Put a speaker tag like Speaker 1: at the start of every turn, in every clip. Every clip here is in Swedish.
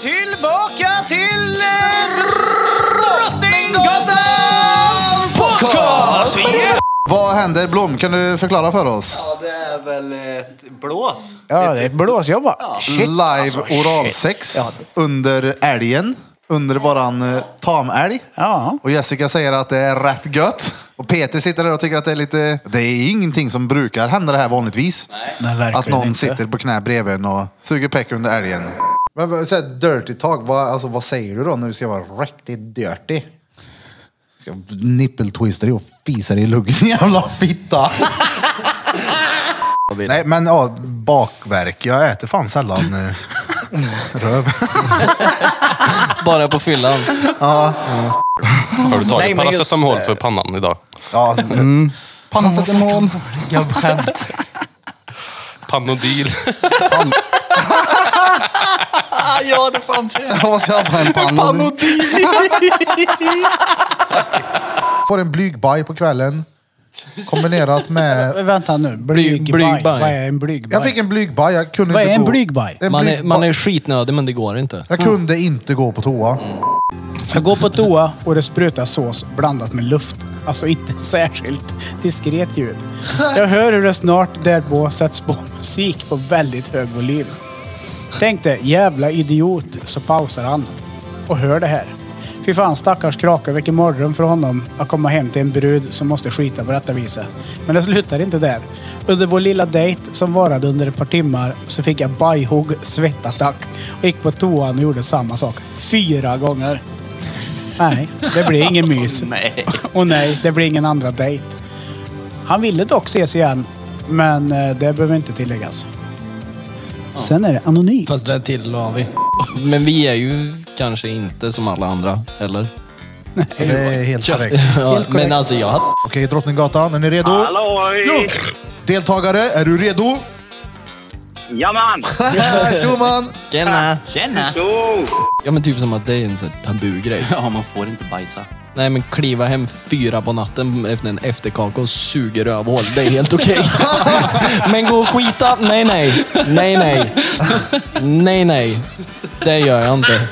Speaker 1: tillbaka till eh, Drottninggatan Podcast!
Speaker 2: Vad händer Blom? Kan du förklara för oss?
Speaker 3: Ja, det är väl ett blås.
Speaker 4: Ja, det är blåsjobb va? Shit.
Speaker 2: Live oralsex
Speaker 4: Ja.
Speaker 2: under älgen. Under våran eh, tamälg.
Speaker 4: Ja.
Speaker 2: Och Jessica säger att det är rätt gött. Och Peter sitter där och tycker att det är lite... Det är ingenting som brukar hända det här vanligtvis.
Speaker 4: Men verkligen
Speaker 2: Att någon
Speaker 4: inte.
Speaker 2: sitter på knä bredvid en och suger peck under älgen. Men vad- så här, dirty talk, vad, alltså, vad säger du då när du ska vara riktigt dirty? Ska nippeltwista dig och fisa dig i luggen, jävla fitta. Nej men ja, bakverk. Jag äter fan sällan eh, röv.
Speaker 5: Bara på fyllan.
Speaker 6: Har du tagit
Speaker 5: Nej, men just eh,
Speaker 6: paracetamol
Speaker 5: det.
Speaker 6: för pannan idag?
Speaker 2: Ja, mm. Panacetamol.
Speaker 5: Grabbskämt.
Speaker 6: Panodil.
Speaker 5: ja, det fanns ju.
Speaker 2: Jag måste ha en panna. Får en blygbaj på kvällen. Kombinerat med
Speaker 4: Men Vänta nu, blygbaj.
Speaker 5: blygbaj.
Speaker 4: Vad är en blygbaj?
Speaker 2: Jag fick en blygbaj. Jag kunde
Speaker 4: Vad
Speaker 2: inte
Speaker 4: är en
Speaker 2: gå-
Speaker 4: blygbaj?
Speaker 2: En
Speaker 5: Man är,
Speaker 2: blygbaj.
Speaker 5: man är skitnödig, men det går inte.
Speaker 2: Jag kunde inte gå på toa.
Speaker 5: Mm.
Speaker 4: Jag går på toa och det sprutar sås blandat med luft. Alltså inte särskilt diskret ljud. Jag hör hur det snart därpå sätts på musik på väldigt hög volym. Tänkte, jävla idiot, så pausar han och hör det här. Fy fan stackars krake, vilken mardröm för honom att komma hem till en brud som måste skita på detta viset. Men det slutar inte där. Under vår lilla dejt som varade under ett par timmar så fick jag bajhugg, svettattack och gick på toan och gjorde samma sak fyra gånger. Nej, det blir ingen mys.
Speaker 3: Nej.
Speaker 4: Och nej, det blir ingen andra dejt. Han ville dock ses igen, men eh, det behöver inte tilläggas. Sen är det anonymt.
Speaker 5: Fast det tillade vi. Men vi är ju kanske inte som alla andra, eller?
Speaker 2: Det
Speaker 5: Mm.
Speaker 2: är helt korrekt.
Speaker 5: Ja,
Speaker 4: korrekt.
Speaker 5: men alltså jag hade...
Speaker 2: Okej, Drottninggatan, är ni redo?
Speaker 7: Halloj!
Speaker 2: Deltagare, är du redo?
Speaker 7: Jaman!
Speaker 2: Tjoman!
Speaker 5: Tjena!
Speaker 1: Tjena!
Speaker 7: Jo!
Speaker 5: Ja men typ som att det är en sån här tabugrej.
Speaker 3: Ja, man får inte bajsa.
Speaker 5: Nej men kliva hem fyra på natten efter en efterkaka och suger rövhål. Det är helt okej. men gå och skita? Nej nej. Nej nej. Nej nej. Det gör jag inte.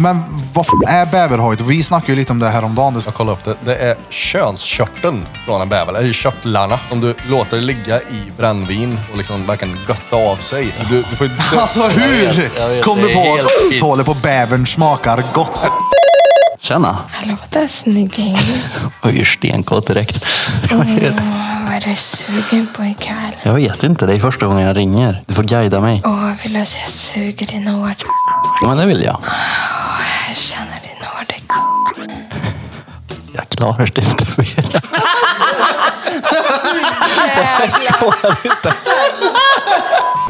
Speaker 2: Men vad f- är bäverhojt? Vi snackade ju lite om det här om dagen. Du ska-
Speaker 6: Jag kollade upp det. Det är könskörteln från en bäver. Eller körtlarna. Om du låter det ligga i brännvin och liksom verkligen götta av sig. Du, du får ju dö-
Speaker 2: Alltså hur
Speaker 3: jag vet,
Speaker 2: kom
Speaker 3: det
Speaker 2: du
Speaker 3: är
Speaker 2: på
Speaker 3: helt
Speaker 2: att
Speaker 3: sjukt.
Speaker 2: tålet på bävern smakar gott?
Speaker 3: Tjena!
Speaker 8: Hallå där snygging.
Speaker 3: Jag är ju stenkåt direkt.
Speaker 8: Vad är du sugen på ikväll?
Speaker 3: Jag vet inte, det är första gången jag ringer. Du får guida mig.
Speaker 8: Åh, vill du att jag suger din hård?
Speaker 3: Men det vill jag.
Speaker 8: Jag känner din hård.
Speaker 3: Jag klarar det inte mer.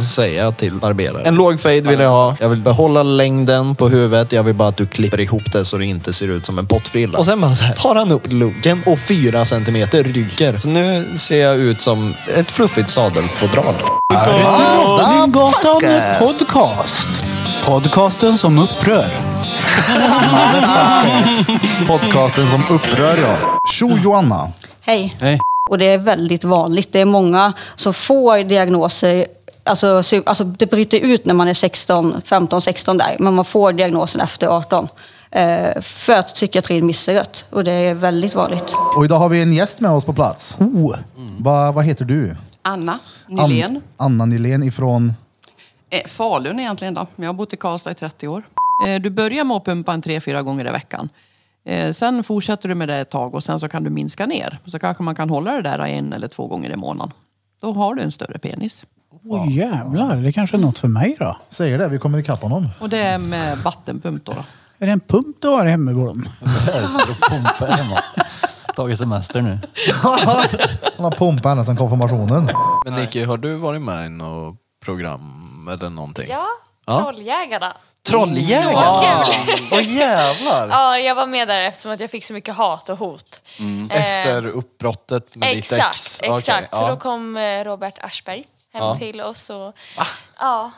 Speaker 9: säger jag till barberaren. En låg fade vill jag ha. Jag vill behålla längden på huvudet. Jag vill bara att du klipper ihop det så det inte ser ut som en pottfrilla. Och sen bara så här, tar han upp luggen och fyra centimeter ryker. Så nu ser jag ut som ett fluffigt sadelfodral.
Speaker 4: Drottninggatan podcast. Podcasten som upprör.
Speaker 2: Podcasten som upprör jag. Tjo Joanna!
Speaker 10: Hej. Och det är väldigt vanligt. Det är många som får diagnoser, alltså, sy- alltså det bryter ut när man är 16, 15, 16 där, men man får diagnosen efter 18. Eh, för att psykiatrin missar det. Och det är väldigt vanligt.
Speaker 2: Och idag har vi en gäst med oss på plats. Oh. Va, vad heter du?
Speaker 11: Anna
Speaker 2: An-
Speaker 11: Nylén.
Speaker 2: Anna Nylén ifrån...
Speaker 11: eh, Falun egentligen då, men jag har bott i Karlstad i 30 år. Eh, du börjar med att pumpa en tre, fyra gånger i veckan. Eh, sen fortsätter du med det ett tag och sen så kan du minska ner. Så kanske man kan hålla det där en eller två gånger i månaden. Då har du en större penis.
Speaker 4: Åh jävlar, det kanske är något för mig då.
Speaker 2: Säger det, vi kommer ikapp honom.
Speaker 11: Och det är med vattenpump då. då.
Speaker 4: Är det en pump du har hemma Blom?
Speaker 3: Tagit semester nu.
Speaker 2: Han har pumpat henne sedan konfirmationen.
Speaker 9: Men Nicky, har du varit med i något program eller någonting?
Speaker 8: Ja,
Speaker 9: Ja.
Speaker 8: Trolljägarna.
Speaker 9: Trolljägare!
Speaker 8: Så
Speaker 9: Åh jävlar!
Speaker 8: Ja, jag var med där eftersom att jag fick så mycket hat och hot.
Speaker 9: Efter uppbrottet Mm, med ditt
Speaker 8: Eh, Exakt,
Speaker 9: ex? Okej,
Speaker 8: exakt. Så
Speaker 9: ja.
Speaker 8: då kom eh, Robert Aschberg hem till oss och... Ja.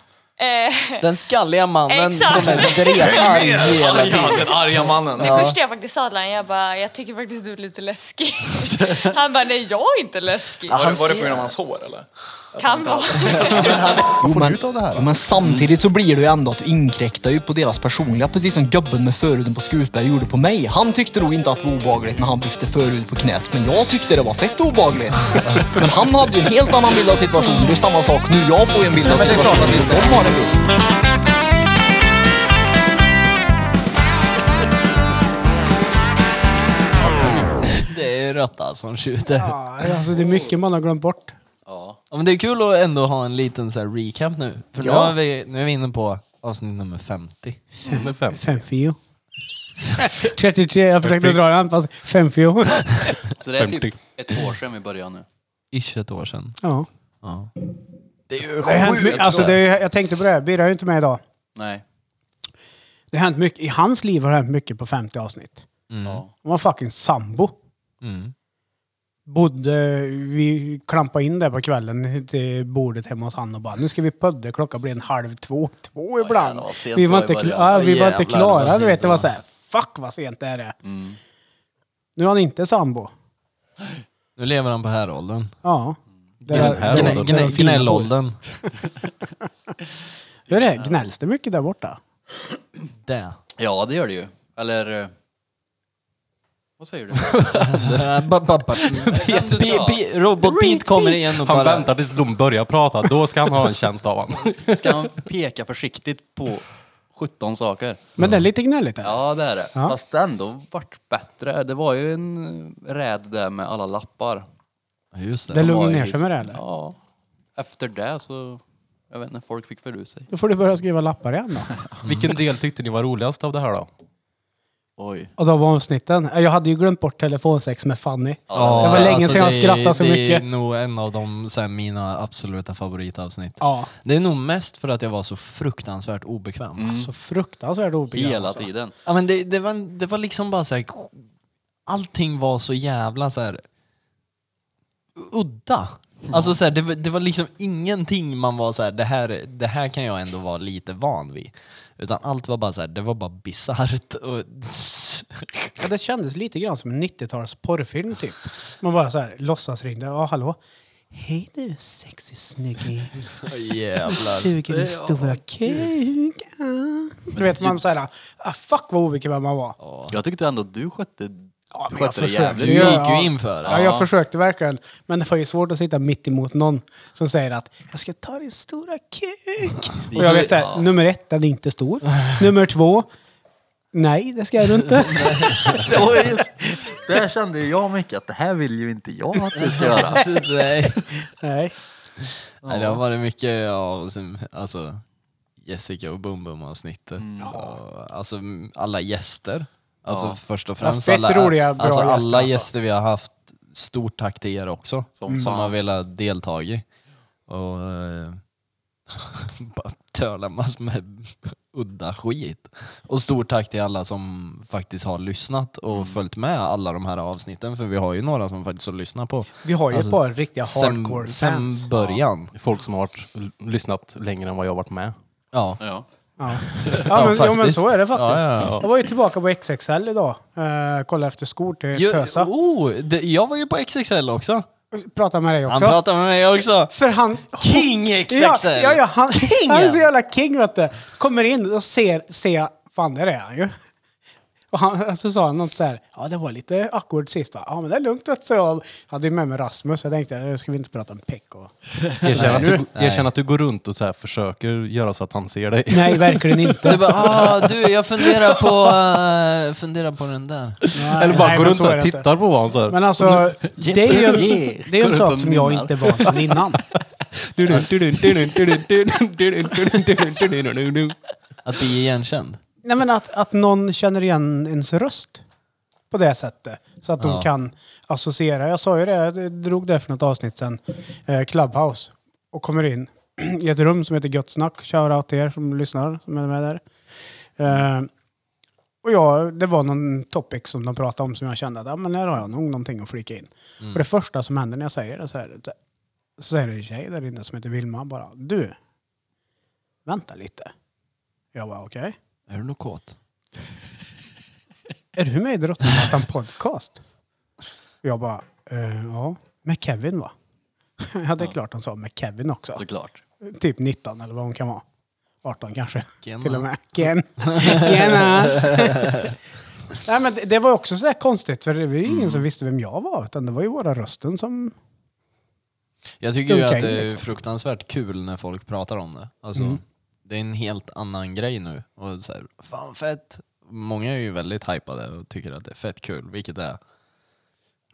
Speaker 8: Eh,
Speaker 9: Den skalliga mannen
Speaker 8: Exakt.
Speaker 9: som är dretarg hela tiden.
Speaker 6: Den arga mannen.
Speaker 8: Det första jag faktiskt sa till honom, jag bara, jag tycker faktiskt du är lite läskig. Han bara, nej jag är inte läskig.
Speaker 9: Han ser-
Speaker 6: grund av hans hår eller?
Speaker 8: Kan vara.
Speaker 12: Vad får du ut av det här? Men samtidigt så blir det ju ändå att du inkräktar ju på deras personliga, precis som gubben med förhuden på Skutberg gjorde på mig. Han tyckte nog inte att det var obagligt när han lyfte förhud på knät, men jag tyckte det var fett obagligt. Men han hade ju en helt annan bild av situationen. Det är samma sak nu. Jag får ju en bild av
Speaker 1: Nej, men det är klart
Speaker 12: situationen.
Speaker 1: att det inte
Speaker 12: De har en bild.
Speaker 5: Det är Rötta som skjuter.
Speaker 4: Ja, Alltså, det är mycket man har glömt bort.
Speaker 5: Ja, men det är kul att ändå ha en liten så här recap nu. För
Speaker 4: Ja.
Speaker 5: nu, är vi, nu är vi inne på avsnitt nummer 50.
Speaker 4: Nummer 50. 33, jag försökte dra den fast 50.
Speaker 13: Så det är typ ett år sedan vi började nu.
Speaker 5: Ish ett år sedan.
Speaker 4: Ja.
Speaker 5: Ja.
Speaker 13: Det är ju
Speaker 4: Det har hänt, my- alltså, det, är ju- jag tänkte på det, här. Birra är ju inte med idag.
Speaker 13: Nej.
Speaker 4: Det har hänt mycket, I hans liv har det hänt mycket på 50 avsnitt. Han var fucking sambo.
Speaker 5: Mm.
Speaker 4: Bodde, vi klampade in där på kvällen till bordet hemma hos han och bara nu ska vi pudda, klockan blir en halv två, två ibland.
Speaker 1: vad sent
Speaker 4: Vi
Speaker 1: det var
Speaker 4: var inte,
Speaker 1: i början.
Speaker 4: kla- ja, vi var inte
Speaker 1: Jävlar, vad
Speaker 4: klara,
Speaker 1: sent Mm.
Speaker 4: du vet.
Speaker 1: det
Speaker 4: Det
Speaker 1: var.
Speaker 4: var såhär, fuck vad sent det här är. Nu är han inte sambo.
Speaker 5: Nu lever han på häråldern.
Speaker 4: Ja. Det
Speaker 5: Gnä-
Speaker 4: var-
Speaker 5: gnä-
Speaker 4: det var-
Speaker 5: gnä-
Speaker 4: det var fina
Speaker 5: Gnällåldern.
Speaker 4: Hur är det? Gnälls det mycket där borta?
Speaker 5: Det.
Speaker 13: Ja, det gör det ju. Eller... eh, Vad säger du?
Speaker 5: Äh, Pete- Pete- Robot Pete kommer igen och
Speaker 14: Han
Speaker 5: bara...
Speaker 14: väntar tills de börjar prata, då ska han ha en tjänst av honom.
Speaker 13: Ska han peka försiktigt på 17 saker?
Speaker 4: Men det är lite gnälligt. eller?
Speaker 13: Ja, det är det. Fast det har ändå vart bättre. Det var ju en räd där med alla lappar.
Speaker 5: Just
Speaker 4: det. Det lugnar ner sig med det, eller?
Speaker 13: Ja. Efter det så... Jag vet inte, folk fick för ut sig.
Speaker 4: Då får du börja skriva lappar igen då.
Speaker 14: Vilken del tyckte ni var roligast av det här då?
Speaker 13: Oj.
Speaker 4: Och då var avsnitten. Eh, Jag hade ju glömt bort telefonsex med Fanny.
Speaker 5: Ja,
Speaker 4: det var länge
Speaker 5: alltså
Speaker 4: sedan jag
Speaker 5: det är-
Speaker 4: skrattade så
Speaker 5: Det är
Speaker 4: mycket.
Speaker 5: nog en av de så här, mina absoluta favoritavsnitt.
Speaker 4: Ja.
Speaker 5: Det är nog mest för att jag var så fruktansvärt obekväm.
Speaker 4: Så fruktansvärt obekväm.
Speaker 13: Hela
Speaker 4: alltså.
Speaker 13: tiden.
Speaker 5: Ja, men det, det, var, det var liksom bara så här, allting var så jävla så här udda. Alltså så här, det, var- det var liksom ingenting man var så här, det här, det här kan jag ändå vara lite van vid. Utan allt var bara så här, det var bara bisarrt. och-
Speaker 4: Ja, det kändes lite grann som en 90-tals porrfilm typ. Man bara så här låtsas ringde. Ja, hallå? Hej du sexy snygging.
Speaker 5: jävlar.
Speaker 4: Suger din stora kuk. ah. Du vet man såhär, ah, fuck vad obekväm man var.
Speaker 13: Jag tyckte ändå du skötte, du
Speaker 4: Men jag
Speaker 13: skötte det
Speaker 4: försökte
Speaker 13: jävligt.
Speaker 4: göra- Ja, jag försökte verkligen. Men det var ju svårt att sitta mitt emot någon som säger att jag ska ta din stora kuk. Och jag vet såhär,
Speaker 1: Ja.
Speaker 4: nummer ett, den är inte stor. nummer två, nej det ska du inte.
Speaker 13: det var just, det här kände ju jag mycket att det här vill ju inte jag att du ska göra.
Speaker 5: Nej.
Speaker 4: Nej.
Speaker 5: Nej, det har varit mycket av som- alltså, Jessica och Bum Bum avsnittet. Och, Alltså m- alla gäster. Alltså
Speaker 13: Mm. Ja.
Speaker 5: först och
Speaker 13: Ja,
Speaker 5: främst
Speaker 13: fett
Speaker 5: alla,
Speaker 13: roliga, bra
Speaker 5: alltså, alla
Speaker 13: gäster, alltså.
Speaker 5: gäster vi har haft. Stort tack till er också som,
Speaker 13: Mm.
Speaker 5: som
Speaker 13: fan.
Speaker 5: har velat delta i. Och eh, bara töla massor med udda skit. Och stort tack till alla som faktiskt har lyssnat och
Speaker 13: Mm.
Speaker 5: följt med alla de här avsnitten. För vi har ju några som faktiskt har lyssnat på.
Speaker 4: Vi har ju
Speaker 13: Alltså,
Speaker 4: ett par riktiga
Speaker 5: sen-
Speaker 4: hardcore fans.
Speaker 5: Sen början.
Speaker 14: Folk som har varit, l- lyssnat längre än vad jag har varit med.
Speaker 5: Ja.
Speaker 13: Ja.
Speaker 4: Ja.
Speaker 14: Ja,
Speaker 4: Ja, men, ja, men
Speaker 14: faktiskt.
Speaker 4: så är det faktiskt.
Speaker 14: Ja, ja, ja.
Speaker 4: Jag var ju tillbaka på XXL idag. Uh, kollade efter skor till
Speaker 5: Jo,
Speaker 4: Tösa.
Speaker 5: Oh, det, jag var ju på XXL också.
Speaker 4: Pratade med dig också.
Speaker 5: Han pratade med mig också.
Speaker 4: För han...
Speaker 5: King XXL!
Speaker 4: Ja, ja, ja han,
Speaker 5: Kingen!
Speaker 4: han är så jävla king vet du. Kommer in och ser, ser fan där är han ju. Och han, så sa han något så här, ja det var lite awkward sist va? Ja men det är lugnt vet du. Så Jag hade ju med mig Rasmus, jag tänkte nu ska vi inte prata om peck och...
Speaker 14: Erkänn att, du-
Speaker 4: Nej.
Speaker 14: erkänn att du går runt och så här försöker göra så att han ser dig.
Speaker 4: Nej, verkligen inte.
Speaker 5: Du bara, ah, du jag funderar på, eh, funderar på den där.
Speaker 14: Eller bara
Speaker 4: Nej,
Speaker 14: går
Speaker 4: men
Speaker 14: runt
Speaker 4: så
Speaker 14: så
Speaker 4: är
Speaker 14: här,
Speaker 4: det inte.
Speaker 14: tittar på honom så här.
Speaker 4: Men alltså, det är ju en, det är
Speaker 14: Går
Speaker 4: en
Speaker 14: runt
Speaker 4: sak
Speaker 14: och
Speaker 4: som jag
Speaker 14: mimar.
Speaker 4: inte är van sedan innan.
Speaker 5: Att bli igenkänd.
Speaker 4: Nej men att, att någon känner igen ens röst på det sättet. Så att
Speaker 5: Ja.
Speaker 4: de kan associera. Jag sa ju det, jag drog det för något avsnitt sen. Eh, Clubhouse. Och kommer in i ett rum som heter Gött Snack. Shoutout till er som lyssnar, som är med där. Eh, och ja, det var någon topic som de pratade om som jag kände att ja, men här har jag nog någonting att flika in.
Speaker 1: Mm.
Speaker 4: Och det första som händer när jag säger det så här, så säger det en tjej där inne som heter Vilma bara du, vänta lite. Jag bara okej.
Speaker 5: Är du nog kåt?
Speaker 4: Är du med i Drottninggatan podcast? Jag bara, eh, ja. Med Kevin va? Ja, det är klart hon sa med Kevin också.
Speaker 5: Såklart.
Speaker 4: Typ 19 eller vad hon kan vara. 18 kanske.
Speaker 5: Gena.
Speaker 4: Till och med. Ken. Gena. Nej, men det, det var också så där konstigt för det var ju ingen som visste vem jag var utan det var ju bara rösten som...
Speaker 5: Jag tycker ju
Speaker 4: Dunkar
Speaker 5: att
Speaker 4: in,
Speaker 5: det är
Speaker 4: liksom.
Speaker 5: fruktansvärt kul när folk pratar om det. Alltså,
Speaker 4: Mm.
Speaker 5: Det är en helt annan grej nu. Och så här, fan fett! Många är ju väldigt hypade och tycker att det är fett kul, vilket det är.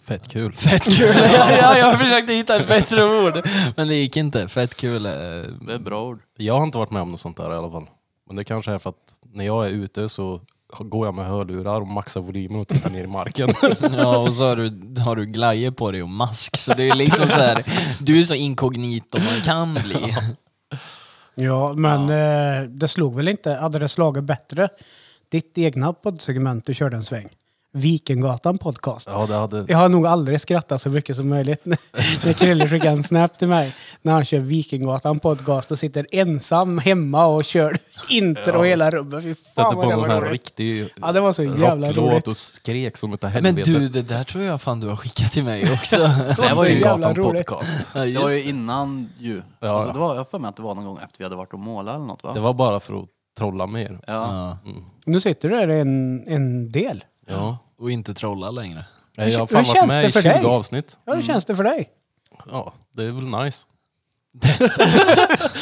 Speaker 14: Fett kul.
Speaker 5: Fett kul! ja, ja, jag försökte hitta ett bättre ord. Men det gick inte. Fett kul. Det är bra ord.
Speaker 14: Jag har inte varit med om något sånt där i alla fall. Men det kanske är för att när jag är ute så går jag med hörlurar och maxar volymen och tittar ner i marken.
Speaker 5: Ja, och så har du, har du glajjor på dig och mask, så det är liksom så här, du är så inkognito man kan bli.
Speaker 4: Ja, men Eh, det slog väl inte. Hade det slagit bättre? Ditt egna poddsegment du körde en sväng. Vikingatan podcast.
Speaker 14: Ja, det hade...
Speaker 4: Jag har nog aldrig skrattat så mycket som möjligt när, när Krille skickade en snap till mig. När han kör Vikinggatan podcast och sitter ensam hemma och kör intro
Speaker 14: Ja.
Speaker 4: och hela rubbet. Fy
Speaker 14: Sätter
Speaker 4: fan
Speaker 14: på
Speaker 4: vad det
Speaker 14: någon sån
Speaker 4: var
Speaker 14: här
Speaker 4: roligt.
Speaker 14: riktig
Speaker 4: Ja, det var så jävla
Speaker 14: rocklåt
Speaker 4: roligt.
Speaker 14: och skrek som utav
Speaker 5: Men
Speaker 14: helvete.
Speaker 5: du, det där tror jag fan du har skickat till mig också.
Speaker 14: Det var ju Gatan podcast.
Speaker 5: Ja,
Speaker 14: just
Speaker 5: just
Speaker 14: det.
Speaker 5: det.
Speaker 14: var
Speaker 5: ju
Speaker 14: innan ju. Ja,
Speaker 5: Alltså,
Speaker 14: ja.
Speaker 5: det var, jag har för mig att det var någon gång efter vi hade varit och målat eller något va?
Speaker 14: Det var bara för att trolla med er.
Speaker 5: Ja.
Speaker 4: Nu sitter du där en, en del.
Speaker 5: Ja, och inte trolla längre.
Speaker 14: Nej, jag har fan varit med i 20 avsnitt.
Speaker 4: Ja, hur känns det för dig?
Speaker 14: Ja, det är väl nice.
Speaker 4: Fett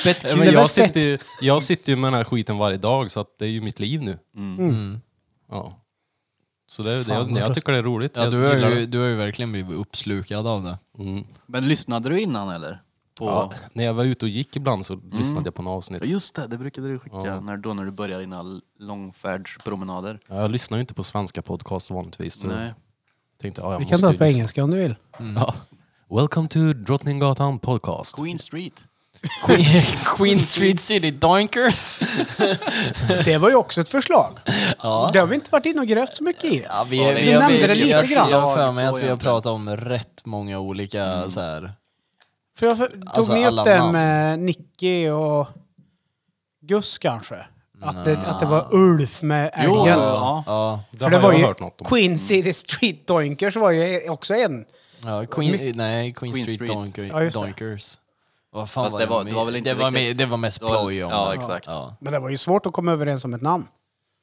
Speaker 14: Nej,
Speaker 4: kul. Det
Speaker 14: men
Speaker 4: är väl
Speaker 14: jag, sitter ju, jag sitter ju med den här skiten varje dag så att det är ju mitt liv nu.
Speaker 5: Mm.
Speaker 14: Ja. Så det, det,
Speaker 5: Fan,
Speaker 14: jag,
Speaker 5: vad
Speaker 14: jag tycker det är roligt.
Speaker 5: Ja,
Speaker 14: jag
Speaker 5: du, har
Speaker 14: gillar
Speaker 5: ju,
Speaker 14: det.
Speaker 5: du har ju verkligen blivit uppslukad av det.
Speaker 14: Men
Speaker 5: lyssnade du innan eller? På...
Speaker 14: Ja, när jag var ute och gick ibland så
Speaker 13: Mm.
Speaker 14: lyssnade jag på några avsnitt.
Speaker 5: Ja, Just det, det brukade du skicka
Speaker 14: Ja.
Speaker 5: när, då när du börjar dina l- långfärdspromenader.
Speaker 14: Ja, Jag lyssnar ju inte på svenska podcast vanligtvis. Så
Speaker 5: Nej.
Speaker 14: Tänkte, ja, jag
Speaker 4: Vi kan
Speaker 14: måste ju
Speaker 4: ta det på
Speaker 14: lyssna.
Speaker 4: engelska om du vill.
Speaker 14: Ja. Welcome to Drottninggatan podcast.
Speaker 5: Queen Street. Queen, Street City Doinkers.
Speaker 4: Det var ju också ett förslag.
Speaker 5: Ja.
Speaker 4: Det har vi inte varit inne och grävt så mycket i.
Speaker 5: Ja, vi,
Speaker 4: du
Speaker 5: vi-
Speaker 4: nämnde
Speaker 5: vi-
Speaker 4: det lite
Speaker 5: jag,
Speaker 4: grann.
Speaker 5: Jag har för mig
Speaker 4: Så
Speaker 5: att vi har
Speaker 4: egentligen.
Speaker 5: pratat om rätt många olika så här.
Speaker 4: För jag för, tog
Speaker 5: Alltså,
Speaker 4: ni
Speaker 5: alla
Speaker 4: upp det
Speaker 5: namn.
Speaker 4: med Nicky och Gus kanske? Att det,
Speaker 5: Nja.
Speaker 4: att det var Ulf med älgen?
Speaker 5: Jo, ja. Ja. Det
Speaker 4: För det
Speaker 5: har
Speaker 4: var
Speaker 5: jag
Speaker 4: ju
Speaker 5: hört något om.
Speaker 4: Queen City Street Doinkers var ju e- också en.
Speaker 5: Ja, Queen,
Speaker 4: My-
Speaker 5: nej, Queen,
Speaker 4: Queen
Speaker 5: Street,
Speaker 4: Street.
Speaker 5: Doinker,
Speaker 4: Ja, just det.
Speaker 5: Doinkers. Vad fan
Speaker 4: Fast
Speaker 5: var
Speaker 4: det
Speaker 5: det,
Speaker 4: var-
Speaker 5: med-
Speaker 4: det var väl inte
Speaker 5: det var,
Speaker 4: riktigt-
Speaker 5: med, det var mest
Speaker 4: det var-
Speaker 5: ploj om
Speaker 4: ja,
Speaker 5: det.
Speaker 4: exakt.
Speaker 5: Ja.
Speaker 4: Men det var ju svårt att komma överens om ett namn.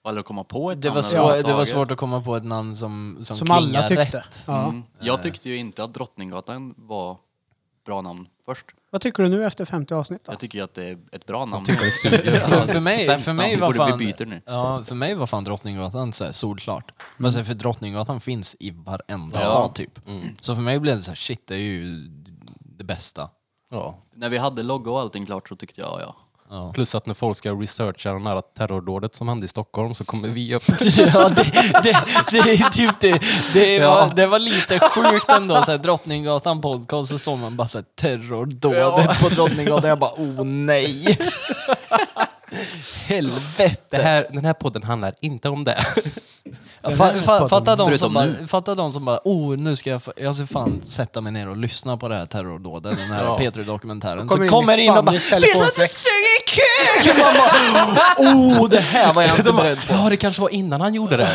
Speaker 5: Eller komma på
Speaker 4: ett
Speaker 5: det
Speaker 4: namn
Speaker 5: var, svår, det var
Speaker 4: överhuvudtaget.
Speaker 5: svårt att komma på ett namn som, som,
Speaker 4: Som alla
Speaker 5: klingar
Speaker 4: tyckte.
Speaker 5: rätt.
Speaker 4: Ja. Mm.
Speaker 15: Jag tyckte ju inte att Drottninggatan var bra namn först.
Speaker 4: Vad tycker du nu efter 50 avsnitt då?
Speaker 15: Jag tycker ju att det är ett bra namn.
Speaker 5: för, för, mig, för, mig var
Speaker 15: Borde
Speaker 5: fan,
Speaker 15: vi byter nu.
Speaker 5: Ja, för mig var fan Drottninggatan så här, solklart. Men sen för Drottninggatan finns i varenda
Speaker 15: Ja.
Speaker 5: stad typ.
Speaker 15: Mm.
Speaker 5: Så för mig blev det så här, shit det är ju det bästa.
Speaker 14: Ja.
Speaker 15: När vi hade logga och allting klart så tyckte jag ja.
Speaker 14: Plus att när folk ska researcha den här terrordådet som hände i Stockholm så kommer vi upp.
Speaker 5: ja, det, det, det är typ det. Det var,
Speaker 14: Ja.
Speaker 5: det var lite sjukt ändå. Så här, Drottninggatan podcast så såg man bara så här, terrordådet på Drottninggatan. Jag bara oh nej. Helvete.
Speaker 14: Det här, den här podden handlar inte om det.
Speaker 5: Ja, fa- fa- Fatta de, som
Speaker 14: Förutom
Speaker 5: bara,
Speaker 14: nu.
Speaker 5: fatta de som bara, oh nu ska jag, fa- jag ska fan sätta mig ner och lyssna på det här terrordådet, den här
Speaker 14: Ja.
Speaker 5: P3-dokumentären.
Speaker 14: Då kommer
Speaker 5: Så
Speaker 14: in
Speaker 5: kommer in och
Speaker 14: Fanny
Speaker 5: bara,
Speaker 14: ställer på
Speaker 5: "Vill
Speaker 14: sig."
Speaker 5: du suger kuk?" Man bara, oh det här var jag inte
Speaker 14: De bara,
Speaker 5: beredd på.
Speaker 14: Ja, det kanske var innan han gjorde det.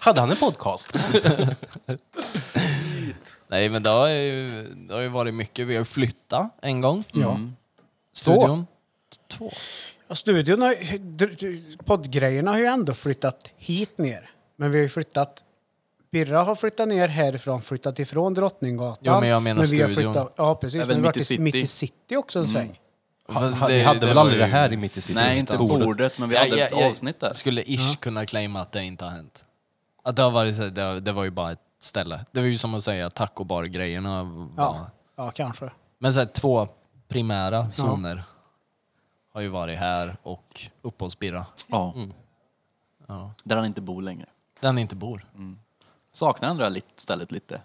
Speaker 14: Hade han en podcast?
Speaker 5: Nej men det har ju, det har ju varit mycket, vi har ju flyttat en gång.
Speaker 4: Ja.
Speaker 5: Studion. Två.
Speaker 4: Ja, studion har, ju- dr- dr- poddgrejerna har ju ändå flyttat hit ner. Men vi har ju flyttat... Birra har flyttat ner härifrån, flyttat ifrån Drottninggatan.
Speaker 5: Jo, men jag menar
Speaker 4: vi har
Speaker 5: studion.
Speaker 4: flyttat, ja, precis.
Speaker 5: Det är
Speaker 4: Men
Speaker 5: väl
Speaker 4: vi har
Speaker 5: mitt i
Speaker 4: varit i mitt
Speaker 5: city. Mm.
Speaker 4: i city också en sväng.
Speaker 5: Fast
Speaker 14: ha- vi hade väl
Speaker 5: var
Speaker 14: aldrig det här i Mitt i City,
Speaker 5: Nej,
Speaker 14: utan
Speaker 5: inte
Speaker 14: bordet.
Speaker 5: bordet.
Speaker 14: men vi hade
Speaker 5: jag,
Speaker 14: ett
Speaker 5: jag,
Speaker 14: avsnitt
Speaker 5: där. skulle ish kunna claima att det inte har hänt. Att det, har varit, så här, det, det var ju bara ett ställe. Det var ju som att säga tacobar-grejerna.
Speaker 4: Ja,
Speaker 5: var-
Speaker 4: ja kanske.
Speaker 5: Men så här, två primära zoner har ju varit här och uppe hos Birra.
Speaker 15: Ja.
Speaker 5: Ja.
Speaker 15: Där han inte bor längre.
Speaker 5: Där han inte bor.
Speaker 15: Saknar han det där lit- stället lite.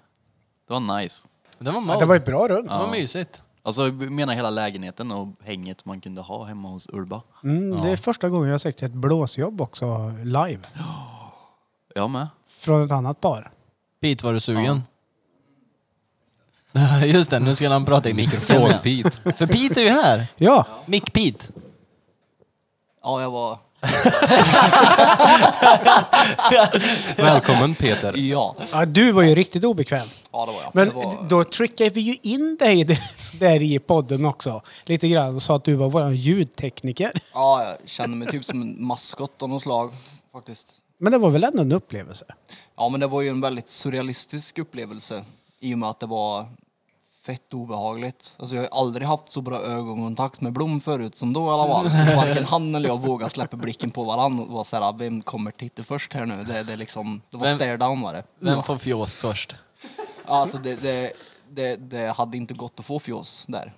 Speaker 15: Det var nice.
Speaker 5: Det var,
Speaker 4: Ja, det var ett bra rum.
Speaker 5: Det var mysigt.
Speaker 15: Alltså jag menar hela lägenheten och hänget man kunde ha hemma hos Urba.
Speaker 4: Mm, Det är första gången jag har sett ett blåsjobb också live.
Speaker 15: Jag med.
Speaker 4: Från ett annat par.
Speaker 5: Pete, var du sugen? Just det, nu ska han prata i mikrofonen.
Speaker 14: Pete.
Speaker 5: För Pete är ju här.
Speaker 4: Ja.
Speaker 5: Mick Pete.
Speaker 15: Ja, jag var...
Speaker 14: Välkommen Peter. Ja.
Speaker 4: Ja, du var ju riktigt obekväm.
Speaker 14: Ja, det var jag.
Speaker 4: Men
Speaker 14: Det var-
Speaker 4: då trickade vi ju in dig i det- där i podden också. Lite grann och sa att du var vår ljudtekniker.
Speaker 15: Ja, jag känner mig typ som en maskot av något slag faktiskt.
Speaker 4: Men det var väl ändå en upplevelse?
Speaker 15: Ja, men det var ju en väldigt surrealistisk upplevelse i och med att det var fett obehagligt. Alltså jag har ju aldrig haft så bra ögonkontakt med Blom förut som då i alla fall. Varken han eller jag vågade släppa blicken på varandra och vara såhär, vem kommer titta först här nu? Det, det, är liksom, det var
Speaker 13: Vem-
Speaker 15: stare down var det.
Speaker 13: Vem får fjås först?
Speaker 15: Alltså det, det, det, det hade inte gått att få fjås där.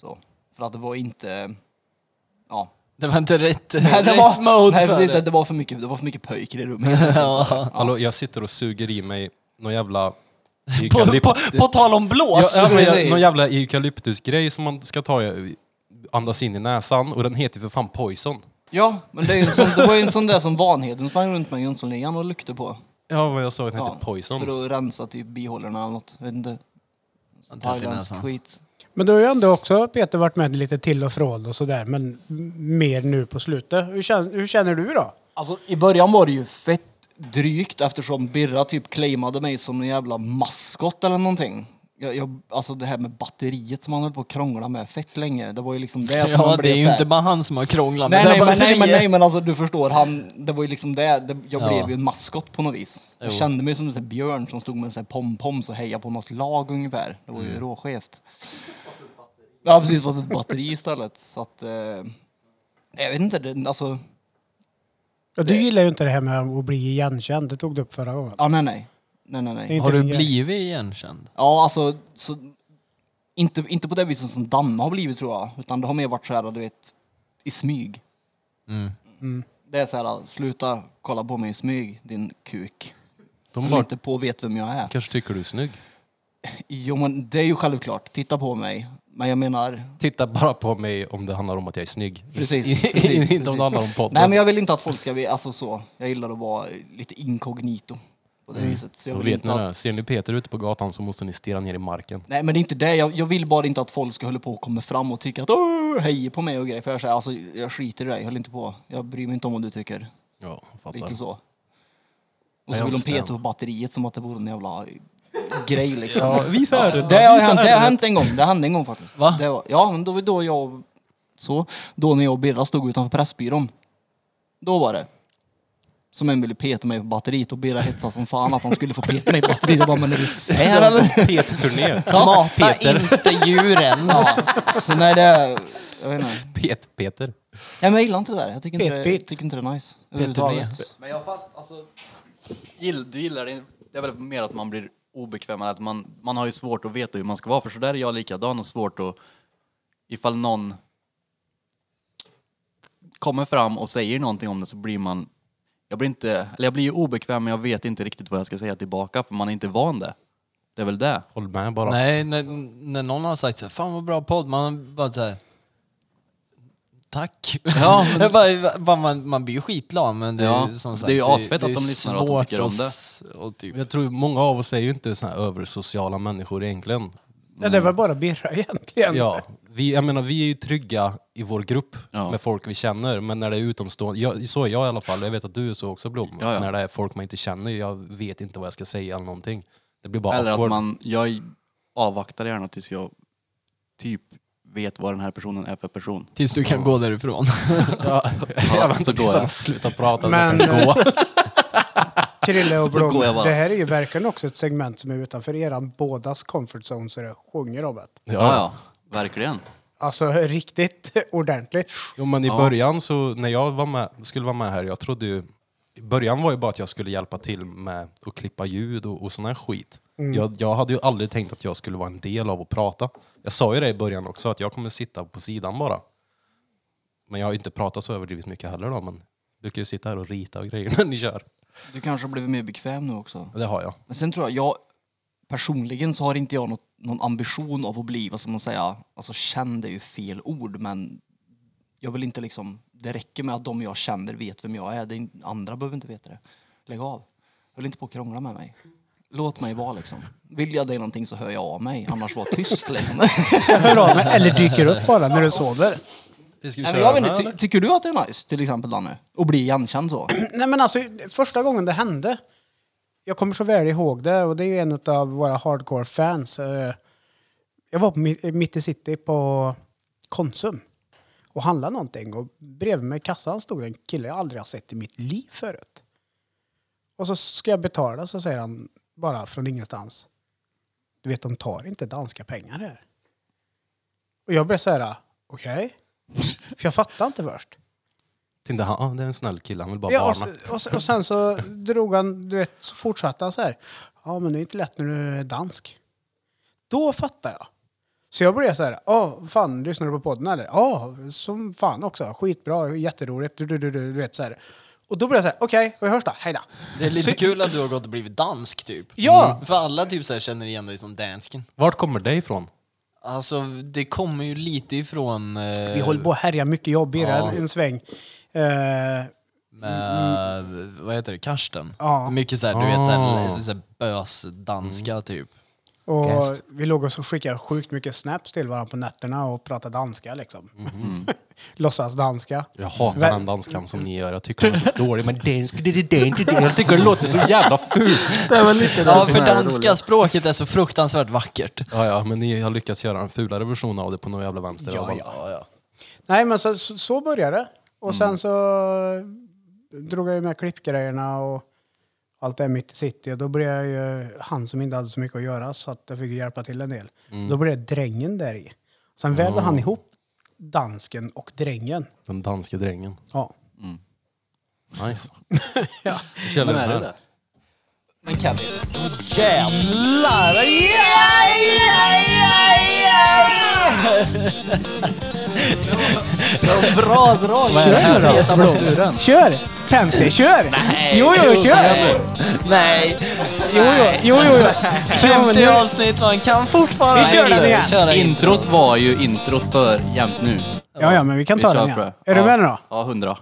Speaker 15: Så. För att det var inte... Ja.
Speaker 13: Det var inte rätt,
Speaker 15: Nej, det
Speaker 13: rätt
Speaker 15: var,
Speaker 13: mode
Speaker 15: nej,
Speaker 13: för
Speaker 15: precis,
Speaker 13: det.
Speaker 15: det. Det, var för mycket, det var för mycket pöjker i rummet.
Speaker 14: Hallå, jag sitter och suger i mig någon jävla...
Speaker 13: På, på, på tal om blås!
Speaker 14: Ja, ja, men, jag- någon jävla eukalyptusgrej som man ska ta i- andas in i näsan och den heter ju för fan poison.
Speaker 15: Ja, men det, är ju en sån, det var ju en sån där som Vanheden sprang runt med i Jönssonligan och luktade på.
Speaker 14: Ja, men jag sa att den heter poison.
Speaker 13: Mm.
Speaker 15: För att rensa typ bihålorna eller något. Jag vet inte. Thailändsk skit.
Speaker 4: Men du har ju ändå också Peter varit med lite till och från och sådär. Men m- mer nu på slutet. Hur, kän, hur känner du då?
Speaker 15: Alltså i början var det ju fett drygt eftersom Birra typ claimade mig som en jävla maskot eller någonting. Jag, jag, alltså det här med batteriet som han höll på att krångla med fett länge. Det var ju liksom det som
Speaker 13: Ja,
Speaker 15: man
Speaker 13: det
Speaker 15: blev
Speaker 13: är ju
Speaker 15: så här-
Speaker 13: inte bara han som har krånglat med
Speaker 15: Nej,
Speaker 13: det
Speaker 15: nej,
Speaker 13: här
Speaker 15: men, nej, men,
Speaker 13: batteriet.
Speaker 15: nej, men alltså du förstår, han, det var ju liksom det, det jag
Speaker 13: Ja.
Speaker 15: blev ju en maskot på något vis. Jag
Speaker 13: Jo.
Speaker 15: kände mig som en sån här björn som stod med en sån här pompoms och hejade på något lag ungefär. Det var ju
Speaker 13: Mm.
Speaker 15: råskevt. Ja precis, fast ett batteri istället. Så att, eh, jag vet inte, det, alltså,
Speaker 4: Ja, du gillar ju inte det här med att bli igenkänd. Det tog du upp förra gången.
Speaker 15: ja nej nej. Nej nej nej.
Speaker 4: Inte Har du din grej.
Speaker 13: blivit igenkänd?
Speaker 15: Ja alltså, så, inte, inte på det viset som Danne har blivit tror jag, utan det har mer varit så här, du vet, i smyg.
Speaker 13: Mm.
Speaker 15: Det är så här, sluta kolla på mig i smyg, din kuk.
Speaker 14: De
Speaker 15: De
Speaker 14: bara-
Speaker 15: inte på vet vem jag är.
Speaker 14: Kanske tycker du är snygg.
Speaker 15: Jo men det är ju självklart, titta på mig. Men jag menar...
Speaker 14: Titta bara på mig om det handlar om att jag är snygg.
Speaker 15: Precis.
Speaker 14: inte
Speaker 15: precis,
Speaker 14: om det handlar om podden.
Speaker 15: Nej men jag vill inte att folk ska bli, alltså så. Jag gillar att vara lite inkognito. På det
Speaker 14: Mm.
Speaker 15: viset. Så jag
Speaker 14: Då
Speaker 15: vill
Speaker 14: vet
Speaker 15: inte
Speaker 14: ni
Speaker 15: att...
Speaker 14: det. Ser ni Peter ute på gatan så måste ni stirra ner i marken.
Speaker 15: Nej men det är inte det, jag, jag vill bara inte att folk ska hålla på och komma fram och tycka att "Åh, hej på mig och grejer. För jag säger alltså jag skiter i dig, håll inte på. Jag bryr mig inte om vad du tycker.
Speaker 14: Ja, fattar.
Speaker 15: Lite så. Och
Speaker 14: Nej,
Speaker 15: så
Speaker 14: jag
Speaker 15: vill de
Speaker 14: förstår.
Speaker 15: peta på batteriet som att det vore en jävla grej liksom.
Speaker 14: Ja, visa ärret då,
Speaker 15: Det har,
Speaker 14: visa
Speaker 15: hänt, det har
Speaker 14: ärret.
Speaker 15: hänt en gång, det hände en gång faktiskt. Va? Det var, ja men då var då jag och- så, då när jag och Birra stod utanför Pressbyrån. Då var det. Som en ville peta mig på batteriet och Birra hetsade som fan att han skulle få peta mig på batteriet. Jag bara, men är du sär eller?
Speaker 14: Pet-turné.
Speaker 15: Mata inte djuren. Ja. Så nej det, jag vet inte.
Speaker 14: Pet-Peter.
Speaker 15: Nej men jag gillar inte det där. Jag tycker inte, det,
Speaker 14: Pet-pit.
Speaker 15: jag tycker inte det är nice.
Speaker 14: Pet-turné.
Speaker 15: överhuvudtaget.
Speaker 16: Men jag fattar, alltså, gill, du gillar det, det är väl mer att man blir obekväm än att man, man har ju svårt att veta hur man ska vara för så där är jag likadan och svårt att ifall någon kommer fram och säger någonting om det så blir man jag blir inte, eller jag blir ju obekväm men jag vet inte riktigt vad jag ska säga tillbaka för man är inte van det. Det är väl det.
Speaker 14: Håll med bara.
Speaker 13: Nej, när, när någon har sagt så här, fan vad bra podd, man bara så här. Tack.
Speaker 16: Ja, men-
Speaker 13: Jag bara, bara, man, man blir ju skitglad men det är
Speaker 16: Ja,
Speaker 13: ju som sagt.
Speaker 16: det är ju asfett
Speaker 13: det är
Speaker 16: att de lyssnar och att de
Speaker 13: svårt
Speaker 16: tycker om
Speaker 13: att
Speaker 16: det.
Speaker 13: s- Och typ.
Speaker 14: Jag tror många av oss är ju inte såna här översociala människor egentligen.
Speaker 4: Ja, det var bara Birra egentligen.
Speaker 14: Ja, vi, jag menar, vi är ju trygga i vår grupp med folk vi känner, men när det är utomstående, jag, så är jag i alla fall, jag vet att du är så också Blom,
Speaker 16: Ja, ja.
Speaker 14: när det är folk man inte känner, jag vet inte vad jag ska säga eller någonting. Det blir bara
Speaker 16: Eller att
Speaker 14: awkward.
Speaker 16: man, jag avvaktar gärna tills jag typ vet vad den här personen är för person.
Speaker 13: Tills du kan gå därifrån.
Speaker 14: ja, jag väntar tills han slutar prata så jag
Speaker 4: Men,
Speaker 14: kan gå.
Speaker 4: eh, Krille och
Speaker 16: Så går jag
Speaker 4: Blom,
Speaker 16: bara.
Speaker 4: det här är ju verkligen också ett segment som är utanför eran bådas comfort zone så det sjunger om det.
Speaker 16: Ja, ja. Verkligen.
Speaker 4: Alltså riktigt ordentligt.
Speaker 14: Jo men i
Speaker 4: Ja.
Speaker 14: början så, när jag var med, skulle vara med här, jag trodde ju... I början var ju bara att jag skulle hjälpa till med att klippa ljud och, och sån här skit.
Speaker 16: Mm.
Speaker 14: Jag, jag hade ju aldrig tänkt att jag skulle vara en del av att prata. Jag sa ju det i början också, att jag kommer sitta på sidan bara. Men jag har ju inte pratat så överdrivet mycket heller då, men jag brukar ju sitta här och rita och grejer när ni kör.
Speaker 15: Du kanske har blivit mer bekväm nu också.
Speaker 14: Det har jag.
Speaker 15: Men sen tror jag, jag personligen så har inte jag något, någon ambition av att bli, vad ska man säga, alltså känd är ju fel ord men jag vill inte liksom, det räcker med att de jag känner vet vem jag är, det är, in- andra behöver inte veta det. Lägg av. Håll inte på och krångla med mig. Låt mig vara liksom. Vill jag dig någonting så hör jag av mig, annars var tyst liksom.
Speaker 4: Hör av mig, eller dyker upp bara när du sover.
Speaker 14: Vi ska ju
Speaker 15: Nej, men
Speaker 14: köra
Speaker 15: jag vet
Speaker 14: den
Speaker 15: inte,
Speaker 14: här,
Speaker 15: ty, tycker du att det är nice, till exempel Danne? Att bli igenkänd så?
Speaker 4: Nej men alltså, första gången det hände. Jag kommer så väl ihåg det och det är ju en av våra hardcore fans. eh, Jag var på Mi- mitt i city på Konsum och handlade någonting och bredvid mig i kassan stod en kille jag aldrig har sett i mitt liv förut. Och så ska jag betala så säger han bara från ingenstans. Du vet de tar inte danska pengar här. Och jag blev så här, okej? För jag fattade inte först.
Speaker 14: Tänkte han, ah, det är en snäll kille, han vill bara
Speaker 4: Ja, alltså- och,
Speaker 14: varna.
Speaker 4: s- och, s- och sen så drog han, du vet, så fortsatte han så här. Ja, men det är inte lätt när du är dansk. Då fattar jag. Så jag blev så här, ja, fan, lyssnar du på podden eller? Ja, som fan också. Skitbra, jätteroligt, du, du, du, du, du vet så här. Och då blev jag så här, okej, vi hörs då, hej då.
Speaker 13: Det är lite
Speaker 4: Så-
Speaker 13: kul att du har gått och blivit dansk typ.
Speaker 4: Ja!
Speaker 13: Mm. För alla typ så här känner igen dig som dansken.
Speaker 14: Vart kommer det ifrån?
Speaker 13: Alltså det kommer ju lite ifrån... Eh,
Speaker 4: Vi håller på att härja mycket jobb i
Speaker 13: Ja.
Speaker 4: en sväng. Eh,
Speaker 13: Med, vad heter det, Karsten?
Speaker 4: Ja.
Speaker 13: Mycket såhär, du vet såhär,
Speaker 4: Ah.
Speaker 13: såhär bösdanska typ.
Speaker 4: och
Speaker 13: Gäst.
Speaker 4: vi låg och så skickade sjukt mycket snaps till varandra på nätterna och pratade danska liksom.
Speaker 13: Mhm.
Speaker 4: Låtsas danska.
Speaker 14: Jag hatar
Speaker 4: Väl-
Speaker 14: den danskan som ni gör. Jag tycker den är så dålig. Men dansk, det är dansk, det är Jag tycker det låter så jävla fult.
Speaker 13: ja, för danska språket är så fruktansvärt vackert.
Speaker 14: Ja, ja, men ni har lyckats göra en fulare version av det på någon jävla vänster.
Speaker 13: Ja,
Speaker 14: ja.
Speaker 4: Nej, men så, så så började det. Och sen så drog jag ju med klippgrejerna och allt det här mitt i city. Och då blev jag ju han som inte hade så mycket att göra så att jag fick hjälpa till en del.
Speaker 14: Mm.
Speaker 4: Då blev det drängen där i. Sen vävde
Speaker 14: Mm.
Speaker 4: han ihop dansken och drängen.
Speaker 14: Den danske drängen.
Speaker 4: Ja.
Speaker 14: Nice.
Speaker 4: Ja.
Speaker 14: Kjell,
Speaker 4: Vem är
Speaker 14: här.
Speaker 4: det där?
Speaker 15: Men Kevin.
Speaker 1: Jävlar! Yeah, yeah, yeah, yeah.
Speaker 15: Bra drag!
Speaker 1: Vad är det här då?
Speaker 4: Blom. Kör! Fenty, kör! Jo, jo, kör!
Speaker 13: Nej!
Speaker 4: Jo, jo, jo, jo. jo. Jo, men
Speaker 13: 50
Speaker 4: nu-
Speaker 13: avsnitt, man kan fortfarande...
Speaker 4: Vi kör den igen.
Speaker 13: Köra
Speaker 16: Introt var ju introt för jämt nu.
Speaker 4: Ja, ja, men vi kan
Speaker 16: Vi
Speaker 4: ta
Speaker 16: kör
Speaker 4: den
Speaker 16: på
Speaker 4: igen.
Speaker 16: det.
Speaker 4: Är du
Speaker 16: Ja.
Speaker 4: med nu då?
Speaker 16: Ja, hundra.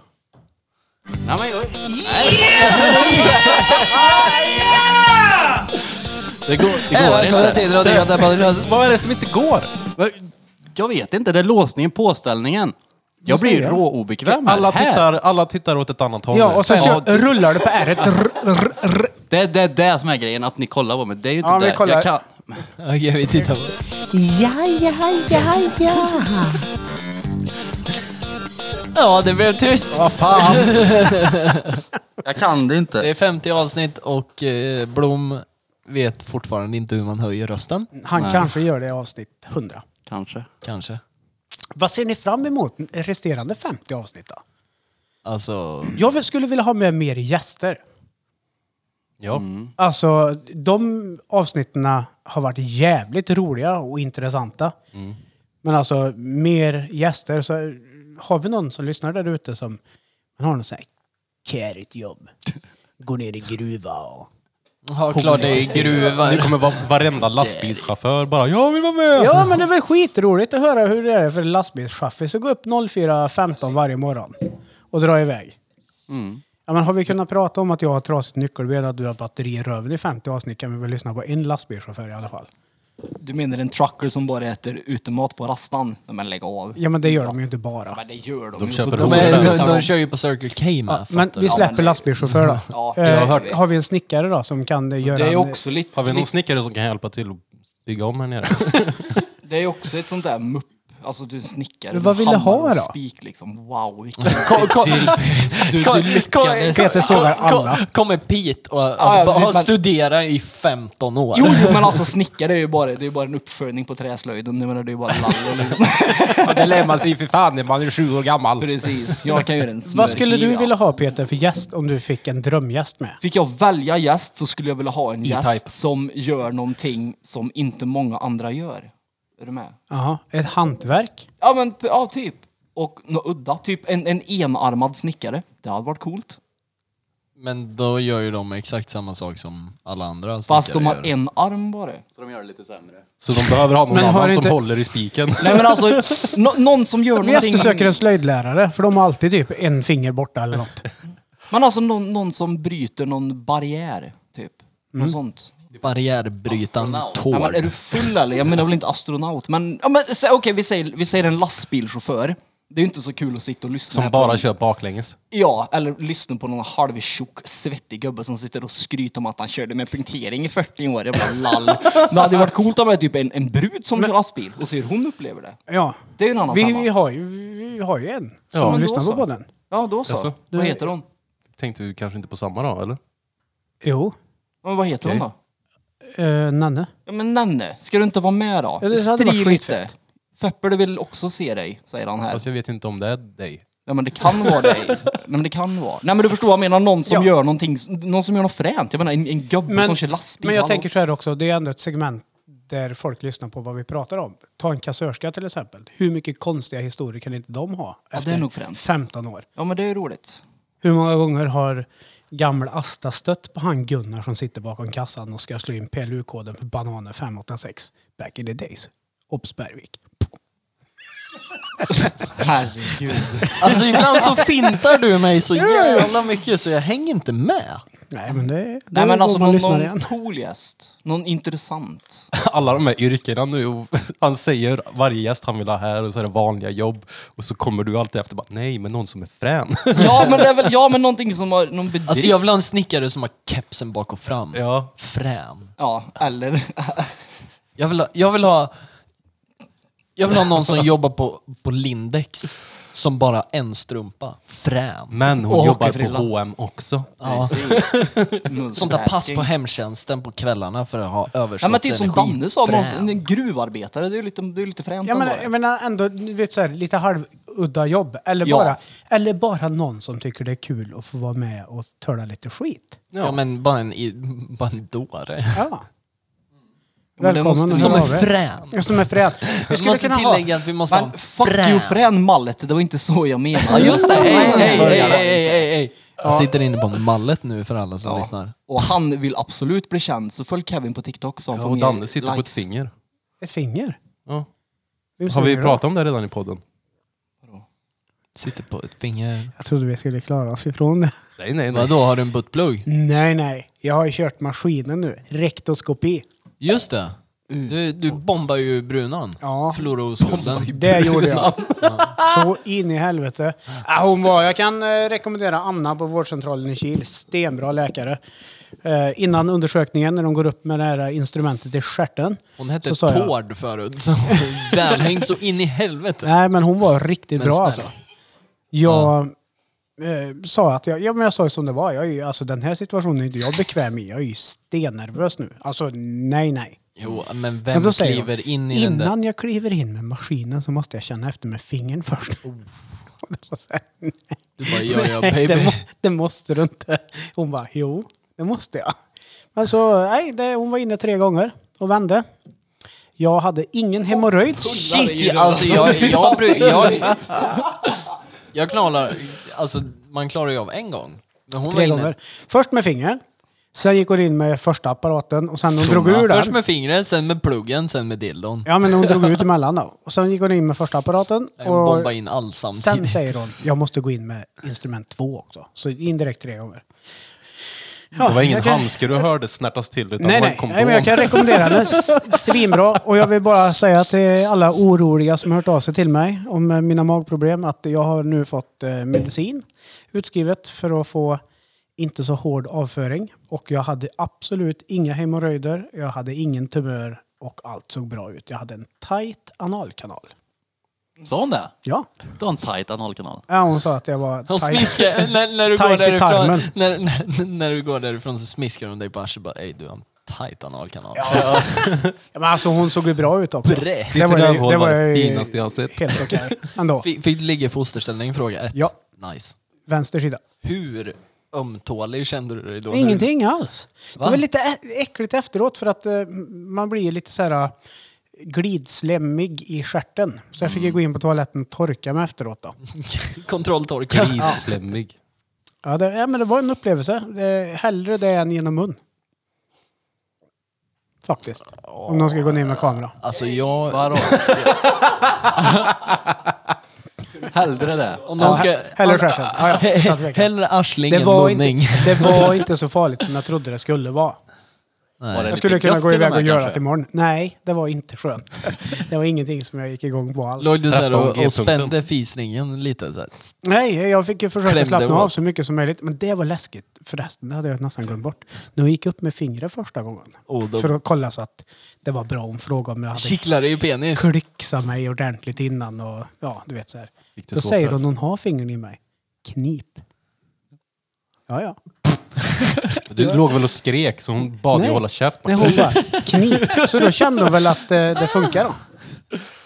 Speaker 16: Nej, men oj. Det går, det
Speaker 13: Äh,
Speaker 16: går
Speaker 13: välkomna till Radio
Speaker 16: inte. Vad är det som inte går? Jag vet inte. Det är låsningen, påställningen. Jag blir ju
Speaker 14: Måste jag?
Speaker 16: råobekväm.
Speaker 14: Alla
Speaker 16: här.
Speaker 14: tittar, alla tittar åt ett annat håll. nu.
Speaker 4: rullar du på r
Speaker 16: Det är det, är det som är grejen, att ni kollar på mig. Det är ju inte
Speaker 4: Ja, vi
Speaker 16: det.
Speaker 4: kollar.
Speaker 16: Jag kan...
Speaker 13: Okej, vi tittar på
Speaker 1: Ja, ja, ja, ja.
Speaker 13: Ja, det blev tyst. Vad
Speaker 16: fan. Jag kan det inte.
Speaker 13: Det är 50 avsnitt och eh, Blom vet fortfarande inte hur man höjer rösten.
Speaker 4: Han kanske gör det i avsnitt 100.
Speaker 16: Kanske.
Speaker 13: Kanske.
Speaker 4: Vad ser ni fram emot resterande 50 avsnitt då?
Speaker 13: Alltså...
Speaker 4: Jag vill- skulle vilja ha med mer gäster.
Speaker 14: Ja.
Speaker 13: Mm.
Speaker 4: Alltså, de avsnitten har varit jävligt roliga och intressanta.
Speaker 14: Mm.
Speaker 4: Men alltså, mer gäster. Så har vi någon som lyssnar där ute som man har något sånt här kärigt jobb. Går ner i gruva och...
Speaker 13: Ja, klart det är gruva.
Speaker 14: Nu kommer va- varenda lastbilschaufför bara “Jag vill vara med!”
Speaker 4: Ja, men det är väl skitroligt att höra hur det är för en lastbilschaffis att gå upp 04.15 varje morgon och dra iväg.
Speaker 16: Mm.
Speaker 4: Ja, men har vi kunnat prata om att jag har trasigt nyckelben och att du har batteri i röven i 50 avsnitt kan vi väl lyssna på en lastbilschaufför i alla fall.
Speaker 15: Du menar en trucker som bara äter utemat på rastan? Nej, Men lägg av.
Speaker 4: Ja men det gör de ju inte bara.
Speaker 15: Men det gör de,
Speaker 4: De
Speaker 15: ju,
Speaker 4: köper
Speaker 15: så
Speaker 4: de-
Speaker 15: då-
Speaker 4: Men
Speaker 15: så
Speaker 4: de-
Speaker 15: tar
Speaker 13: De kör ju på Circle K med.
Speaker 4: Ja,
Speaker 13: fattar
Speaker 4: men
Speaker 13: du?
Speaker 4: vi släpper lastbilschaufför då.
Speaker 15: Ja,
Speaker 4: Eh,
Speaker 14: jag har hört det.
Speaker 4: har vi en snickare då som kan eh, göra... en-
Speaker 14: Har vi någon snickare som kan hjälpa till att bygga om här nere?
Speaker 15: Det är också ett sånt där mupp. Alltså du snickar.
Speaker 4: Men vad vill du
Speaker 15: hammare
Speaker 4: ha
Speaker 15: och
Speaker 4: då?
Speaker 15: Spik liksom. Wow vilken...
Speaker 13: Kom- kom-
Speaker 15: du,
Speaker 13: kom-
Speaker 15: du lyckades.
Speaker 13: kom- kom- kom- Kommer Pete och, och
Speaker 15: Ja, ja,
Speaker 13: har
Speaker 15: men-
Speaker 13: studerat i 15 år.
Speaker 15: Jo, jo men alltså snickare är ju bara, det är ju bara en uppföljning på träslöjden. Jag menar det är ju bara lallen. Liksom.
Speaker 14: det lär man sig ju för fan när man är sju år gammal.
Speaker 15: Precis. Jag kan göra en smörkniv.
Speaker 4: Vad skulle du
Speaker 15: ja.
Speaker 4: vilja ha Peter för gäst om du fick en drömgäst med?
Speaker 15: Fick jag välja gäst så skulle jag vilja ha en
Speaker 4: E-Type.
Speaker 15: gäst som gör någonting som inte många andra gör. Är du med?
Speaker 4: Jaha, ett hantverk?
Speaker 15: Ja men p- ja, typ. Och något udda. Typ en, en enarmad snickare. Det hade varit coolt.
Speaker 13: Men då gör ju de exakt samma sak som alla andra
Speaker 15: Fast
Speaker 13: snickare
Speaker 15: de har
Speaker 13: gör.
Speaker 15: en arm bara.
Speaker 16: Så de gör det lite sämre.
Speaker 14: Så de behöver ha någon
Speaker 15: Men har
Speaker 14: annan
Speaker 15: det
Speaker 14: som
Speaker 15: inte-
Speaker 14: håller i spiken.
Speaker 15: Nej men alltså, nå- någon som gör
Speaker 4: Vi
Speaker 15: någonting...
Speaker 4: eftersöker en slöjdlärare för de har alltid typ en finger borta eller något.
Speaker 15: Men alltså någon, någon som bryter någon barriär, typ.
Speaker 4: Mm.
Speaker 15: Något sånt.
Speaker 13: Barriärbrytande
Speaker 15: Ja, men är
Speaker 13: tår.
Speaker 15: du full eller? Jag menar väl inte astronaut. Men, ja, men sä- okej, vi, säger, vi säger en lastbilschaufför Det är ju inte så kul att sitta och lyssna
Speaker 14: Som
Speaker 15: på
Speaker 14: bara
Speaker 15: dem.
Speaker 14: kör baklänges.
Speaker 15: Ja, eller lyssna på någon halvtjock, svettig gubbe som sitter och skryter om att han körde med punktering i 40 år. Jag bara lall. Men det hade ju varit coolt om det var typ en, en brud som kör lastbil och ser hur hon upplever det.
Speaker 4: Ja.
Speaker 15: Det är ju en annan
Speaker 4: vi,
Speaker 15: femma.
Speaker 4: vi, har ju, vi har ju en som
Speaker 14: Ja. Men då
Speaker 4: lyssnar
Speaker 14: så.
Speaker 4: på podden.
Speaker 15: Ja, då så.
Speaker 14: Jaså?
Speaker 15: Vad heter hon?
Speaker 14: Tänkte vi kanske inte på samma då, eller?
Speaker 4: Jo.
Speaker 15: Men vad heter hon
Speaker 14: Okej.
Speaker 15: då?
Speaker 4: Eh, Nanne.
Speaker 15: Ja, men Nanne, ska du inte vara med då?
Speaker 4: Ja, det hade varit
Speaker 15: Strid lite.
Speaker 4: skitfett.
Speaker 15: Feppel vill också se dig, säger han här.
Speaker 14: Fast jag vet inte om det är dig.
Speaker 15: Ja men det kan vara dig. Nej men det kan vara. Nej men du förstår vad jag menar, någon som
Speaker 4: Ja.
Speaker 15: gör någonting, någon som gör något fränt. Jag menar en, en gubbe som kör lastbil.
Speaker 4: Men jag
Speaker 15: Hallå.
Speaker 4: tänker så här också, det är ändå ett segment där folk lyssnar på vad vi pratar om. Ta en kassörska till exempel. Hur mycket konstiga historier kan inte de ha
Speaker 15: det är
Speaker 4: efter
Speaker 15: nog fränt.
Speaker 4: 15 år?
Speaker 15: Ja men det är roligt.
Speaker 4: Hur många gånger har gamla Asta stött på han Gunnar som sitter bakom kassan och ska slå in PLU-koden för bananer 586? Back in the days. Obs Bergvik.
Speaker 15: Herregud.
Speaker 17: Alltså ibland så fintar du mig så jävla mycket så jag hänger inte med.
Speaker 4: Nej men det...
Speaker 15: Nej men alltså
Speaker 4: man
Speaker 15: någon,
Speaker 4: lyssnar
Speaker 15: någon
Speaker 4: igen.
Speaker 15: cool gäst. Någon intressant.
Speaker 14: Alla de här yrkena nu. och Han säger varje gäst han vill ha här och så är det vanliga jobb. Och så kommer du alltid efter bara, nej men någon som är frän.
Speaker 15: Ja men det är väl, ja men någonting som har, någon bedrift.
Speaker 5: Alltså jag vill ha en snickare som har kepsen bak och fram.
Speaker 14: Ja.
Speaker 5: Frän.
Speaker 15: Ja, eller...
Speaker 5: Jag vill ha... Jag vill ha, jag vill ha någon som jobbar på, på Lindex. Som bara har en strumpa. Frän.
Speaker 14: Men hon
Speaker 5: Och
Speaker 14: jobbar på
Speaker 5: hockeyfrilla.
Speaker 14: H&M också.
Speaker 5: Ja. Som tar pass på hemtjänsten på kvällarna för att ha
Speaker 15: Ja men typ
Speaker 5: överskottsenergi.
Speaker 15: som Danne sa, någon,
Speaker 5: Frän.
Speaker 15: en gruvarbetare, det är ju lite, det är ju lite fränt
Speaker 4: Jag
Speaker 15: ändå.
Speaker 4: menar, jag menar ändå du vet så här, lite halvudda jobb. Eller
Speaker 15: Ja.
Speaker 4: bara, eller bara någon som tycker det är kul att få vara med och töla lite skit.
Speaker 5: Ja men bara en, i- bara en dåre.
Speaker 4: Ja.
Speaker 5: Men det
Speaker 4: Välkommen.
Speaker 5: måste-
Speaker 4: hör av
Speaker 5: som är
Speaker 4: er.
Speaker 5: frän.
Speaker 4: Ja, Som är frän. Vi skulle
Speaker 5: måste
Speaker 4: kunna
Speaker 5: tillägga
Speaker 4: ha...
Speaker 5: att vi måste ha
Speaker 15: Men
Speaker 5: en
Speaker 15: fuck you
Speaker 5: frän.
Speaker 15: frän mallet, det var inte så jag menade.
Speaker 5: Ja just det, hej hej hej
Speaker 15: Började.
Speaker 5: hej hej hej. Jag
Speaker 15: Ja.
Speaker 5: sitter inne på mallet nu för alla som
Speaker 15: Ja.
Speaker 5: lyssnar.
Speaker 15: Och han vill absolut bli känd, så följ Kevin på TikTok så han får
Speaker 14: och
Speaker 15: mer
Speaker 14: Danne sitter
Speaker 15: likes.
Speaker 14: på ett finger.
Speaker 4: Ett finger?
Speaker 14: Ja.
Speaker 4: Hur
Speaker 14: Har
Speaker 4: ser
Speaker 14: vi
Speaker 4: det
Speaker 14: pratat om det redan i podden?
Speaker 5: Sitter på ett finger.
Speaker 4: Jag trodde vi skulle klara oss ifrån det.
Speaker 14: Nej nej nej.
Speaker 5: Vadå, har du en buttplug?
Speaker 4: Nej, nej. Jag har ju kört maskinen nu. Rektoskopi.
Speaker 5: Just det.
Speaker 15: Mm.
Speaker 5: Du, du bombar ju brunan.
Speaker 4: Ja.
Speaker 5: Förlorar oskulden.
Speaker 4: Det gjorde jag. Så in i helvete. Ja, hon var, jag kan eh, rekommendera Anna på vårdcentralen i Kil. Stenbra läkare. Eh, innan undersökningen, när de går upp med det här instrumentet i stjärten.
Speaker 5: Hon hette
Speaker 4: så sa jag-
Speaker 5: Tord förut. Så välhängd så in i helvete.
Speaker 4: Nej, men hon var riktigt
Speaker 5: Men
Speaker 4: bra
Speaker 5: snälla.
Speaker 4: alltså. Jag eh, sa att jag, ja, men jag sa ju som det var. Jag är ju, alltså, den här situationen är inte jag bekväm i. Jag är ju stennervös nu. Alltså nej, nej.
Speaker 5: Jo, men
Speaker 4: Men
Speaker 5: vem
Speaker 4: då säger
Speaker 5: kliver
Speaker 4: jag,
Speaker 5: in i
Speaker 4: Innan
Speaker 5: den där?
Speaker 4: jag kliver in med maskinen så måste jag känna efter med fingern först.
Speaker 5: Oh.
Speaker 4: Och det var så här, nej.
Speaker 5: Du bara, ja, ja,
Speaker 4: Nej, Det,
Speaker 5: baby.
Speaker 4: må, det måste du inte. Hon bara, jo, det måste jag. Men så, nej, det, hon var inne tre gånger och vände. Jag hade ingen hemorrojd.
Speaker 5: Shit, alltså jag... Jag, bru- jag, jag klarar... Alltså man klarar ju av en gång. Men hon var
Speaker 4: Tre
Speaker 5: inne.
Speaker 4: gånger. Först med fingret. Sen gick hon in med första apparaten och sen hon drog
Speaker 5: Fromma.
Speaker 4: ur
Speaker 5: Först
Speaker 4: den.
Speaker 5: med fingret, sen med pluggen, sen med dildon.
Speaker 4: Ja men hon drog ut emellan då. Och sen gick hon in med första apparaten.
Speaker 5: Jag
Speaker 4: Och
Speaker 5: bombar in allt samtidigt.
Speaker 4: sen säger hon, jag måste gå in med instrument två också. Så indirekt tre gånger. Ja,
Speaker 14: det var ingen
Speaker 4: jag kan-
Speaker 14: handske du hörde snärtas till utan
Speaker 4: Nej,
Speaker 14: det var
Speaker 4: nej.
Speaker 14: en
Speaker 4: nej men jag kan
Speaker 14: kondom.
Speaker 4: rekommendera henne. S- Svinbra. Och jag vill bara säga till alla oroliga som har hört av sig till mig om eh, mina magproblem att jag har nu fått eh, medicin utskrivet för att få inte så hård avföring. Och jag hade absolut inga hemorrojder, jag hade ingen tumör och allt såg bra ut. Jag hade en tight analkanal.
Speaker 18: Sa hon det?
Speaker 4: Ja.
Speaker 18: Du har en tajt analkanal.
Speaker 4: Ja, hon sa att jag var
Speaker 5: Hon
Speaker 4: tight.
Speaker 5: smiskar, när, när, du
Speaker 4: Tight
Speaker 5: går
Speaker 4: i tarmen.
Speaker 5: därifrån, när, när, när du går därifrån så smiskar hon dig på arslet och bara ey du har en tight analkanal. Ja.
Speaker 4: Ja, men alltså hon såg ju bra ut också.
Speaker 5: Brä.
Speaker 14: Ditt
Speaker 4: ju-
Speaker 14: rövhål var
Speaker 4: ju
Speaker 14: det finaste jag har sett.
Speaker 4: Helt okej. Ändå.
Speaker 5: Fick, fick ligga i fosterställning fråga ett.
Speaker 4: Ja.
Speaker 5: Nice.
Speaker 4: Vänster sida.
Speaker 5: Hur ömtålig kände du dig då?
Speaker 4: Ingenting alls.
Speaker 5: Va?
Speaker 4: Det var lite ä- äckligt efteråt för att eh, man blir ju lite så här eh, glidslämmig i stjärten. Så jag fick
Speaker 5: Mm.
Speaker 4: ju gå in på toaletten och torka mig efteråt då.
Speaker 5: Kontrolltorka.
Speaker 14: Grislämmig.
Speaker 4: Ja, det, ja, men det var en upplevelse. Eh, hellre det än genom mun. Faktiskt. Om någon ska gå ner med kamera.
Speaker 5: Alltså jag...
Speaker 18: Vadå? Hellre det.
Speaker 5: Om de ska...
Speaker 4: Ja, hellre stjärten. Ja, ja.
Speaker 5: Hellre arsling
Speaker 4: Det
Speaker 5: än
Speaker 4: var,
Speaker 5: munning.
Speaker 4: inte, det var inte så farligt som jag trodde det skulle vara. Nej. Jag skulle kunna gå iväg och göra det imorgon. Nej, det var inte skönt. Det var ingenting som jag gick igång på alls.
Speaker 5: Låg du så här och, och spände fisringen lite? Så här.
Speaker 4: Nej, jag fick ju försöka
Speaker 5: Klämde
Speaker 4: slappna
Speaker 5: åt.
Speaker 4: av så mycket som möjligt. Men det var läskigt förresten. Det hade jag nästan glömt bort. När hon gick upp med fingret första gången.
Speaker 5: Oh, då-
Speaker 4: För att kolla så att det var bra. Hon frågade om jag hade
Speaker 5: Kittlade i penis.
Speaker 4: klicksat mig ordentligt innan. Och, ja, du vet så här.
Speaker 5: Fick du
Speaker 4: Då
Speaker 5: så
Speaker 4: säger
Speaker 5: press?
Speaker 4: hon, hon har fingern i mig. Knip. Ja, ja.
Speaker 14: Du låg väl och skrek så hon bad dig
Speaker 4: Nej.
Speaker 14: hålla käft.
Speaker 4: Nej,
Speaker 14: Martin.
Speaker 4: hon bara knip. Så då kände hon väl att eh, det funkar då.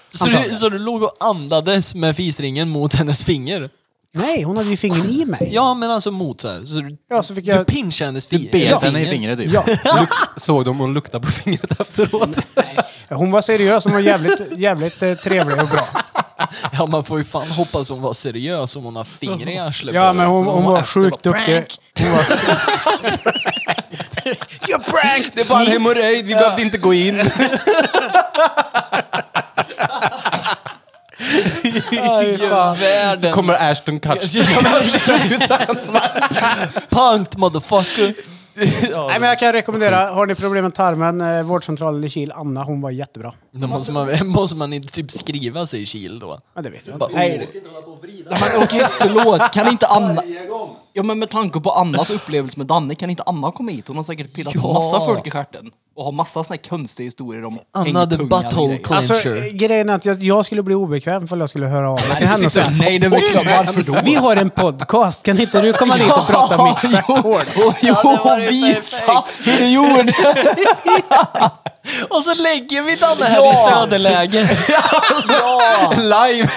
Speaker 5: Så du, så du låg och andades med fisringen mot hennes finger?
Speaker 4: Nej, hon hade ju fingern i mig.
Speaker 5: Ja, men alltså mot så här. Så du,
Speaker 4: ja, så fick jag...
Speaker 5: du pinchade hennes finger.
Speaker 16: typ.
Speaker 4: Ja.
Speaker 14: Såg de hon luktade på fingret efteråt?
Speaker 4: Hon var seriös, hon var jävligt, jävligt eh, trevlig och bra.
Speaker 5: Ja, man får ju fan hoppas hon var seriös om hon har fingrar i arslet på
Speaker 4: Ja,
Speaker 5: dig.
Speaker 4: men hon, hon var sjukt
Speaker 5: Det var
Speaker 4: duktig.
Speaker 5: prank.
Speaker 4: Hon var,
Speaker 14: Det är bara en hemorrojd, vi behövde inte gå in. Så kommer Ashton Kutcher.
Speaker 5: Punked motherfucker.
Speaker 4: nej, men jag kan rekommendera, har ni problem med tarmen, eh, vårdcentralen i Kil, Anna, hon var jättebra.
Speaker 5: Då måste man, måste man inte typ skriva sig i kil då?
Speaker 4: Ja, det vet jag
Speaker 5: Bara,
Speaker 4: inte.
Speaker 5: "Oh,
Speaker 15: Nej, men okej, förlåt. Kan inte Anna... Ja, men med tanke på Annas upplevelse med Danne, kan inte Anna komma hit? Hon har säkert pillat
Speaker 5: Ja.
Speaker 15: massa folk i stjärten. Och har massa såna här konstiga historier om
Speaker 5: Anna the
Speaker 15: hängtungan och
Speaker 5: butthole
Speaker 15: grejer.
Speaker 4: Alltså, eh, grejen är att jag, jag skulle bli obekväm för jag skulle höra av mig till henne och säga,
Speaker 15: Nej, det är väl
Speaker 4: "Oj,
Speaker 15: klart. Varför då?"
Speaker 4: Vi har en podcast, kan inte du komma dit och prata om mitt stjärthål?
Speaker 15: Jo, visa hur du gjorde!
Speaker 5: Och så lägger vi Danne här i söderläge.
Speaker 15: ja.
Speaker 5: Live!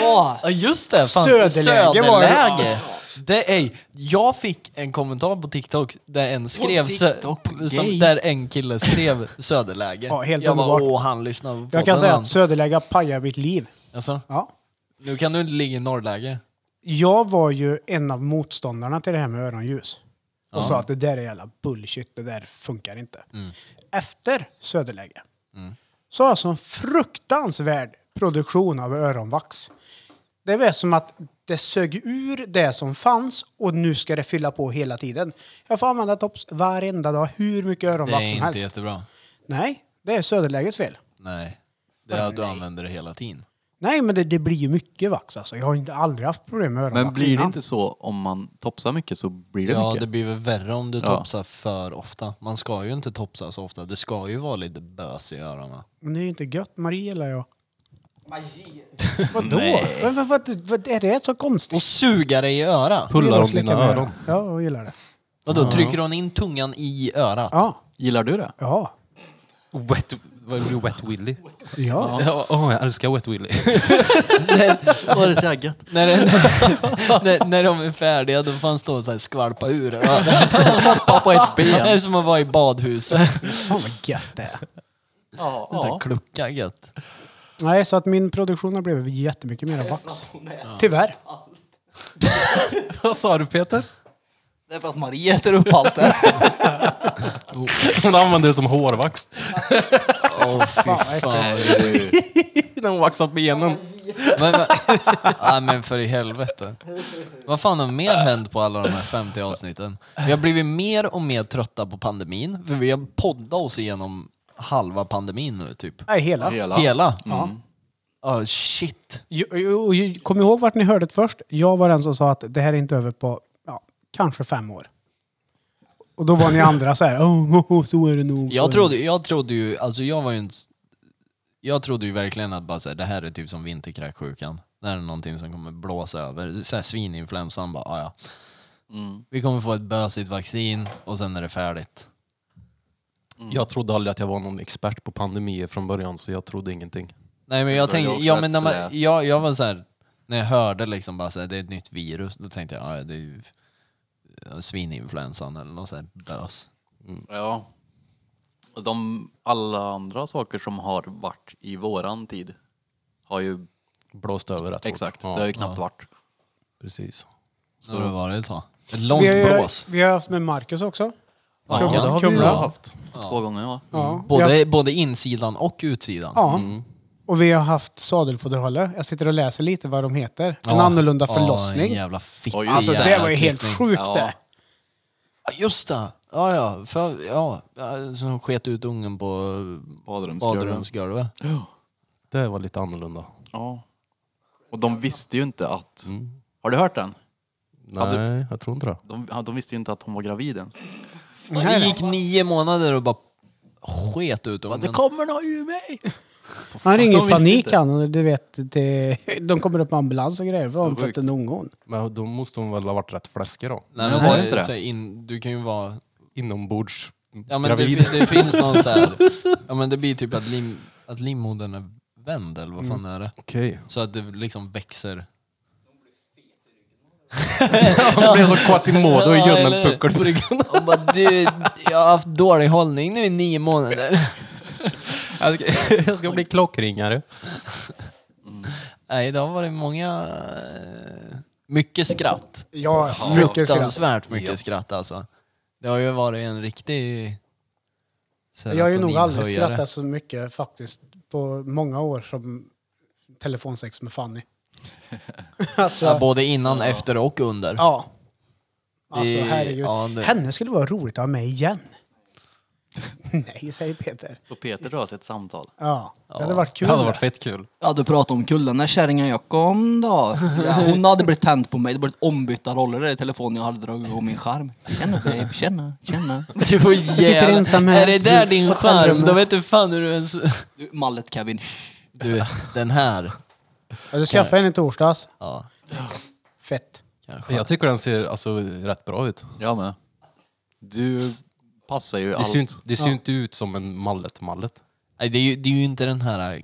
Speaker 15: ja.
Speaker 5: ja, just det. Fan.
Speaker 4: Söderläge var det.
Speaker 5: Söderläge. Det är, jag fick en kommentar på TikTok där en skrev sö-
Speaker 4: TikTok, gay.
Speaker 5: som, där en kille skrev söderläge.
Speaker 4: Ja, helt
Speaker 5: jag bara,
Speaker 4: underbart.
Speaker 5: åh han lyssnar på
Speaker 4: Jag kan
Speaker 5: den
Speaker 4: säga
Speaker 5: han."
Speaker 4: att Söderläge pajar mitt liv.
Speaker 5: Alltså,
Speaker 4: Ja.
Speaker 5: Nu kan du inte ligga i norrläge.
Speaker 4: Jag var ju en av motståndarna till det här med öronljus. Och
Speaker 5: Ja. Mm.
Speaker 4: sa att det där är jävla bullshit, det där funkar inte. Efter Söderläge så har jag sån fruktansvärd produktion av öronvax. Det var som att det sög ur det som fanns och nu ska det fylla på hela tiden. Jag får använda tops varenda dag, hur mycket
Speaker 5: Det
Speaker 4: öronvax
Speaker 5: är
Speaker 4: som
Speaker 5: inte
Speaker 4: helst.
Speaker 5: jättebra.
Speaker 4: Nej, det är Söderlägets fel.
Speaker 5: Nej. Det är att du använder det hela tiden.
Speaker 4: Nej, men det, det blir ju mycket vax alltså. Jag har inte, aldrig haft problem med öronvax
Speaker 16: Men blir det
Speaker 4: innan.
Speaker 16: inte så om man topsar mycket så blir det
Speaker 5: Ja,
Speaker 16: mycket?
Speaker 5: det blir väl värre om du
Speaker 16: Ja.
Speaker 5: topsar för ofta. Man ska ju inte topsa så ofta. Det ska ju vara lite bös i öronen.
Speaker 4: Men det är ju inte gött. Marie gillar jag.
Speaker 15: Magi.
Speaker 4: Vadå?
Speaker 5: Nej.
Speaker 4: Vad, vad, vad, vad är det så konstigt?
Speaker 5: Och suga dig i örat.
Speaker 4: Jag gillar att slicka med Ja, jag gillar det.
Speaker 5: Vadå,
Speaker 4: Ja.
Speaker 5: trycker hon in tungan i örat?
Speaker 4: Ja.
Speaker 16: Gillar du det?
Speaker 4: Ja.
Speaker 14: Wet, vad blir Wet Willy?
Speaker 4: Ja.
Speaker 14: Ja, Åh, jag älskar Wet Willy.
Speaker 16: Var det taggat?
Speaker 5: När, när, när, när de är färdiga då får han stå och så här skvalpa ur örat. Hoppa på ett
Speaker 16: ben.
Speaker 5: Det är som att vara i badhuset.
Speaker 4: Fan vad gött det är.
Speaker 5: Ja, ja. Klucka gött.
Speaker 4: Nej, så att min produktion har blivit jättemycket mer vax. Tyvärr.
Speaker 14: Vad sa du Peter?
Speaker 15: Det är för att Marie äter upp allt det
Speaker 14: Hon använder det som hårvax.
Speaker 5: Åh fy fan.
Speaker 14: När hon vaxar benen.
Speaker 5: Men, men, nej, men för i helvete. Vad fan har mer hänt på alla de här 50 avsnitten? Vi har blivit mer och mer trötta på pandemin, för vi har poddat oss igenom halva pandemin nu typ.
Speaker 4: Nej, hela.
Speaker 5: Hela? Mm.
Speaker 4: Ja.
Speaker 5: Ja, shit.
Speaker 4: Jo, jo, jo, Kom ihåg vart ni hörde det först. Jag var den som sa att det här är inte över på ja, kanske fem år. Och då var ni andra så här, oh, oh, oh, så är det nog. så är
Speaker 5: Jag
Speaker 4: det
Speaker 5: trodde, jag trodde ju, alltså jag var ju en, Jag trodde ju verkligen att bara så här, det här är typ som vinterkräksjukan. Det här är någonting som kommer blåsa över. Så här, svininfluensan bara, ah, ja. Vi kommer få ett bösigt vaccin och sen är det färdigt.
Speaker 14: Jag trodde aldrig att jag var någon expert på pandemier från början, så jag trodde ingenting.
Speaker 5: Nej men jag
Speaker 14: tror jag
Speaker 5: tänkte,
Speaker 14: också
Speaker 5: ja
Speaker 14: att
Speaker 5: men när man,
Speaker 14: sådär-
Speaker 5: jag, jag var så här, när jag hörde liksom bara så här, det är ett nytt virus, då tänkte jag, ja det är ju ja, svininfluensan eller något sånt bös.
Speaker 16: Ja. Och de, alla andra saker som har varit i våran tid har ju...
Speaker 14: Blåst över rätt fort.
Speaker 16: Exakt,
Speaker 14: Ja.
Speaker 16: det har ju knappt
Speaker 14: Ja.
Speaker 16: varit. Mm.
Speaker 14: Precis.
Speaker 5: Så har det varit ett tag. Ett långt
Speaker 4: vi, har, ju-
Speaker 5: blås.
Speaker 4: vi har haft med Marcus också.
Speaker 5: Ja,
Speaker 4: Kumla-
Speaker 5: det har vi
Speaker 4: Kumla.
Speaker 5: ju haft.
Speaker 16: Två gånger va?
Speaker 4: Ja. Mm.
Speaker 5: Både,
Speaker 4: Vi
Speaker 5: både insidan och utsidan.
Speaker 4: Ja.
Speaker 5: Mm.
Speaker 4: Och vi har haft sadelfoderhållare. Jag sitter och läser lite vad de heter. En
Speaker 5: Ja.
Speaker 4: annorlunda
Speaker 5: Ja,
Speaker 4: förlossning.
Speaker 5: en jävla fitta
Speaker 4: alltså det
Speaker 5: jävla
Speaker 4: var ju helt
Speaker 5: klippning.
Speaker 4: sjukt
Speaker 5: Ja.
Speaker 4: det.
Speaker 5: Ja, Just det. Ja, ja. För, ja. ja, Som sket ut ungen på
Speaker 16: Badrumsgolvet.
Speaker 5: badrumsgolvet.
Speaker 14: Det var lite annorlunda.
Speaker 16: Ja. Och de visste ju inte att... Har du hört den? Hade-
Speaker 14: Nej, jag tror inte det.
Speaker 16: De, ja, de visste ju inte att hon var gravid ens.
Speaker 5: Det gick nio månader och bara sket ut ungen.
Speaker 16: Det kommer någon ur mig!
Speaker 4: Han ringer
Speaker 14: de
Speaker 4: i
Speaker 14: visste
Speaker 4: panik
Speaker 14: inte.
Speaker 4: han. och Du vet, det, de kommer upp med ambulans och grejer. För de har
Speaker 14: Vad
Speaker 4: fått en unge hon.
Speaker 14: Men då måste hon väl ha varit rätt fläskig då?
Speaker 5: Nej, men säg- säg in, du kan ju vara...
Speaker 14: Inombords
Speaker 5: Ja, men det,
Speaker 14: gravid.
Speaker 5: fin- det finns någon så här... Ja, men det blir typ att, lim, att livmodern är vänd, eller vad fan
Speaker 14: Mm.
Speaker 5: är det?
Speaker 14: Okej.
Speaker 5: Så att det liksom växer.
Speaker 14: Hon blev som Quasimodo och
Speaker 5: Ja,
Speaker 14: gömde
Speaker 5: eller
Speaker 14: en
Speaker 5: hur?
Speaker 14: puckel på ryggen.
Speaker 5: Och bara, du, jag har haft dålig hållning nu i nio månader.
Speaker 14: Jag ska, jag ska bli klockringare.
Speaker 5: Mm. Nej, det har varit många... eh, Mycket skratt.
Speaker 4: Ja, mycket skratt.
Speaker 5: Fruktansvärt mycket skratt alltså. Det har ju varit en riktig...
Speaker 4: Jag har ju nog aldrig
Speaker 5: serotoninhöjare.
Speaker 4: skrattat så mycket faktiskt på många år som telefonsex med Fanny. Alltså-
Speaker 5: ja, både innan, efter och under.
Speaker 4: Ja. Alltså
Speaker 5: Det-
Speaker 4: herregud.
Speaker 5: ja, det-
Speaker 4: Henne skulle vara roligt att ha med igen. Nej, säger Peter.
Speaker 16: Och Peter drar till ett samtal.
Speaker 4: Ja, det hade varit kul.
Speaker 14: fett kul.
Speaker 15: Ja, du pratade om kul. Den där kärringen jag kom då. Ja, hon hade blivit tänd på mig. Det blev ombytta roller där i telefonen. Jag hade dragit igång min skärm. Tjena babe, tjena, tjena.
Speaker 5: Du får jävla... Är det där din charm? Då vet du fan hur du ens...
Speaker 15: Du, mallet Kevin.
Speaker 5: Du, den här.
Speaker 4: Ja, du skaffade henne i torsdags.
Speaker 5: Ja.
Speaker 4: Fett.
Speaker 14: Jag tycker den ser alltså, rätt bra ut.
Speaker 16: Jag med. Du passar ju
Speaker 14: Det
Speaker 16: allt.
Speaker 14: ser, ju inte, det ser ju
Speaker 16: Ja.
Speaker 14: inte ut som en mallet-mallet.
Speaker 5: Nej, det är, ju, det är ju inte den här äh,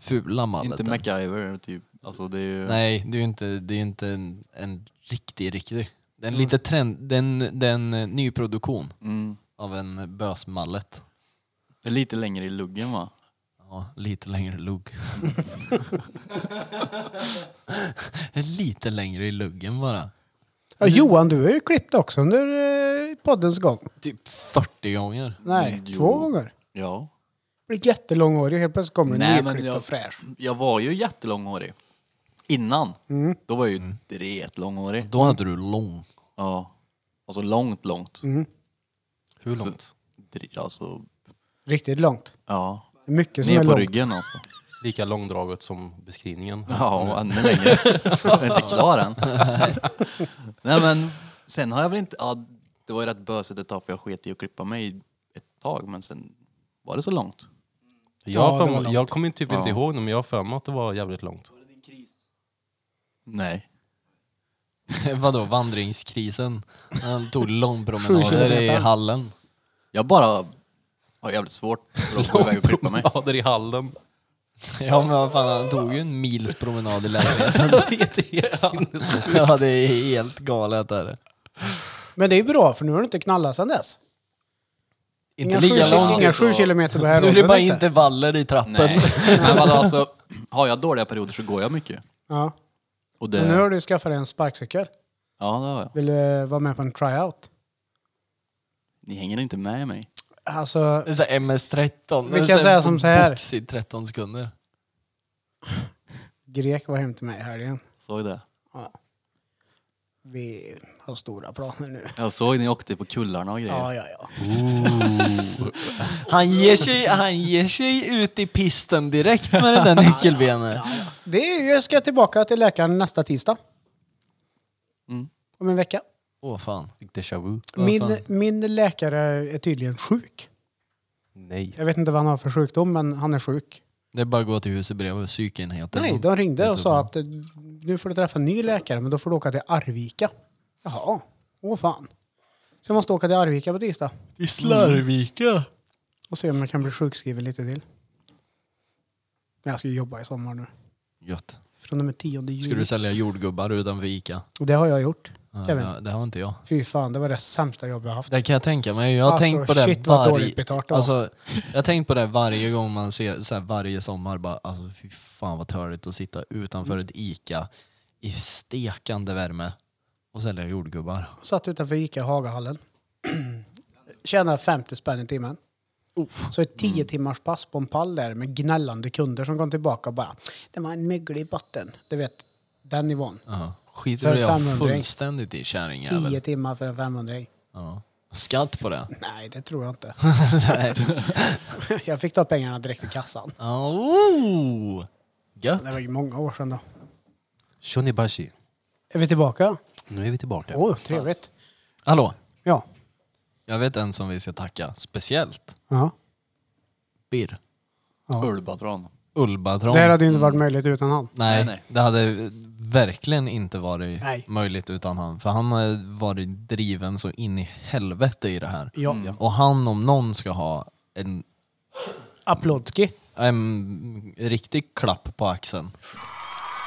Speaker 5: fula mallet.
Speaker 16: Inte MacGyver typ. Alltså det är ju...
Speaker 5: Nej, det är ju inte, det är ju inte en, en riktig, riktig. Den är lite trend, den, den eh, nyproduktion
Speaker 16: Mm.
Speaker 5: av en bösmallet.
Speaker 16: Det är lite längre i luggen va?
Speaker 5: Ja, lite längre lugg. lite längre i luggen bara.
Speaker 4: Ja, Johan, du har ju klippt också under eh, poddens gång.
Speaker 5: Typ 40 gånger.
Speaker 4: Nej, två gånger.
Speaker 16: Ja.
Speaker 4: blir jättelånghårig helt plötsligt kommer
Speaker 16: Nej,
Speaker 4: du
Speaker 16: men
Speaker 4: nyklippt
Speaker 16: jag-
Speaker 4: och fräsch.
Speaker 16: Jag var ju jättelånghårig. Innan.
Speaker 4: Mm.
Speaker 16: Då var jag ju ret långhårig.
Speaker 5: Då hade du lång.
Speaker 16: Ja. Alltså långt, långt.
Speaker 4: Mm.
Speaker 14: Hur
Speaker 16: långt? Så, alltså,
Speaker 4: Riktigt långt.
Speaker 16: ja.
Speaker 4: Mycket som
Speaker 16: Ner
Speaker 4: är
Speaker 16: på
Speaker 4: långt.
Speaker 16: ryggen alltså.
Speaker 14: Lika långdraget som beskrivningen.
Speaker 16: Ja, och ännu längre. Jag är inte klar än. Nej men, sen har jag väl inte... Ja, det var ju rätt bösigt ett tag för jag sket i att klippa mig ett tag men sen var det så långt.
Speaker 14: Jag, har för,
Speaker 16: det var
Speaker 14: mig-
Speaker 16: långt.
Speaker 14: jag kommer typ
Speaker 16: Ja.
Speaker 14: inte ihåg det, men jag har för mig att det var jävligt långt.
Speaker 16: Nej.
Speaker 5: Vadå, vandringskrisen? Han tog
Speaker 16: Sju
Speaker 5: långpromenader
Speaker 16: kilometer.
Speaker 5: i hallen.
Speaker 16: Jag bara har jävligt svårt för att gå iväg och klippa mig.
Speaker 14: Långpromenader i hallen.
Speaker 5: Ja men vad fan, han tog ju en mils promenad i lägenheten.
Speaker 14: det är helt sinnessjukt.
Speaker 5: Ja, det är helt galet. Är det.
Speaker 4: Men det är bra för nu har du inte knallat sedan dess.
Speaker 5: Inte
Speaker 4: Inga
Speaker 5: lika
Speaker 4: sju-
Speaker 5: långt.
Speaker 4: Inga sju kilometer på här
Speaker 5: Nu är det
Speaker 4: åldern
Speaker 5: bara
Speaker 4: inte.
Speaker 5: intervaller i trappen.
Speaker 16: Nej. Men vadå, alltså, har jag dåliga perioder så går jag mycket.
Speaker 4: Ja.
Speaker 16: Och
Speaker 4: Men nu har
Speaker 16: det,
Speaker 4: du skaffat dig en sparkcykel.
Speaker 16: ja, det har jag.
Speaker 4: Vill du eh, vara med på en tryout?
Speaker 16: Ni hänger inte med mig.
Speaker 4: Alltså,
Speaker 5: Det är så här MS-13.
Speaker 4: Vi kan säga som så här.
Speaker 5: i 13 sekunder.
Speaker 4: grek var hem till mig i helgen.
Speaker 16: Såg det?
Speaker 4: Ja. Vi har stora planer nu.
Speaker 16: Jag såg ni åkte på kullarna och grejer.
Speaker 4: Ja, ja, ja.
Speaker 5: Han ger, sig, han ger sig ut i pisten direkt med det där nyckelbenet.
Speaker 4: Det är, ju- jag ska tillbaka till läkaren nästa tisdag.
Speaker 16: Mm.
Speaker 4: Om en vecka.
Speaker 5: Åh fan.
Speaker 14: Fick déjà vu.
Speaker 4: Min, min läkare är tydligen sjuk.
Speaker 14: Nej.
Speaker 4: Jag vet inte vad han har för sjukdom, men han är sjuk.
Speaker 5: Det är bara att gå till huset bredvid psykenheten.
Speaker 4: Nej, de ringde och sa att eh, nu får du träffa en ny läkare, men då får du åka till Arvika. Jaha, åh fan. Så jag måste åka till Arvika på tisdag
Speaker 5: I Slarvika?
Speaker 4: och se om jag kan bli sjukskriven lite till. Men jag ska ju jobba i sommar nu.
Speaker 5: Gött.
Speaker 4: Från och med 10 juli.
Speaker 5: Ska du sälja jordgubbar utanför Ica?
Speaker 4: Och det har Mm. jag gjort.
Speaker 5: Ja,
Speaker 4: Kevin.
Speaker 5: det- det har inte jag.
Speaker 4: Fy fan, det var det sämsta jobb jag haft.
Speaker 5: Det kan jag tänka mig. Jag har
Speaker 4: Alltså,
Speaker 5: tänkt på det
Speaker 4: shit, vad
Speaker 5: varje...
Speaker 4: dåligt betalt det var.
Speaker 5: alltså, jag har tänkt på det varje gång man ser, så här, varje sommar, bara, alltså fy fan vad törligt att sitta
Speaker 4: Mm.
Speaker 5: utanför ett ICA i stekande värme och sälja jordgubbar.
Speaker 4: Satt utanför Ica i Hagahallen. Tjänade 50 spänn i timmen. Så ett 10 timmars pass på en pall där med gnällande kunder som kom tillbaka och bara Det var en mögel i botten. Du vet, den nivån.
Speaker 5: Ja. Skiter
Speaker 4: För
Speaker 5: väl jag
Speaker 4: 500
Speaker 5: fullständigt i kärringjäveln.
Speaker 4: 10 timmar för en 500
Speaker 5: Ja. Skatt på det?
Speaker 4: Nej, det tror jag inte.
Speaker 5: Nej.
Speaker 4: jag fick ta pengarna direkt ur kassan.
Speaker 5: Oh, gött.
Speaker 4: Det var ju många år sedan då.
Speaker 14: Shonibashi.
Speaker 4: Är vi tillbaka?
Speaker 14: Nu är vi tillbaka.
Speaker 4: Åh, oh, trevligt.
Speaker 5: Hallå?
Speaker 4: Ja.
Speaker 5: Jag vet en som vi ska tacka speciellt.
Speaker 4: Ja.
Speaker 5: Birr.
Speaker 4: Ja.
Speaker 16: Ulbatron.
Speaker 5: Ulbatron.
Speaker 4: Det här hade ju inte varit möjligt utan han.
Speaker 16: Nej,
Speaker 5: Nej,
Speaker 16: nej.
Speaker 5: det hade verkligen inte varit
Speaker 4: Nej.
Speaker 5: möjligt utan han. För han har varit driven så in i helvete i det här.
Speaker 4: Ja. Mm.
Speaker 5: Och han om någon ska ha en,
Speaker 4: Aplodski.
Speaker 5: en riktig klapp på axeln.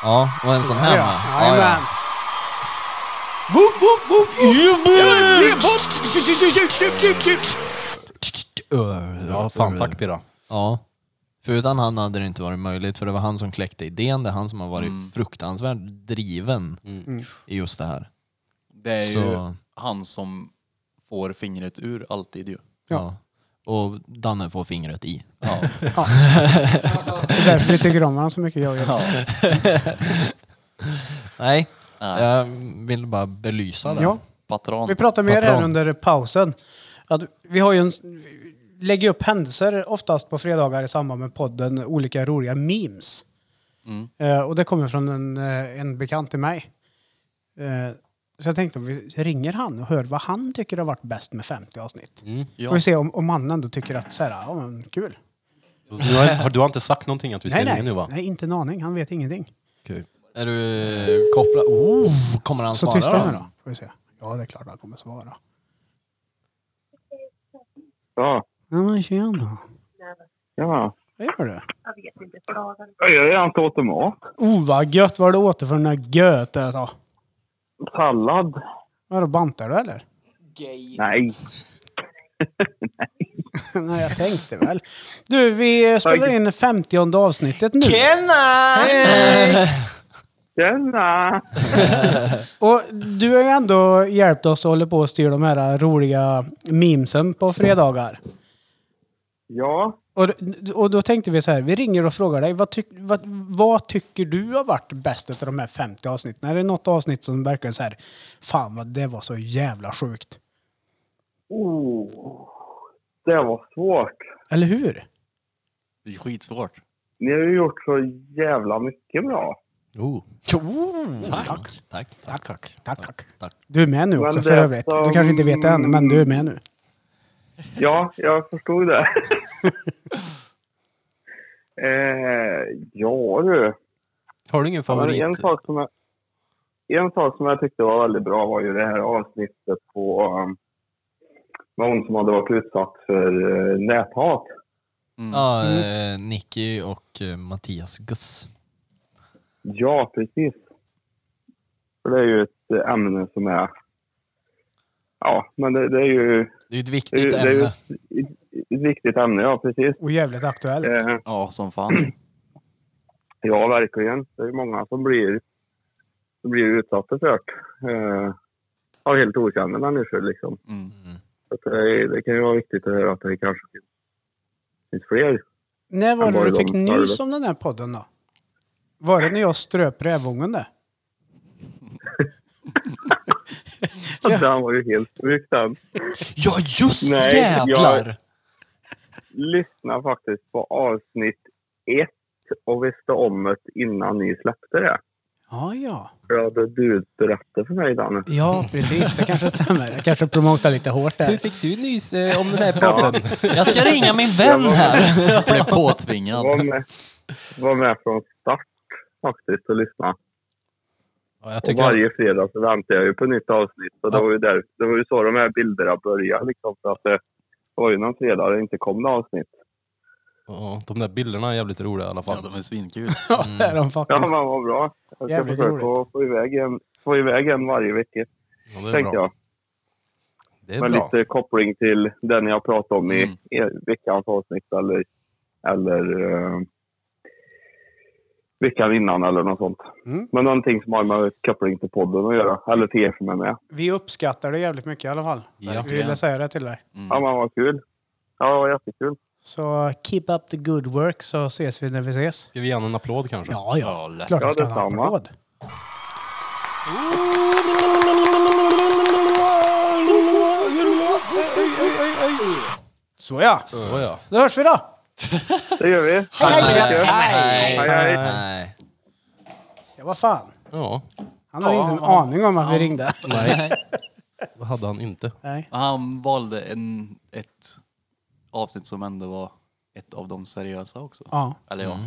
Speaker 5: Ja, och en sån här
Speaker 4: Ja,
Speaker 5: med. Ja, ja.
Speaker 4: Jajamän. Woop, woop, woop, woop.
Speaker 5: Ja, fan tack Pira. Ja. För utan han hade det inte varit möjligt, för det var han som kläckte idén, det är han som har varit fruktansvärt driven
Speaker 16: Mm.
Speaker 5: i just det här.
Speaker 16: Det är
Speaker 5: Så-
Speaker 16: ju han som får fingret ur alltid ju.
Speaker 5: Ja. Och Danne får fingret i.
Speaker 4: Ja. Det är därför vi tycker om varandra så mycket jag och Erik.
Speaker 5: Nej, jag vill bara belysa det.
Speaker 4: Ja.
Speaker 16: Patron.
Speaker 4: Vi pratar mer
Speaker 5: Patron.
Speaker 4: här under pausen. Att vi har ju en, lägger upp händelser oftast på fredagar i samband med podden, olika roliga memes.
Speaker 16: Mm.
Speaker 4: Eh, och det kommer från en, eh, en bekant till mig. Eh, så jag tänkte om vi ringer han och hör vad han tycker har varit bäst med 50 avsnitt.
Speaker 14: Ja.
Speaker 4: Får vi se om, om han ändå tycker att så här, ja men kul.
Speaker 14: Du har, har, du har inte sagt någonting att vi ska
Speaker 4: nej,
Speaker 14: ringa
Speaker 4: nej,
Speaker 14: nu va?
Speaker 4: nej, inte en aning. Han vet ingenting.
Speaker 14: Okej.
Speaker 5: Är du eh, kopplad? Oh, kommer han
Speaker 4: Så
Speaker 5: svara
Speaker 4: tystar han
Speaker 5: då?
Speaker 4: nu då. Får vi se. Ja, det är klart han kommer svara.
Speaker 7: Ja.
Speaker 4: Ja, men tjena.
Speaker 7: Ja.
Speaker 4: Vad gör du?
Speaker 7: Jag gör ju inte åt mat.
Speaker 4: Oh vad gött! Vad har du åt för den där götet då?
Speaker 7: Sallad.
Speaker 4: Vadå, bantar du eller?
Speaker 7: Nej.
Speaker 4: Nej, jag tänkte väl. Du, vi spelar in 50 avsnittet nu.
Speaker 7: Tjena! Hej! Tjena!
Speaker 4: Och du har ju ändå hjälpt oss att hålla på och styra de här roliga memesen på fredagar.
Speaker 7: Ja.
Speaker 4: Och, och då tänkte vi så här, vi ringer och frågar dig, vad, tyck, vad, vad tycker du har varit bäst utav de här 50 avsnitten? Är det något avsnitt som verkar så här, fan vad det var så jävla sjukt?
Speaker 7: Oh, det var svårt.
Speaker 4: Eller hur?
Speaker 16: Det är skitsvårt.
Speaker 7: Ni har ju gjort så jävla mycket bra.
Speaker 14: Oh.
Speaker 4: tack. Tack.
Speaker 5: Tack.
Speaker 4: Tack, tack. Tack, Du är med nu
Speaker 7: Men
Speaker 4: också
Speaker 7: det um,
Speaker 4: för övrigt. Du
Speaker 7: som-
Speaker 4: kanske inte vet det än, men du är med nu.
Speaker 7: Ja, jag förstod det. eh, ja du.
Speaker 14: Har du ingen favorit?
Speaker 7: Ja, men En sak, som jag, en sak som jag tyckte var väldigt bra var ju det här avsnittet på um, med hon som hade varit utsatt för eh, näthat.
Speaker 5: Ja, eh, Nicky och eh, Mattias Guss.
Speaker 7: Ja, precis. För det är ju ett eh, ämne som är... Ja, men det, det är ju...
Speaker 5: Det är ett
Speaker 7: det,
Speaker 5: viktigt
Speaker 7: är ju
Speaker 5: ämne.
Speaker 7: ett, ett viktigt ämne, ja precis. Eh,
Speaker 4: Och jävligt aktuellt.
Speaker 16: Ja, som fan.
Speaker 7: Ja, verkligen. Det är ju många som blir, som blir utsatta för det. Eh, av helt okända människor liksom.
Speaker 5: Mm.
Speaker 7: Så att det, det kan ju vara viktigt att höra att det kanske finns, finns fler.
Speaker 4: När var
Speaker 7: Än
Speaker 4: det
Speaker 7: vad
Speaker 4: du
Speaker 7: det
Speaker 4: fick
Speaker 7: de större.
Speaker 4: nys om den här podden då? Var det när jag ströp rävungen det?
Speaker 7: Ja. Den var ju helt sjuk den.
Speaker 5: Ja, just
Speaker 7: Nej,
Speaker 5: jävlar!
Speaker 7: Jag lyssnade faktiskt på avsnitt ett och visste om det innan ni släppte det.
Speaker 4: Ja, ja.
Speaker 7: För hade du berättat för mig Danne.
Speaker 4: Ja, precis. Det kanske stämmer. Jag kanske promotar lite hårt
Speaker 7: Hur
Speaker 4: där.
Speaker 12: Fick du nys eh, om den här
Speaker 7: podden?
Speaker 5: Jag ska ringa min vän här.
Speaker 16: Jag blev påtvingad.
Speaker 7: var med, var med från start faktiskt och lyssna.
Speaker 14: jag
Speaker 7: och
Speaker 14: tycker-
Speaker 7: varje fredag så väntar jag ju på nytt avsnitt. Och det, var ju där, det var ju så de här bilderna började. Liksom, för att det var ju någon fredag det inte kom något avsnitt.
Speaker 14: Ja, de där bilderna är jävligt roliga i alla fall. Ja, de är
Speaker 16: svinkul.
Speaker 4: Ja, det är de
Speaker 7: Ja,
Speaker 4: faktiskt.
Speaker 7: men vad bra. Jag ska
Speaker 4: Jävligt
Speaker 7: försöka att få iväg, en, få iväg en varje vecka.
Speaker 14: Ja, det är
Speaker 7: tänker
Speaker 14: bra.
Speaker 7: jag.
Speaker 14: Det är
Speaker 7: Med
Speaker 14: bra. Mm.
Speaker 7: lite koppling till den jag pratade om i i veckans avsnitt eller, eller eh, veckan innan eller något sånt.
Speaker 14: Mm.
Speaker 7: Men någonting som har med koppling till podden att göra, eller till er som är med.
Speaker 4: Vi uppskattar det jävligt mycket i alla fall.
Speaker 7: Ja.
Speaker 4: Vi ville säga det till dig.
Speaker 14: Mm.
Speaker 7: Ja, men vad kul. Ja, det var jättekul.
Speaker 4: Så keep up the good work så ses vi när vi ses.
Speaker 14: Ska vi ge honom en applåd kanske?
Speaker 4: Ja, ja.
Speaker 14: lätt.
Speaker 4: Klart jag ska ha en
Speaker 14: detsamma.
Speaker 4: applåd. Så ja.
Speaker 14: Så ja.
Speaker 4: Då hörs vi då.
Speaker 7: Det gör vi.
Speaker 4: Hej, hej.
Speaker 7: Hej.
Speaker 4: Hej.
Speaker 7: Hej, hej.
Speaker 4: Ja, vad fan.
Speaker 14: Ja.
Speaker 4: Han har
Speaker 16: Ja,
Speaker 4: inte en
Speaker 16: han-
Speaker 4: aning om att vi
Speaker 16: han-
Speaker 4: ringde.
Speaker 16: Nej.
Speaker 14: Det hade han inte.
Speaker 4: Nej.
Speaker 16: Han valde en, ett avsnitt som ändå var ett av de seriösa också.
Speaker 4: Ja.
Speaker 16: Eller ja.
Speaker 5: Mm.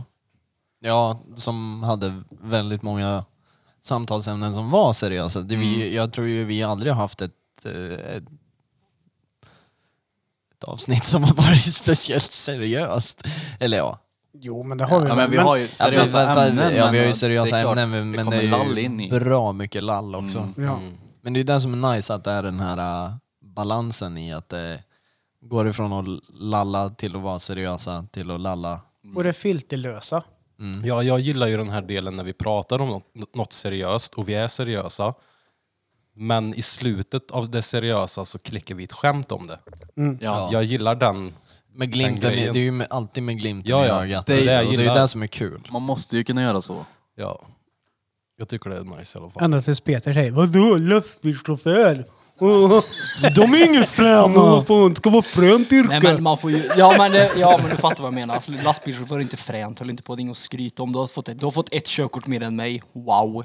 Speaker 5: Ja, som hade väldigt många samtalsämnen som var seriösa. Det
Speaker 16: Mm.
Speaker 5: vi, jag tror ju vi aldrig har haft ett, eh, ett, ett avsnitt som har varit speciellt seriöst. Eller ja.
Speaker 4: Jo, men det har vi
Speaker 16: Ja,
Speaker 4: väl.
Speaker 16: men vi har ju
Speaker 5: Ja, vi-
Speaker 16: seriösa
Speaker 5: va- va-
Speaker 16: ämnen.
Speaker 5: Ja, vi har ju
Speaker 16: men det
Speaker 5: seriösa
Speaker 16: är klart,
Speaker 5: ämnen, men- men det
Speaker 16: kommer lall in
Speaker 5: är
Speaker 16: i.
Speaker 5: ju bra mycket lall också.
Speaker 16: Mm.
Speaker 4: Ja.
Speaker 5: Men det är ju det som är nice, att det är den här äh, balansen i att det går ifrån att lalla till att vara seriösa till att lalla.
Speaker 4: Och det filterlösa.
Speaker 14: Ja, jag gillar ju den här delen när vi pratar om något, något seriöst och vi är seriösa. Men i slutet av det seriösa så klickar vi ett skämt om det.
Speaker 4: Mm.
Speaker 5: Ja.
Speaker 14: Jag gillar den
Speaker 5: Med glimten,
Speaker 14: den
Speaker 5: i-
Speaker 14: grejen.
Speaker 5: det är ju med, alltid med glimten
Speaker 14: Ja,
Speaker 5: i
Speaker 14: ja.
Speaker 5: ögat.
Speaker 14: Det är
Speaker 5: Det,
Speaker 14: det jag
Speaker 5: är, och det är
Speaker 14: gillar.
Speaker 5: ju det som är kul.
Speaker 16: Man måste ju kunna göra så.
Speaker 14: Ja. Jag tycker det är nice i alla fall.
Speaker 4: Ända tills Peter säger Vadå lastbilschaufför? Åh, De är inget
Speaker 15: Ja.
Speaker 4: fräna! Fan, det ska vara fränt yrke!
Speaker 15: Nej men man får ju, ja men, det, ja men du fattar vad jag menar. Alltså, Lastbilschaufför är inte fränt, höll inte på det att skryta om. Du har, fått ett, du har fått ett körkort mer än mig. Wow! och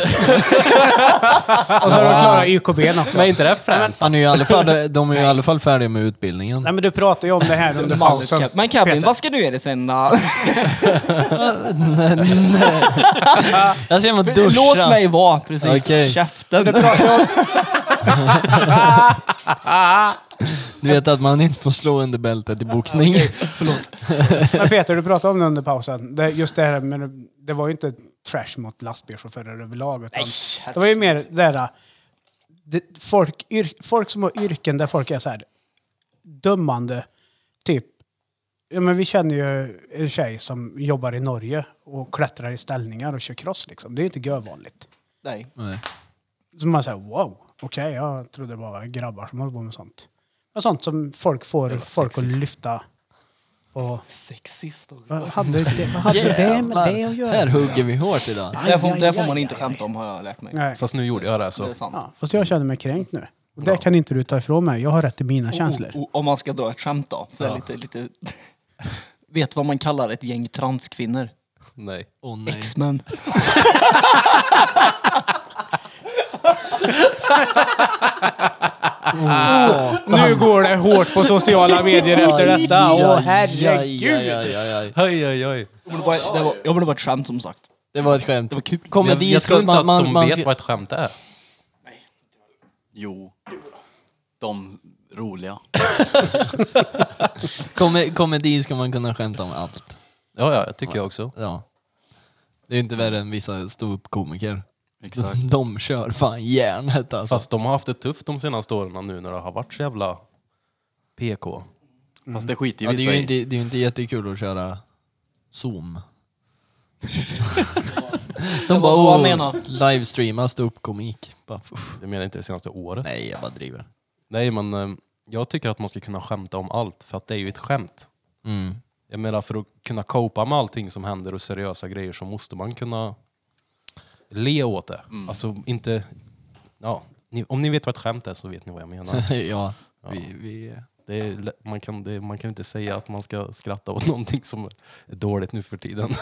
Speaker 4: Och så har de klarat YKB också.
Speaker 14: Men inte det fränt?
Speaker 5: Han är ju i alla fall, de är ju i alla fall färdiga med utbildningen.
Speaker 4: Nej men du pratar ju om det här under pausen.
Speaker 15: Men Kevin, vad ska du göra sen? då?
Speaker 5: Jag ser mig duscha.
Speaker 15: Låt mig vara, precis.
Speaker 5: Okej.
Speaker 15: Käften.
Speaker 5: Du vet att man inte får slå under bältet i boxning.
Speaker 4: Men Peter, du pratade om det under pausen. Det, just det här med, det var ju inte trash mot lastbilschaufförer överlag. Utan det var ju mer det där, det, folk, yr, folk som har yrken där folk är så här dömande. Typ, ja men vi känner ju en tjej som jobbar i Norge och klättrar i ställningar och kör cross liksom. Det är ju inte görvanligt.
Speaker 15: Nej.
Speaker 4: Så man säger wow, okej jag trodde det bara var grabbar som höll på med sånt. Men sånt som folk får folk att lyfta. Och,
Speaker 15: Sexist också.
Speaker 4: vad hade det, vad hade det med det att göra?
Speaker 5: Här hugger vi hårt idag.
Speaker 15: Det får, det får man inte skämta om har jag lärt mig.
Speaker 4: Nej.
Speaker 14: Fast nu gjorde jag det så.
Speaker 15: Det är sant.
Speaker 4: Fast jag känner mig kränkt nu. Och det kan inte du ta ifrån mig. Jag har rätt till
Speaker 15: Oh,
Speaker 4: mina känslor.
Speaker 15: Och- och- Om man ska dra ett skämt då. Så är det lite, lite... Vet vad man kallar ett gäng transkvinnor?
Speaker 14: Nej.
Speaker 5: Oh,
Speaker 15: nej. X-Men.
Speaker 4: nu går det hårt på sociala medier efter detta. Åh herregud!
Speaker 14: Oj, oj, oj.
Speaker 15: Det var, det var, ja, men det var ett skämt som sagt.
Speaker 5: Det var ett skämt. Det
Speaker 15: var kul.
Speaker 5: Kommer
Speaker 14: jag,
Speaker 5: dit
Speaker 14: jag tror
Speaker 5: så
Speaker 14: inte
Speaker 5: man-
Speaker 14: att
Speaker 5: man-
Speaker 14: de
Speaker 5: man-
Speaker 14: vet vad ett skämt är.
Speaker 16: Jo. De roliga.
Speaker 5: Kom- Komedi ska man kunna skämta om allt.
Speaker 14: Ja, ja, jag tycker jag också.
Speaker 5: Ja. Det är ju inte värre än vissa ståuppkomiker.
Speaker 14: Exakt.
Speaker 5: De kör fan järnet alltså.
Speaker 14: Fast de har haft det tufft de senaste åren nu när det har varit så jävla PK.
Speaker 16: Fast det skiter
Speaker 5: Ja, det, är ju inte, det är ju inte jättekul att köra Zoom.
Speaker 15: Det
Speaker 5: De bara
Speaker 15: var så han
Speaker 5: oh,
Speaker 15: menade.
Speaker 5: livestreama ståuppkomik. Bara, uff.
Speaker 14: Jag menar inte det senaste året.
Speaker 5: Nej, jag bara driver.
Speaker 14: Nej, men eh, jag tycker att man ska kunna skämta om allt, för att det är ju ett skämt.
Speaker 5: Mm.
Speaker 14: Jag menar, för att kunna copa med allting som händer och seriösa grejer så måste man kunna le åt det. Alltså inte... Ja, ni, om ni vet vad ett skämt är så vet ni vad jag menar.
Speaker 5: ja, Vi, vi,
Speaker 14: Det är, lä- man, kan, det, man kan inte säga att man ska skratta åt någonting som är dåligt nu för tiden.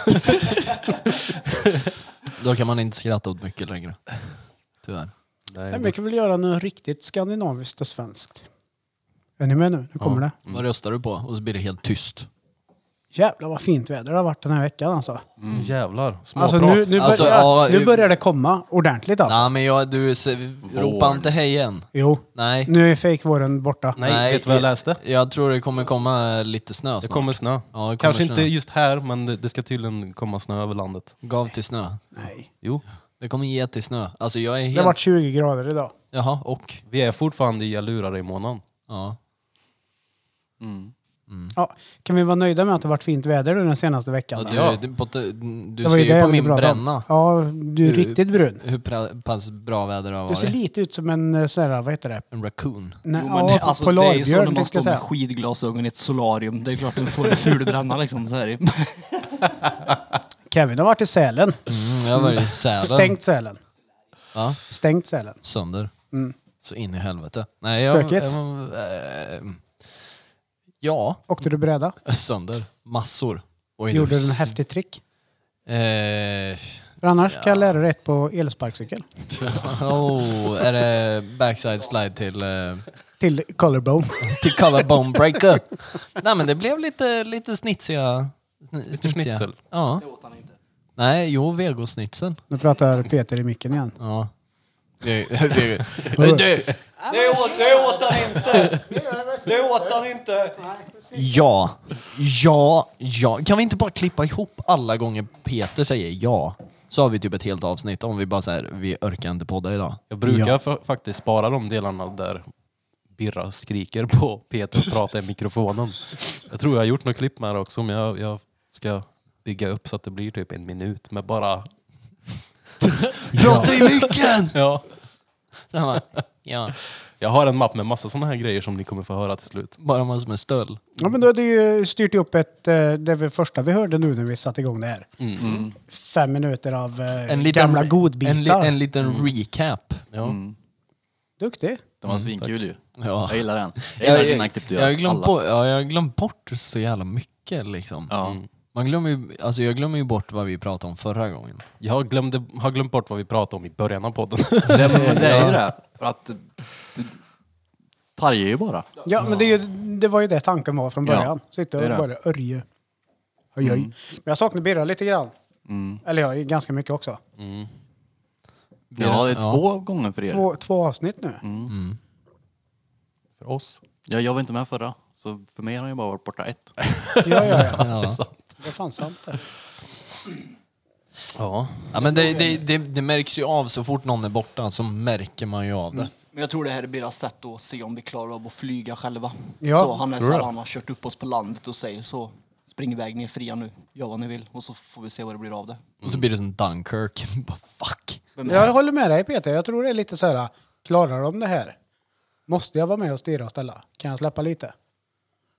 Speaker 5: då kan man inte skratta åt mycket längre. Tyvärr.
Speaker 4: Nej, men jag kan väl göra något riktigt skandinaviskt och svenskt. Är ni med nu? Nu kommer det.
Speaker 5: Vad röstar du på? Och så blir det helt tyst.
Speaker 4: Jävlar vad fint väder det har varit den här veckan alltså.
Speaker 14: Mm. Jävlar, småprat.
Speaker 4: Alltså nu, nu, börjar,
Speaker 5: Alltså, ja,
Speaker 4: nu börjar det komma ordentligt alltså.
Speaker 5: Nej men jag, du, se- ropa inte hej än.
Speaker 4: Jo.
Speaker 5: Nej.
Speaker 4: Nu är fejkvåren borta.
Speaker 14: läste?
Speaker 5: Jag tror det kommer komma lite snö snart.
Speaker 14: Det kommer snö.
Speaker 5: Ja, det kommer
Speaker 14: Kanske
Speaker 5: snö.
Speaker 14: inte just här, men det, det ska tydligen komma snö över landet.
Speaker 5: Gav till snö?
Speaker 4: Nej.
Speaker 14: Jo.
Speaker 5: Det kommer ge till snö. Alltså jag är helt...
Speaker 4: Det har varit 20 grader idag.
Speaker 5: Jaha, och?
Speaker 14: Vi är fortfarande i jag lurar dig månaden.
Speaker 5: Ja.
Speaker 4: Ja, kan vi vara nöjda med att det har varit fint väder nu den senaste veckan?
Speaker 5: Mm. Ja,
Speaker 4: då?
Speaker 5: du, Du, på, du
Speaker 4: Det var
Speaker 5: ser
Speaker 4: ju
Speaker 5: ju
Speaker 4: det
Speaker 5: på
Speaker 4: vi
Speaker 5: min
Speaker 4: pratade om.
Speaker 5: bränna.
Speaker 4: Ja, du är riktigt brun.
Speaker 5: Hur pra, pass bra väder det har
Speaker 4: Du ser
Speaker 5: varit.
Speaker 4: lite ut som en eh, sån här, vad heter det?
Speaker 5: En raccoon.
Speaker 4: Nej,
Speaker 15: Jo,
Speaker 4: ja,
Speaker 15: men, alltså, det är ju så när
Speaker 4: polarbjörn
Speaker 15: man
Speaker 4: tänkte
Speaker 15: står
Speaker 4: jag säga.
Speaker 15: med skidglasögon i ett solarium. Det är klart du får en fulbränna liksom. Så är det.
Speaker 4: Kevin har varit i Sälen.
Speaker 5: Mm, jag har varit i Sälen.
Speaker 4: Stängt Sälen.
Speaker 5: Ja.
Speaker 4: Stängt Sälen.
Speaker 5: Sönder.
Speaker 4: Mm.
Speaker 5: Så in i helvete. Nej, jag,
Speaker 4: Stökigt.
Speaker 5: Jag, jag, eh, Ja.
Speaker 4: Åkte du bräda?
Speaker 5: Sönder. Massor. Och inte-
Speaker 4: Gjorde du en häftig trick?
Speaker 5: Eh,
Speaker 4: För annars kan jag lära dig ett på elsparkcykel.
Speaker 5: oh, är det backside slide till... Eh,
Speaker 4: Till collarbone.
Speaker 5: till collarbone breaker. Nej men det blev lite, lite snitsiga... sni-
Speaker 4: Lite schnitzel.
Speaker 5: Ja. Nej, jo, vegosnitzeln.
Speaker 4: Nu pratar Peter i micken igen.
Speaker 5: Ja. Det, det, det, det,
Speaker 1: Det åt, det åt han inte! Det åt han inte!
Speaker 5: ja, ja, ja. Kan vi inte bara klippa ihop alla gånger Peter säger ja? Så har vi typ ett helt avsnitt om vi bara säger vi orkar inte podda idag.
Speaker 14: Jag brukar fa- faktiskt spara de delarna där Birra skriker på Peter och pratar i mikrofonen. Jag tror jag har gjort något klipp med det också, men jag, jag ska bygga upp så att det blir typ en minut med bara...
Speaker 5: Prata i micken!
Speaker 14: Ja.
Speaker 5: Ja. ja.
Speaker 14: Jag har en mapp med massa sådana här grejer som ni kommer få höra till slut.
Speaker 5: Bara massor med stöld.
Speaker 4: Ja, men då hade ju styrt upp ett, eh, det var första vi hörde nu när vi satte igång det här.
Speaker 5: Mm.
Speaker 4: Fem minuter av eh,
Speaker 5: En liten-
Speaker 4: gamla
Speaker 5: En, li,
Speaker 4: godbitar. Mm.
Speaker 5: en liten recap.
Speaker 16: Mm.
Speaker 4: Duktig.
Speaker 16: De var svinkul ju.
Speaker 5: Ja.
Speaker 16: Jag gillar den. Jag gillar
Speaker 5: Jag,
Speaker 16: dina
Speaker 5: jag,
Speaker 16: klipp du
Speaker 5: jag, har
Speaker 16: gör.
Speaker 5: glömt
Speaker 16: Alla.
Speaker 5: bort, ja, jag har glömt bort så jävla mycket liksom. Mm. Man glömmer ju, alltså jag glömmer ju bort vad vi pratade om förra gången.
Speaker 14: Jag glömde, har glömt bort vad vi pratade om i början av podden.
Speaker 16: Nej, men det är ju det. För att det targar ju bara.
Speaker 4: Ja, men det, är ju, det var ju det tanken var från
Speaker 16: Ja,
Speaker 4: början. Sitta och
Speaker 16: det är det.
Speaker 4: bara örje. Oj, oj.
Speaker 16: Mm.
Speaker 4: Men jag saknar Birra lite grann.
Speaker 5: Mm.
Speaker 4: Eller ja, ganska mycket också.
Speaker 16: Ja, det är
Speaker 4: Ja.
Speaker 16: två gånger för er.
Speaker 4: Två, två avsnitt nu.
Speaker 5: Mm.
Speaker 14: För oss.
Speaker 16: Ja, jag var inte med förra. Så för mig har han ju bara varit borta ett.
Speaker 4: Ja, ja, ja.
Speaker 5: Ja. Det är sant.
Speaker 4: Det är fan sant det.
Speaker 5: Ja. ja men det, det, det, det märks ju av så fort någon är borta så märker man ju av det.
Speaker 15: Men jag tror det här är deras sätt att se om vi klarar av att flyga själva.
Speaker 5: Ja,
Speaker 15: så han är
Speaker 5: tror
Speaker 15: så här,
Speaker 5: jag.
Speaker 15: han har kört upp oss på landet och säger så. Spring iväg, ni är fria nu. Gör vad ni vill och så får vi se vad det blir av det.
Speaker 5: Och så blir det som Dunkirk. Bara, Fuck.
Speaker 4: Jag håller med dig Peter. Jag tror det är lite så här, klarar de det här? Måste jag vara med och styra och ställa? Kan jag släppa lite?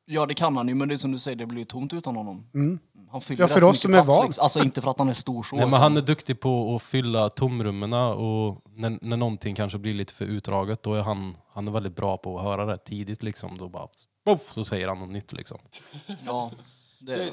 Speaker 15: Ja, det kan han ju, men det är som du säger, det blir ju tomt utan honom.
Speaker 4: Mm.
Speaker 15: Han fyller
Speaker 4: Ja,
Speaker 15: rätt
Speaker 4: för oss
Speaker 15: mycket
Speaker 4: som är
Speaker 15: plats,
Speaker 4: van.
Speaker 15: liksom. Alltså inte för att han är stor så.
Speaker 14: Nej, men
Speaker 15: utan-
Speaker 14: han är duktig på att fylla tomrummen och när, när någonting kanske blir lite för utdraget då är han, han är väldigt bra på att höra det tidigt liksom. Då bara, poff, så säger han något nytt liksom.
Speaker 15: Ja. Det,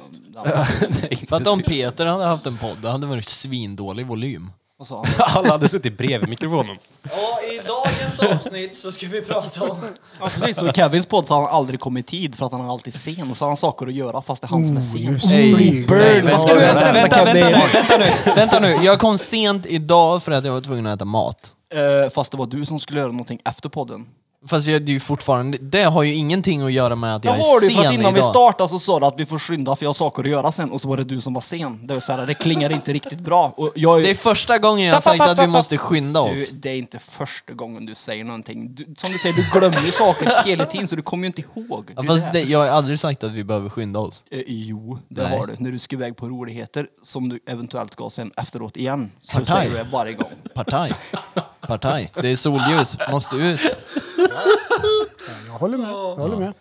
Speaker 5: För att om Peter hade haft en podd, det hade varit svindålig volym.
Speaker 15: Vad sa
Speaker 14: Alla hade suttit bredvid mikrofonen.
Speaker 5: Ja, i dagens avsnitt så ska vi prata om...
Speaker 15: Ja, precis. Och i Kevins podd så har han aldrig kommit i tid för att han är alltid sen och så har han saker att göra fast det är han
Speaker 5: Oh,
Speaker 15: som är sen.
Speaker 5: Vad ska vi göra? Vänta, vänta, nu, vänta nu. Vänta nu. Jag kom sent idag för att jag var tvungen att äta mat.
Speaker 15: Eh, Fast det var du som skulle göra någonting efter podden.
Speaker 5: Fast jag, det är ju fortfarande... Det har ju ingenting att göra med att
Speaker 15: Det
Speaker 5: jag,
Speaker 15: har
Speaker 5: är
Speaker 15: du,
Speaker 5: sen
Speaker 15: för att innan
Speaker 5: idag.
Speaker 15: vi startade så sa du att vi får skynda för jag har saker att göra sen och så var det du som var sen. Det, var så här, det klingar inte riktigt bra. Och jag
Speaker 5: Det är första gången jag har
Speaker 15: Tapp, tapp,
Speaker 5: sagt att
Speaker 15: tapp,
Speaker 5: vi
Speaker 15: tapp.
Speaker 5: måste skynda oss.
Speaker 15: Du, det är inte första gången du säger någonting. Du, som du säger, du glömmer ju saker hela tiden så du kommer ju inte ihåg.
Speaker 5: Ja,
Speaker 15: är
Speaker 5: fast
Speaker 15: det.
Speaker 5: det, jag har aldrig sagt att vi behöver skynda oss.
Speaker 15: Eh, jo, det
Speaker 5: Nej.
Speaker 15: har du. När du ska iväg på roligheter som du eventuellt ska sen efteråt igen. Så
Speaker 5: Partaj.
Speaker 15: säger du det varje gång.
Speaker 5: Partaj. Partaj. Det är solljus. Måste ut.
Speaker 4: Jag håller med. Jag håller med.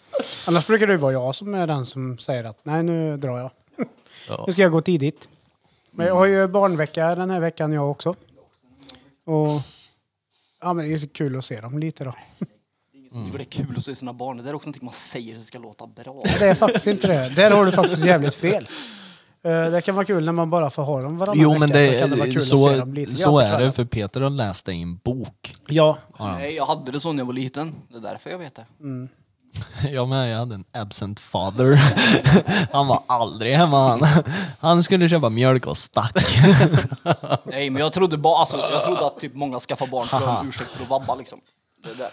Speaker 4: Annars brukar det vara jag som är den som säger att nej, nu drar jag. Nu ska jag gå tidigt. Men jag har ju barnvecka den här veckan jag också. Och ja, men det är så kul att se dem lite då.
Speaker 15: Det är kul att se sina barn. Det där är också någonting man säger det ska låta bra.
Speaker 4: Nej, Det är faktiskt inte det. Där har du faktiskt jävligt fel. Eh, Det kan vara kul när man bara får ha dem varannan
Speaker 5: Jo
Speaker 4: vecka.
Speaker 5: men
Speaker 4: så kan det vara
Speaker 5: det,
Speaker 4: kul
Speaker 5: så,
Speaker 4: att se dem lite.
Speaker 5: så
Speaker 4: grann, tror
Speaker 5: är
Speaker 4: jag.
Speaker 5: det för Peter har läst det i en bok.
Speaker 4: Ja.
Speaker 15: Nej, jag hade det så när jag var liten. Det är därför jag vet det.
Speaker 4: Mm.
Speaker 5: Jag med, jag hade en absent father. Han var aldrig hemma han. Han skulle köpa mjölk och stack.
Speaker 15: Nej, men jag trodde bara, alltså, jag trodde att typ många skaffar barn för att ha en ursäkt för att vabba liksom. Det där.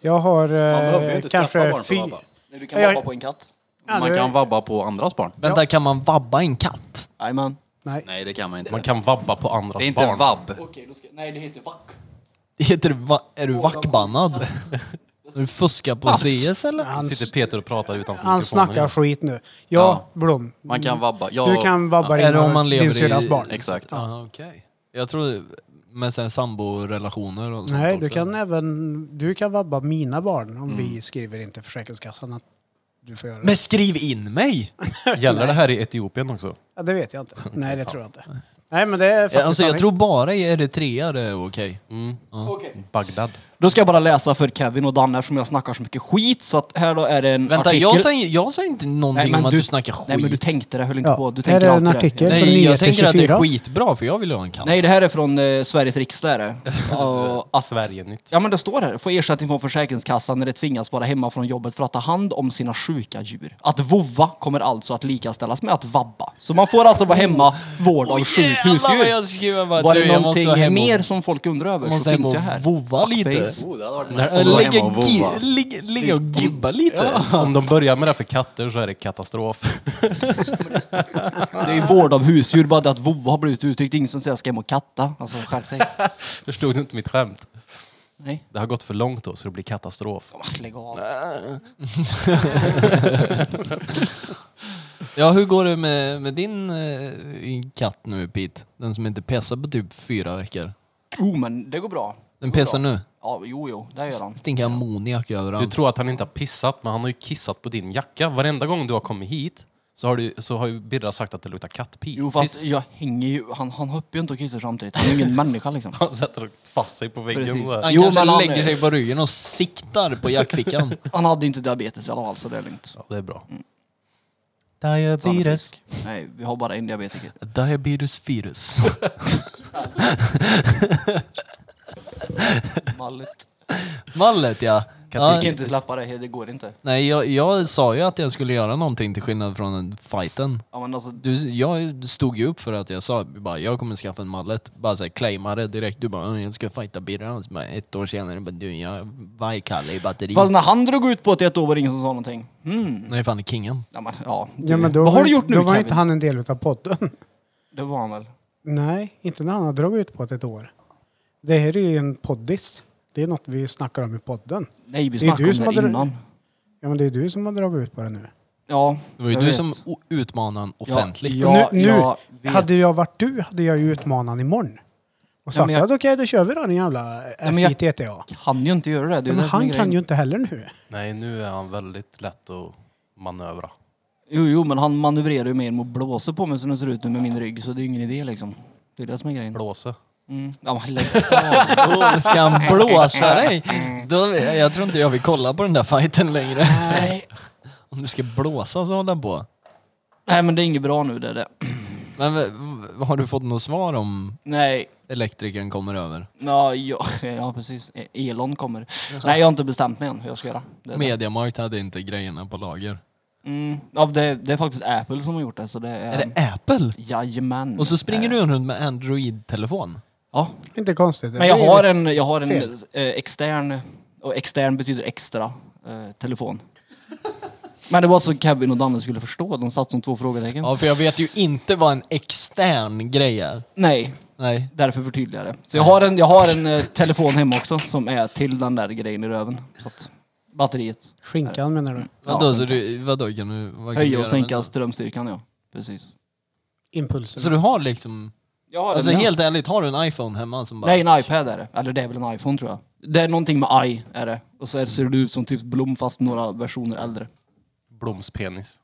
Speaker 4: Jag har
Speaker 16: behöver ju
Speaker 4: eh,
Speaker 16: inte skaffa
Speaker 4: kanske
Speaker 16: barn för att
Speaker 4: fy...
Speaker 16: vabba.
Speaker 15: Nej, du kan
Speaker 4: Jag-
Speaker 15: vabba på en katt.
Speaker 4: Ja,
Speaker 16: Man
Speaker 4: det-
Speaker 16: kan vabba på andras barn.
Speaker 5: Vänta, kan man vabba en katt?
Speaker 15: Jajamän.
Speaker 4: Nej.
Speaker 16: Nej, det kan man inte.
Speaker 14: Man kan vabba på andras barn.
Speaker 16: Det är inte vabb.
Speaker 15: Okej, då ska... Nej, det heter vack.
Speaker 5: Heter det va- är du vackbannad? Är du fuskar på
Speaker 14: Ask.
Speaker 5: CS eller?
Speaker 4: Han-
Speaker 14: Sitter Peter och pratar utanför
Speaker 4: Han
Speaker 14: mikrofonen.
Speaker 4: snackar skit nu. Ja, Blom.
Speaker 16: Man
Speaker 15: Mm.
Speaker 16: kan vabba. Jag-
Speaker 4: Du kan vabba
Speaker 5: Är det
Speaker 4: in
Speaker 5: om man lever
Speaker 4: din syrras
Speaker 5: i...
Speaker 4: barn.
Speaker 5: Ah, okej. Jag tror med sen samborelationer och sånt
Speaker 4: Nej,
Speaker 5: också.
Speaker 4: du kan även du kan vabba mina barn om
Speaker 15: Mm.
Speaker 4: vi skriver in till Försäkringskassan att du får göra det.
Speaker 5: Men skriv in mig!
Speaker 14: Gäller det här i Etiopien också?
Speaker 4: Ja, det vet jag inte. Nej, det tror jag inte. Nej, men det är faktiskt
Speaker 5: Alltså jag
Speaker 4: sanning.
Speaker 14: Mm.
Speaker 5: tror bara i Eritrea det är okej. Okay.
Speaker 14: Bagdad.
Speaker 15: Då ska jag bara läsa för Kevin och Danne eftersom jag snackar så mycket skit. Så att här då är det en
Speaker 5: Vänta,
Speaker 15: artikel.
Speaker 5: jag säger, jag säger inte någonting
Speaker 15: men
Speaker 5: om att du, snackar skit.
Speaker 15: Nej, men du tänkte det. Höll inte
Speaker 5: Ja.
Speaker 15: på. Du
Speaker 5: Här
Speaker 15: tänker
Speaker 5: är en
Speaker 15: alltid
Speaker 5: artikel
Speaker 15: det.
Speaker 5: Nej, från jag Nyheter tänker att det är 24. skitbra, för jag vill ha en kant.
Speaker 15: Nej, det här är från eh, Sveriges riksdag. är det. Och att,
Speaker 14: Sverige nytt.
Speaker 15: Ja, men det står här. Få ersättning från Försäkringskassan när det tvingas vara hemma från jobbet för att ta hand om sina sjuka djur. Att vovva kommer alltså att likaställas med att vabba. Så man får alltså vara hemma, vård av sjukt husdjur.
Speaker 5: Oh. vad jag skriver bara,
Speaker 15: Var
Speaker 5: du,
Speaker 15: det
Speaker 5: jag måste
Speaker 15: någonting
Speaker 5: vara hemma och-
Speaker 15: mer som folk undrar över
Speaker 5: Måste
Speaker 15: så
Speaker 5: hem
Speaker 15: finns
Speaker 5: och
Speaker 15: jag här.
Speaker 5: vova lite.
Speaker 15: Fuckface.
Speaker 5: Oh, det hade varit nice. Eller Lägga gi- ligga- ligga och gibba lite.
Speaker 14: Om, om de börjar med det för katter så är det katastrof.
Speaker 15: Det är ju vård av husdjur, bara det att vovva har blivit uttryckt. Ingen som säger att jag ska hem och katta. Alltså, skärp dig.
Speaker 14: Förstod du inte mitt skämt?
Speaker 15: Nej.
Speaker 14: Det har gått för långt då, så det blir katastrof.
Speaker 15: Lägg av.
Speaker 5: Ja, hur går det med, med din eh, katt nu, Pete? Den som inte pessar på typ fyra veckor.
Speaker 15: Jo, men det går bra.
Speaker 5: Den
Speaker 15: Det går
Speaker 5: pissar
Speaker 15: bra.
Speaker 5: nu?
Speaker 15: Ja, jo, jo. Det gör han.
Speaker 5: Stinker ammoniak överallt.
Speaker 14: Du tror att han inte har pissat, men han har ju kissat på din jacka. Varenda gång du har kommit hit så har, du, så har ju Birra sagt att det luktar kattpis.
Speaker 15: Jo, fast jag hänger ju... Han, han hoppar ju inte och kissar samtidigt. Han är ju ingen människa liksom.
Speaker 14: Han sätter fast sig på väggen.
Speaker 15: Precis.
Speaker 14: så här.
Speaker 5: Han
Speaker 15: Jo,
Speaker 5: kanske
Speaker 15: men han-
Speaker 5: lägger sig på ryggen och siktar på jackfickan.
Speaker 15: Han hade inte diabetes i alla fall, så det är lugnt.
Speaker 14: det är bra.
Speaker 15: Mm. Diabetes. Nej, vi har bara en diabetiker.
Speaker 5: Diabetes virus.
Speaker 15: Mallet.
Speaker 5: Mallet ja.
Speaker 15: Jag kan inte släppa det, det går inte.
Speaker 5: Nej, jag, jag sa ju att jag skulle göra någonting till skillnad från den fighten.
Speaker 15: Ja, men alltså-
Speaker 5: du, jag stod ju upp för att jag sa bara, jag kommer skaffa en mallet. Bara såhär claimade direkt. Du bara, "Mm, jag ska fighta Birra. Och så bara, Ett år senare bara, du jag vajkalle i batteri.
Speaker 15: Fast när han drog ut på ett, ett år var det ingen som sa någonting. Mm.
Speaker 5: Nej fan, det är kingen.
Speaker 15: Ja, men, ja.
Speaker 4: Ja, men då,
Speaker 15: Vad har
Speaker 4: var-
Speaker 15: du gjort nu
Speaker 4: Då var
Speaker 15: Kevin?
Speaker 4: inte han en del av podden.
Speaker 15: Det var han väl?
Speaker 4: Nej, inte när han har dragit ut på ett, ett år. Det här är ju en poddis. Det är något vi snackar om i podden.
Speaker 15: Nej, vi
Speaker 4: Det är
Speaker 15: snackade
Speaker 4: du
Speaker 15: om
Speaker 4: som
Speaker 15: det
Speaker 4: har dra-
Speaker 15: innan.
Speaker 4: Ja, men det är du som har dragit ut på det nu.
Speaker 15: Ja,
Speaker 5: Det var ju
Speaker 15: jag
Speaker 5: du
Speaker 15: vet.
Speaker 5: som o- utmanade honom
Speaker 15: Ja,
Speaker 5: offentligt.
Speaker 15: ja,
Speaker 4: nu,
Speaker 15: jag
Speaker 4: nu
Speaker 15: vet.
Speaker 4: hade jag varit du hade jag ju utmanat imorgon. Och sagt
Speaker 15: men
Speaker 4: ja,
Speaker 15: jag-
Speaker 4: okej, då kör vi då den jävla
Speaker 15: men jag-
Speaker 4: FITTA. Ja,
Speaker 15: Han ju inte göra det. det är
Speaker 4: men
Speaker 15: det som är
Speaker 4: han
Speaker 15: grejen.
Speaker 4: kan ju inte heller nu.
Speaker 14: Nej, nu är han väldigt lätt att manövra.
Speaker 15: Jo, jo, men han manövrerar ju mer mot blåsa på mig som det ser ut nu med min rygg, så det är ju ingen idé liksom. Det är det som är grejen.
Speaker 14: Blåsa?
Speaker 15: Mm. Ja, men lägg
Speaker 5: Åh, Ska han blåsa dig?
Speaker 15: Mm.
Speaker 5: Då, jag tror inte jag vill kolla på den där fighten längre. Om det ska blåsa så håller han på.
Speaker 15: Nej, men det är inget bra nu, det är det.
Speaker 5: Men v- har du fått något svar om
Speaker 15: Nej,
Speaker 5: elektrikern kommer över?
Speaker 15: ja, ja, ja precis. E- Elon kommer. Nej, jag har inte bestämt mig än hur jag ska göra. Det är det.
Speaker 5: Mediamarkt hade inte grejerna på lager.
Speaker 15: Mm. Ja, det, det är faktiskt Apple som har gjort det, så det är...
Speaker 5: Är det Apple?
Speaker 15: Jajamän.
Speaker 5: Och så springer du runt med Android-telefon?
Speaker 15: Ja.
Speaker 4: Inte konstigt.
Speaker 15: Men jag har en, jag har en
Speaker 4: Fel.
Speaker 15: eh, extern, och extern betyder extra, eh, telefon. Men det var så Kevin och Danne skulle förstå, de satt som två frågetecken.
Speaker 5: Ja, för jag vet ju inte vad en extern grej är.
Speaker 15: Nej.
Speaker 5: Nej.
Speaker 15: Därför förtydligar jag det. Så jag har en, jag har en eh, telefon hemma också som är till den där grejen i röven. Så att, batteriet.
Speaker 4: Skinkan menar du?
Speaker 5: Vadå, så du, vadå kan du... Vad kan du
Speaker 15: Höja
Speaker 5: göra
Speaker 15: och
Speaker 5: med
Speaker 15: sänka strömstyrkan ja. Precis.
Speaker 4: Impulsen.
Speaker 5: Så du har liksom...
Speaker 15: Jag har
Speaker 5: alltså
Speaker 15: den, ja.
Speaker 5: helt ärligt, har du en iPhone hemma som bara...
Speaker 15: Nej, en iPad är det. Eller det är väl en iPhone tror jag. Det är någonting med i är det. Och så är det, ser det ut som typ Blom fast några versioner äldre.
Speaker 14: Blomspenis.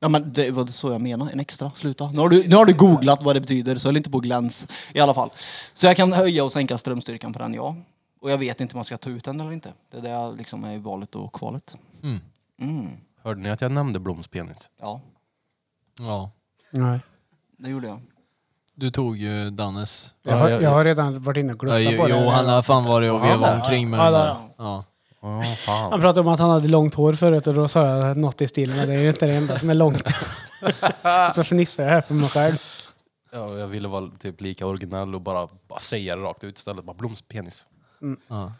Speaker 15: Ja men det var så jag menade, en extra. Sluta. Nu har, du, nu har du googlat vad det betyder så höll inte på gläns i alla fall. Så jag kan höja och sänka strömstyrkan på den ja. Och jag vet inte om jag ska ta ut den eller inte. Det är det jag liksom är i valet och kvalet.
Speaker 14: Mm.
Speaker 15: Mm.
Speaker 14: Hörde ni att jag nämnde blomspenis?
Speaker 15: Ja,
Speaker 5: Ja.
Speaker 4: Nej.
Speaker 15: det gjorde jag.
Speaker 5: Du tog ju Dannes.
Speaker 4: Jag har, jag har redan varit inne och gluttat
Speaker 5: Ja,
Speaker 4: på det.
Speaker 5: Jo, han har fan varit och vevat omkring med
Speaker 4: Ja,
Speaker 5: den
Speaker 4: ja,
Speaker 5: där.
Speaker 4: ja.
Speaker 5: Ja.
Speaker 4: Han pratade om att han hade långt hår förut och då sa jag något i stil med det är ju inte det enda som är långt. så fnissade jag här för mig själv.
Speaker 14: Ja, jag ville vara typ lika originell och bara, bara säga det rakt ut istället. Bara blomspenis.
Speaker 4: Mm.
Speaker 5: Ja.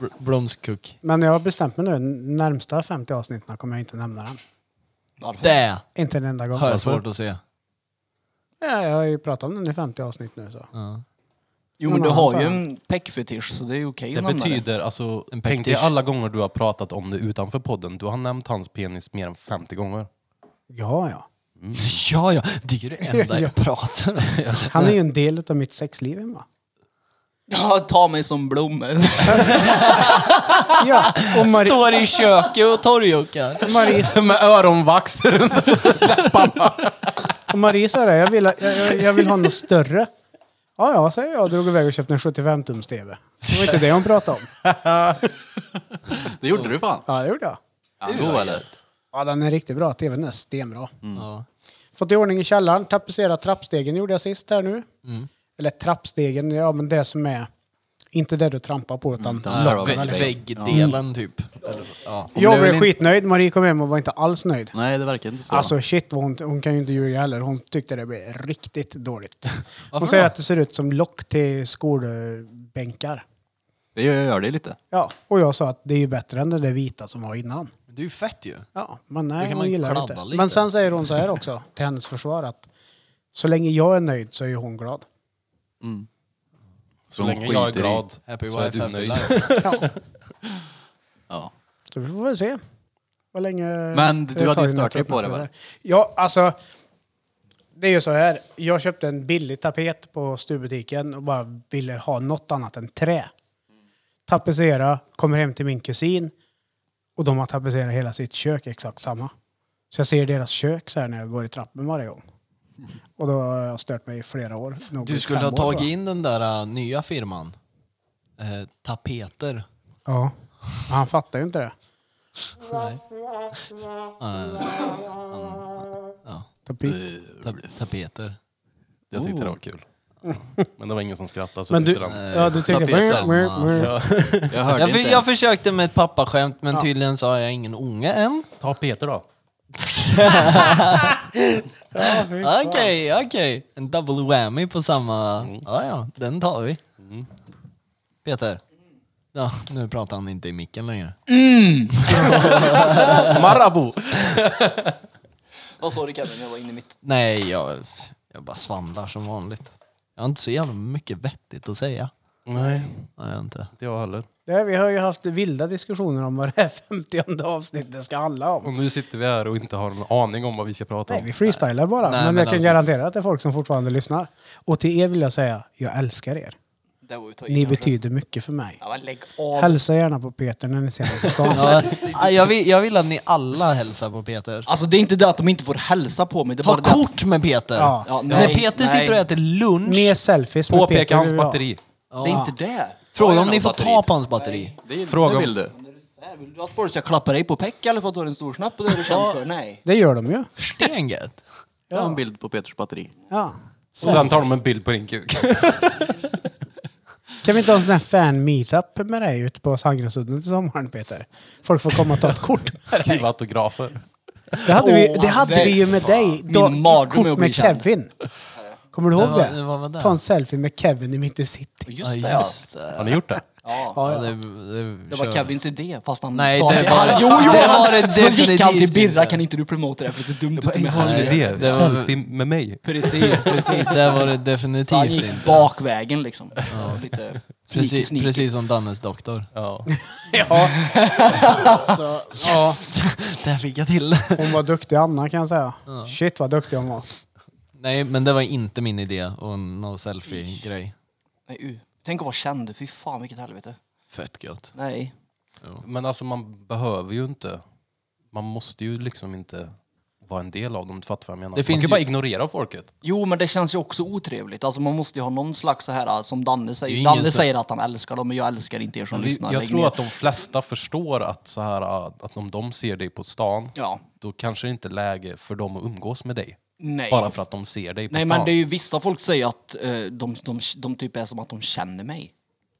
Speaker 5: Br- Blomskuck.
Speaker 4: Men jag har bestämt mig nu, närmsta 50 avsnitten kommer jag inte nämna den.
Speaker 15: Varför?
Speaker 5: Det
Speaker 4: Inte en enda gång.
Speaker 5: har jag svårt att se.
Speaker 4: Ja, jag har ju pratat om den i 50 avsnitt nu så.
Speaker 15: Jo men du har ju en peckfetisch så det är okej
Speaker 14: Det
Speaker 15: att nämna
Speaker 14: betyder, alltså, tänk dig
Speaker 15: pektish.
Speaker 14: alla gånger du har pratat om det utanför podden. Du har nämnt hans penis mer än 50 gånger.
Speaker 4: Ja, ja.
Speaker 5: Ja, ja. Det är ju det enda jag pratar om.
Speaker 4: Han är ju en del av mitt sexliv hemma.
Speaker 15: Ja, ta mig som Blom.
Speaker 4: ja, och Mari-
Speaker 5: Står i köket och torrjuckar.
Speaker 4: Marie-
Speaker 14: Med öronvax runt läpparna.
Speaker 4: Och Marie sa det, jag vill, ha- jag, jag- jag vill ha något större. Ja, ja, säger jag och drog iväg och köpte en 75-tums-tv. Det var inte det hon pratade om.
Speaker 19: Det gjorde du fan.
Speaker 4: Ja, det gjorde jag.
Speaker 19: Är han god eller?
Speaker 4: Ja, den är riktigt bra. TVn är stenbra.
Speaker 19: Mm.
Speaker 4: Fått i ordning i källaren, tapetserat trappstegen gjorde jag sist här nu.
Speaker 5: Mm.
Speaker 4: Eller trappstegen, ja men det som är, inte det du trampar på utan
Speaker 19: Mm.
Speaker 5: Den här
Speaker 4: lockarna,
Speaker 5: vä-
Speaker 4: liksom.
Speaker 5: väggdelen
Speaker 4: Mm.
Speaker 5: typ. Eller, ja.
Speaker 4: Jag blev skitnöjd. Marie kom hem och var inte alls nöjd.
Speaker 19: Nej, det verkar inte Mm. så.
Speaker 4: Alltså shit, vad hon, hon kan ju inte ljuga heller. Hon tyckte det blev riktigt dåligt.
Speaker 19: Varför
Speaker 4: Hon säger
Speaker 19: då?
Speaker 4: att det ser ut som lock till skolbänkar.
Speaker 19: Det gör, gör det lite.
Speaker 4: Ja, och jag sa att det är ju bättre än det där vita som var innan.
Speaker 5: Men Det är ju fett ju.
Speaker 4: Ja, men
Speaker 5: Då
Speaker 4: nej,
Speaker 5: kan
Speaker 4: hon
Speaker 5: man ju
Speaker 4: gillar det
Speaker 5: kladda
Speaker 4: inte.
Speaker 5: lite.
Speaker 4: Men sen säger hon så här också, till hennes försvar, att så länge jag är nöjd så är ju hon glad.
Speaker 14: Så länge jag är glad så är du nöjd.
Speaker 4: ja.
Speaker 19: ja.
Speaker 4: Så vi får väl se. Vad länge...
Speaker 19: Men du
Speaker 4: det
Speaker 19: hade ju
Speaker 4: tar innan
Speaker 19: stört dig på
Speaker 4: tröttnar
Speaker 19: det, väl?
Speaker 4: där. Ja, alltså. Det är ju så här. Jag köpte en billig tapet på stugbutiken och bara ville ha något annat än trä. Tapetsera, kommer hem till min kusin och de har tapetserat hela sitt kök exakt samma. Så jag ser deras kök så här när jag går i trappen varje gång. Och då har jag stört mig i flera år. Nog
Speaker 5: Du
Speaker 4: i
Speaker 5: skulle
Speaker 4: fem
Speaker 5: ha
Speaker 4: år,
Speaker 5: tagit
Speaker 4: va?
Speaker 5: in den där äh, nya firman. Eh, tapeter.
Speaker 4: Ja. Men Han fattar ju inte det.
Speaker 5: Nej. Eh, ja.
Speaker 4: Tapet.
Speaker 5: Ta tapeter.
Speaker 14: Jag tyckte det var kul. Men det var ingen som skrattade så
Speaker 5: Men
Speaker 14: jag
Speaker 5: du-
Speaker 14: tyckte den...
Speaker 5: ja, du tyckte-
Speaker 14: jag
Speaker 5: jag, för- jag försökte med ett pappaskämt men tydligen så har jag ingen unge än.
Speaker 14: Ta Peter då.
Speaker 5: Okej, okej. En double whammy på samma...
Speaker 15: Mm.
Speaker 5: Ja, ja, den tar vi. Peter. Ja, nu pratar han inte i micken längre.
Speaker 15: Mm.
Speaker 5: Marabou!
Speaker 15: Vad sa du Kevin? Jag var inne i mitt...
Speaker 5: Nej, jag, jag bara svamlar som vanligt. Jag har inte så jävla mycket vettigt att säga.
Speaker 14: Nej.
Speaker 5: Nej, jag har inte.
Speaker 14: Inte jag heller.
Speaker 4: Nej, vi har ju haft vilda diskussioner om vad det här 50 avsnittet ska handla om.
Speaker 14: Och nu sitter vi här och inte har en aning om vad vi ska prata om.
Speaker 4: Nej, vi freestylar bara.
Speaker 14: Nej,
Speaker 4: men
Speaker 14: men
Speaker 4: jag kan
Speaker 14: alltså-
Speaker 4: garantera att det är folk som fortfarande lyssnar. Och till er vill jag säga, jag älskar er.
Speaker 15: Det var ju att ta i
Speaker 4: Ni
Speaker 15: kanske.
Speaker 4: betyder mycket för mig.
Speaker 15: Ja, men lägg av.
Speaker 4: Hälsa gärna på Peter när ni ser honom på stan.
Speaker 5: Ja, jag, vill, jag vill att ni alla hälsar på Peter.
Speaker 15: Alltså det är inte det att de inte får hälsa på mig. Det är
Speaker 5: Ta
Speaker 15: bara det att-
Speaker 5: kort med Peter!
Speaker 15: Ja. Ja, nej,
Speaker 5: När Peter
Speaker 15: nej.
Speaker 5: sitter och äter lunch...
Speaker 4: Mer selfies med Påpeka Peter hans vill vi ha. batteri.
Speaker 5: Ja.
Speaker 15: Det är inte det.
Speaker 5: Fråga
Speaker 15: Ta
Speaker 5: om
Speaker 15: gärna
Speaker 5: ni får
Speaker 15: batteriet.
Speaker 5: ta på hans batteri.
Speaker 15: Det är-
Speaker 5: Fråga
Speaker 15: det
Speaker 5: om-
Speaker 15: vill du. Vill du att folk ska klappa dig på peck eller för att du har en stor snabb och det är du känd för? Nej.
Speaker 4: Det gör de ju.
Speaker 5: Stengött.
Speaker 19: Jag har en bild på Peters batteri.
Speaker 4: Ja.
Speaker 14: Och sen tar de en bild på din kuk.
Speaker 4: Kan vi inte ha en sån här fan-meetup med dig ute på Sandgränsudden till sommaren, Peter? Folk får komma och ta ett kort.
Speaker 14: Skriva autografer.
Speaker 4: Det hade vi,
Speaker 14: Åh,
Speaker 4: det hade
Speaker 14: nej,
Speaker 4: vi ju med
Speaker 14: fan.
Speaker 4: dig.
Speaker 14: Min
Speaker 4: Då,
Speaker 14: mardröm är
Speaker 4: kort
Speaker 14: att
Speaker 4: med
Speaker 14: bli känd.
Speaker 4: Kevin. Kommer du
Speaker 5: Det
Speaker 4: ihåg
Speaker 5: var-
Speaker 4: det?
Speaker 5: det var väl det.
Speaker 4: Ta en selfie med Kevin i Mitt i City.
Speaker 15: Just
Speaker 5: Ja,
Speaker 15: det.
Speaker 5: just det.
Speaker 14: Har ni gjort det?
Speaker 15: Ja.
Speaker 5: Ja, det,
Speaker 15: Det var Kevins idé fast han
Speaker 5: Nej,
Speaker 15: sa
Speaker 5: det
Speaker 15: det.
Speaker 5: var-
Speaker 15: Han- jo, jo,
Speaker 5: det var
Speaker 15: han,
Speaker 5: det
Speaker 15: så gick han till
Speaker 5: definitivt
Speaker 15: Birra, kan inte du promota det här för det är så dumt att du med
Speaker 14: Har ni
Speaker 15: här.
Speaker 14: det? Selfie med mig?
Speaker 15: Precis, precis.
Speaker 5: Det var det definitivt
Speaker 15: Så han gick
Speaker 5: inte.
Speaker 15: bakvägen liksom. Lite sneaky,
Speaker 5: Precis,
Speaker 15: sneaky.
Speaker 5: precis som Dannes doktor.
Speaker 14: Ja.
Speaker 4: Ja. Alltså,
Speaker 5: yes! Där fick jag till
Speaker 4: Hon var duktig Anna kan jag säga.
Speaker 5: Ja.
Speaker 4: Shit vad duktig hon var.
Speaker 5: Nej, men det var inte min idé och no selfie-grej.
Speaker 15: Nej, u. Tänk att vara känd, fy fan vilket helvete.
Speaker 5: Fett gött.
Speaker 15: Nej.
Speaker 14: Men alltså man behöver ju inte. Man måste ju liksom inte vara en del av dem. Du fattar vad jag menar.
Speaker 15: Det
Speaker 14: man
Speaker 15: finns
Speaker 14: kan
Speaker 15: ju-
Speaker 14: bara ignorera folket.
Speaker 15: Jo men det känns ju också otrevligt. Alltså man måste ju ha någon slags så här äh, som Danne
Speaker 14: Det är
Speaker 15: säger.
Speaker 14: ingen
Speaker 15: Danne
Speaker 14: som-
Speaker 15: säger att han älskar dem men jag älskar inte er som
Speaker 14: Vi-
Speaker 15: lyssnar.
Speaker 14: Jag
Speaker 15: Lägg
Speaker 14: tror
Speaker 15: ner.
Speaker 14: att de flesta förstår att, så här, äh, att om de ser dig på stan, då kanske det inte är läge för dem att umgås med dig.
Speaker 15: Nej.
Speaker 14: Bara för att de ser dig på
Speaker 15: Nej
Speaker 14: stan.
Speaker 15: men det är ju vissa folk säger att eh, de, de, de, typ är som att de känner mig.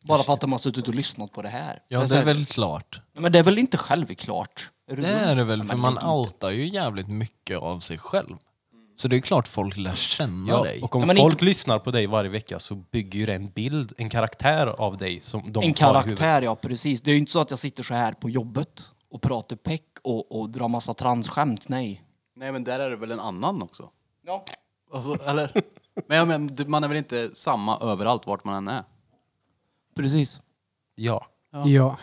Speaker 15: Bara för att de har suttit och lyssnat på det här.
Speaker 5: Ja,
Speaker 15: så
Speaker 5: det är
Speaker 15: här-
Speaker 5: väl klart.
Speaker 15: Nej, men det är väl inte självklart?
Speaker 5: Det är det väl,
Speaker 15: Ja,
Speaker 5: för
Speaker 15: men
Speaker 5: man
Speaker 15: lägg in.
Speaker 5: outar ju jävligt mycket av sig själv. Så det är klart folk lär känna
Speaker 14: Ja,
Speaker 5: dig.
Speaker 14: och om
Speaker 5: men
Speaker 14: folk lyssnar på dig varje vecka så bygger ju det en bild, en karaktär av dig som de
Speaker 15: en
Speaker 14: har i huvudet.
Speaker 15: karaktär, ja precis. Det är ju inte så att jag sitter så här på jobbet och pratar peck och, och drar massa transskämt. Nej.
Speaker 19: Nej men där är det väl en annan också?
Speaker 15: Ja.
Speaker 19: Alltså, eller? Men jag menar, du- man är väl inte samma överallt vart man än är?
Speaker 15: Precis.
Speaker 14: Ja.
Speaker 4: Ja.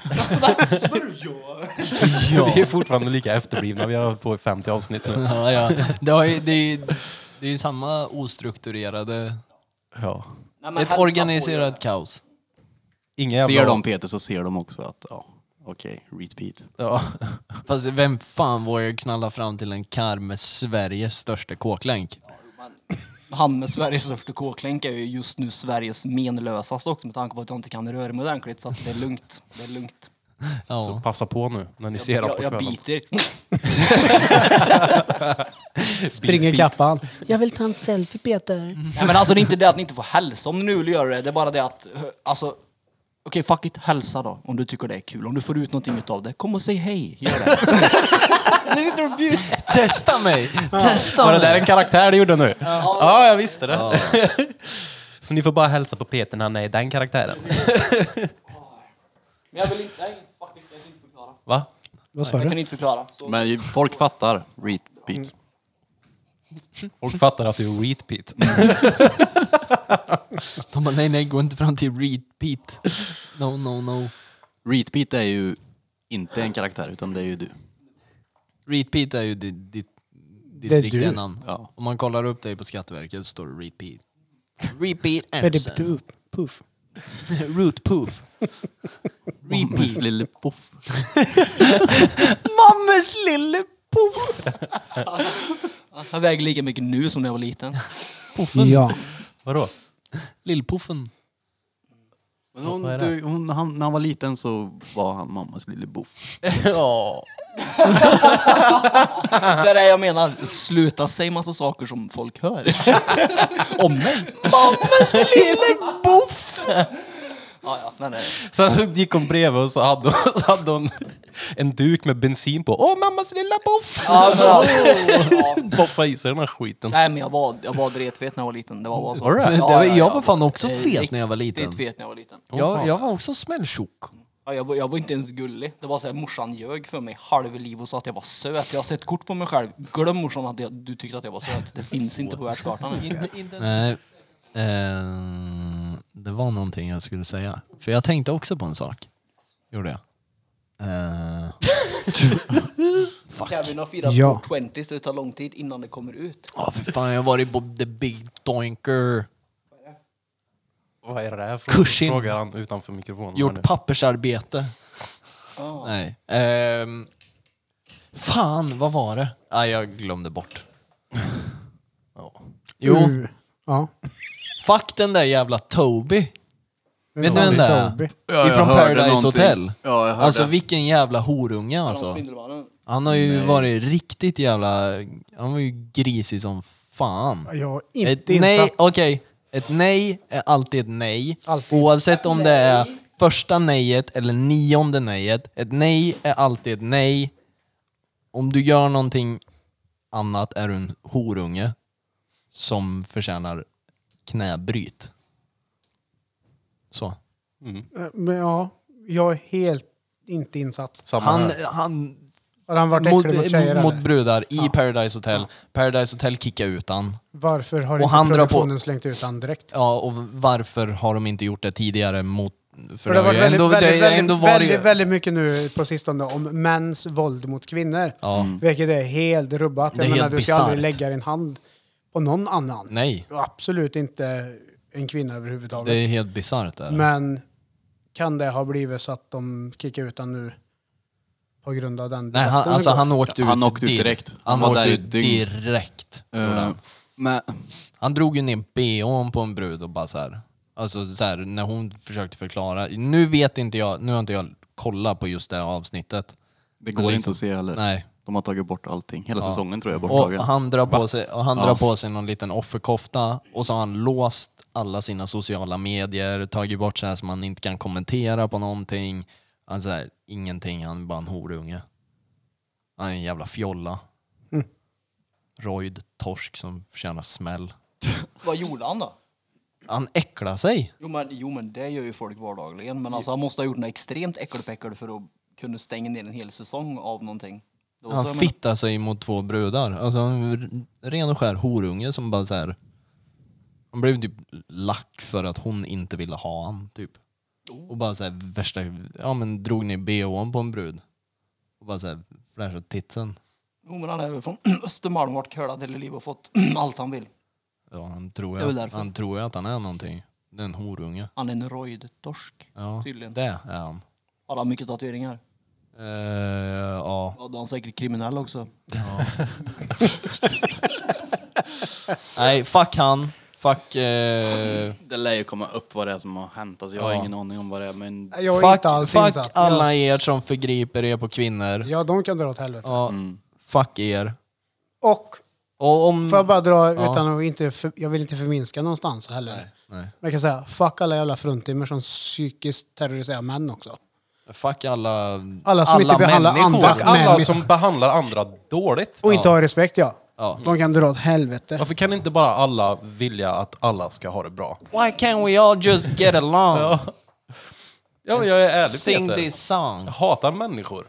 Speaker 14: ja. Vi är fortfarande lika efterblivna. Vi har hållit på i 50 avsnitt nu.
Speaker 5: Ja, ja. Det, har ju, det, är ju, det är ju samma ostrukturerade...
Speaker 14: Ja.
Speaker 15: Nej, men
Speaker 5: Ett
Speaker 15: hälsa
Speaker 5: organiserat kaos.
Speaker 14: Inga
Speaker 19: ser
Speaker 5: jävla-
Speaker 19: de Peter så ser de också att, ja, okej, repeat.
Speaker 5: Ja. Fast vem fan vågar knalla fram till en kar med Sveriges största kåklänk?
Speaker 15: Han med Sveriges största k-klänk är ju just nu Sveriges menlösaste också med tanke på att jag inte kan röra mig ordentligt. Så att det är lugnt. Det är lugnt.
Speaker 14: Så passa på nu när ni
Speaker 15: Jag-
Speaker 14: ser honom
Speaker 15: jag-
Speaker 14: på
Speaker 15: jag
Speaker 14: kvällen.
Speaker 15: biter.
Speaker 4: Springer
Speaker 15: Bit, bit.
Speaker 4: kappan. Jag vill ta en selfie Peter.
Speaker 15: Nej men alltså det är inte det att ni inte får hälsa om ni nu vill göra det. Det är bara det att, hö- alltså. Okej fuck it, hälsa då om du tycker det är kul. Om du får ut någonting utav det, kom och säg hej. Gör det.
Speaker 13: Nu sitter och bjuder. Testa mig! Testa
Speaker 14: Var det
Speaker 13: mig.
Speaker 14: där en karaktär du gjorde nu?
Speaker 13: Ja.
Speaker 14: Ja, jag visste det. Så ni får bara hälsa på Peter när han är i den karaktären.
Speaker 15: Men jag vill inte, nej fuck it, jag kan inte förklara.
Speaker 14: Va?
Speaker 4: Vad sa
Speaker 15: jag
Speaker 4: du?
Speaker 15: kan inte förklara. Så.
Speaker 16: Men ju- folk fattar. Read, beat.
Speaker 14: Folk fattar att du är repeat.
Speaker 5: De bara, nej, nej, gå inte fram till repeat. No, no, no.
Speaker 16: Repeat är ju inte en karaktär, utan det är ju du.
Speaker 5: Repeat är ju ditt, ditt, ditt
Speaker 16: Det är
Speaker 5: riktiga
Speaker 16: du.
Speaker 5: namn. Om man kollar upp dig på Skatteverket så står det repeat. Repeat Anderson.
Speaker 4: Peter Puff.
Speaker 5: Root poof.
Speaker 16: Mammas lille poff.
Speaker 13: Mammas lille poff.
Speaker 15: Jag väger lika mycket nu som när jag var liten.
Speaker 5: Poffen.
Speaker 4: Ja.
Speaker 14: Vadå?
Speaker 5: Lillpoffen.
Speaker 16: Men hon,
Speaker 5: Vad är det?
Speaker 16: du, hon, han, när han var liten så var han mammas lille boff.
Speaker 5: ja.
Speaker 15: det är det jag menar. Sluta säga massa saker som folk hör. Om mig.
Speaker 13: Mammas lille boff!
Speaker 15: Ja, ja, nej, nej.
Speaker 14: Sen så alltså, gick hon bredvid och så hade hon, så hade hon en duk med bensin på. Åh, mammas lilla boff!
Speaker 15: Ja, bra.
Speaker 14: Boffa i sig den här skiten.
Speaker 15: nej men jag var, jag var dretfet när jag var liten. Det var bara så.
Speaker 14: Var du det?
Speaker 15: Ja,
Speaker 14: Det var-
Speaker 15: ja, ja,
Speaker 5: jag var fan också
Speaker 15: eh,
Speaker 5: fet när jag var liten.
Speaker 15: Riktigt fet när jag var liten.
Speaker 5: Jag, jag var också smälltjock.
Speaker 15: Ja, jag, var, jag var inte ens gullig. Det var så här, morsan ljög för mig halv liv och sa att jag var söt. Jag har sett kort på mig själv. Glöm morsan att jag, du tyckte att jag var söt. Det finns inte på världskartan.
Speaker 5: Nej. Eh, det var någonting jag skulle säga. För jag tänkte också på en sak. Gjorde jag. Eh,
Speaker 15: Fuck. Kevin har firat
Speaker 5: Ja.
Speaker 15: ja. 20 så det tar lång tid innan det kommer ut.
Speaker 5: Ja, för fan, jag har varit på The Big Doinker.
Speaker 14: Vad är det här för
Speaker 5: Kursin.
Speaker 14: Frågar han utanför mikrofonen. här nu.
Speaker 5: Gjort pappersarbete.
Speaker 15: Ah,
Speaker 5: Nej. Ehm, fan, vad var det? Ah, jag glömde bort. Jo.
Speaker 4: Ur- Ja.
Speaker 5: Mm. Fuck den där jävla Toby.
Speaker 4: Men
Speaker 5: Vet ni vem
Speaker 4: Toby,
Speaker 5: det är?
Speaker 4: Toby.
Speaker 16: Ja, jag
Speaker 5: Ifrån
Speaker 16: hörde
Speaker 5: Paradise
Speaker 16: någonting.
Speaker 5: Hotel.
Speaker 16: Ja, jag hörde.
Speaker 5: alltså vilken jävla horunge alltså. Han har ju
Speaker 16: Nej.
Speaker 5: varit riktigt jävla... Han var ju grisig som fan.
Speaker 4: Jag är
Speaker 5: ett
Speaker 4: inte
Speaker 5: nej,
Speaker 4: insatt.
Speaker 5: okej. Ett nej är alltid ett nej. Oavsett om det är första nejet eller nionde nejet. Ett nej är alltid ett nej. Om du gör någonting annat är du en horunge som förtjänar knäbryt. Så.
Speaker 4: Men ja, jag är helt inte insatt.
Speaker 5: Han, han,
Speaker 4: Har han varit äcklig mot tjejer
Speaker 5: mot
Speaker 4: eller?
Speaker 5: brudar i Paradise Hotel. Paradise Hotel kickade ut han.
Speaker 4: Varför har
Speaker 5: Och
Speaker 4: inte
Speaker 5: han drar på-
Speaker 4: produktionen slängt ut han direkt?
Speaker 5: Ja, och varför har de inte gjort det tidigare mot...
Speaker 4: För det har
Speaker 5: har
Speaker 4: varit
Speaker 5: ju
Speaker 4: väldigt,
Speaker 5: ändå- det har
Speaker 4: väldigt,
Speaker 5: ju
Speaker 4: väldigt,
Speaker 5: ändå varit-
Speaker 4: väldigt, väldigt mycket nu på sistone om mäns våld mot kvinnor.
Speaker 5: Ja. Mm.
Speaker 4: Vilket är helt rubbat.
Speaker 5: Det är
Speaker 4: Jag menar,
Speaker 5: helt
Speaker 4: du ska aldrig
Speaker 5: bisarrt.
Speaker 4: lägga din hand på någon annan.
Speaker 5: Nej.
Speaker 4: Och Absolut inte en kvinna
Speaker 5: Det
Speaker 4: överhuvudtaget.
Speaker 5: är helt bisarrt. det här.
Speaker 4: Men kan det ha blivit så att de kickar ut honom nu på grund av den
Speaker 5: Nej, han,
Speaker 4: debatten
Speaker 5: alltså
Speaker 4: som går?
Speaker 5: han åkte ut
Speaker 16: Han åkte ut
Speaker 5: dir-
Speaker 16: direkt.
Speaker 5: Han,
Speaker 16: Han var
Speaker 5: åkte
Speaker 16: där i
Speaker 5: ut
Speaker 16: ett dygn.
Speaker 5: direkt.
Speaker 16: Eh,
Speaker 5: gjorde han.
Speaker 16: men-
Speaker 5: han drog ju ner bhn på en brud och bara så här. Alltså så här, när hon försökte förklara. Nu vet inte jag, nu har inte jag kollat på just det avsnittet.
Speaker 16: Det går
Speaker 5: Men
Speaker 16: inte att se heller.
Speaker 5: Nej.
Speaker 16: De har tagit bort allting. Hela
Speaker 5: Ja.
Speaker 16: säsongen tror jag är
Speaker 5: och
Speaker 16: borttagen.
Speaker 5: han drar på sig, och han
Speaker 16: Ja.
Speaker 5: drar på sig någon liten offerkofta och så har han låst alla sina sociala medier, tagit bort så här så man inte kan kommentera på någonting. Han så här, ingenting, han är bara en horunge. Han är en jävla fjolla.
Speaker 4: Mm.
Speaker 5: Rojd torsk som förtjänar smäll.
Speaker 15: Vad gjorde han då?
Speaker 5: Han äcklar sig.
Speaker 15: Jo men, jo men det gör ju folk vardagligen. Men alltså han måste ha gjort något extremt äckelpäckel för att kunna stänga ner en hel säsong av någonting. Det var så
Speaker 5: Han
Speaker 15: jag
Speaker 5: fittar sig mot två brudar. Alltså han är en ren och skär horunge som bara så här. Han blev typ lack för att hon inte ville ha han typ. Och bara så här värsta, ja men drog ner bhn på en brud. Och bara så här flashade titsen.
Speaker 15: Jo men han är väl från Östermalm, varit curlad hela livet och fått allt han vill.
Speaker 5: Ja, han tror
Speaker 15: Det är väl
Speaker 5: ju att,
Speaker 15: därför.
Speaker 5: han tror ju att han är någonting. Det är en horunge.
Speaker 15: Han är en rojdtorsk.
Speaker 5: Ja,
Speaker 15: Tydligen.
Speaker 5: det är han.
Speaker 15: Har han mycket tatueringar?
Speaker 5: Eh, ja.
Speaker 15: Ja, då är han säkert kriminell också.
Speaker 5: Nej, fuck han. Fuck... Eh,
Speaker 16: Det lär ju komma upp vad det är som har hänt. Alltså, jag har
Speaker 5: Ja.
Speaker 16: ingen aning om vad det är. Men...
Speaker 5: fuck fuck alla er som förgriper er på kvinnor.
Speaker 4: Ja, de kan dra åt helvete.
Speaker 5: Ja, Fuck er.
Speaker 4: Och,
Speaker 5: om,
Speaker 4: får jag bara dra,
Speaker 5: Ja.
Speaker 4: utan att inte för, jag vill inte förminska någonstans heller.
Speaker 5: Nej.
Speaker 4: Men jag kan säga, fuck alla jävla fruntimmer som psykiskt terroriserar män också.
Speaker 5: Fuck alla...
Speaker 4: Alla som inte behandlar
Speaker 14: människor.
Speaker 4: andra
Speaker 14: Fuck alla
Speaker 4: med-
Speaker 14: som behandlar andra dåligt.
Speaker 4: Och inte har respekt ja.
Speaker 14: Ja.
Speaker 4: De kan dra åt helvete.
Speaker 14: Varför kan inte bara alla vilja att alla ska ha det bra?
Speaker 5: Why can't we all just get along?
Speaker 14: Ja. Ja, men jag är ärlig
Speaker 5: Sing
Speaker 14: Peter.
Speaker 5: this song.
Speaker 14: Jag hatar människor.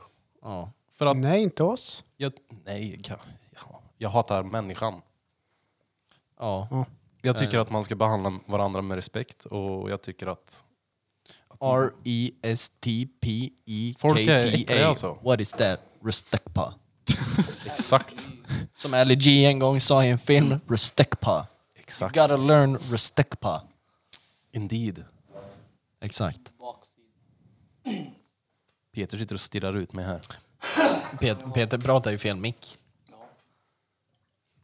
Speaker 14: För att
Speaker 4: nej, inte oss.
Speaker 14: Jag, nej, jag, ja, jag hatar människan.
Speaker 5: Ja.
Speaker 14: Jag tycker att man ska behandla varandra med respekt och jag tycker att...
Speaker 5: E
Speaker 14: Folk är äckliga
Speaker 5: R-E-S-T-P-E-K-T-A.
Speaker 14: alltså.
Speaker 5: What is that? Restekpa.
Speaker 14: Exakt.
Speaker 5: Som Ali G en gång sa i en film. Restekpa.
Speaker 14: Exakt.
Speaker 5: You gotta learn restekpa.
Speaker 14: Indeed.
Speaker 5: Exakt.
Speaker 14: Peter sitter och stirrar ut mig här.
Speaker 5: Peter, Peter pratar ju fel mick.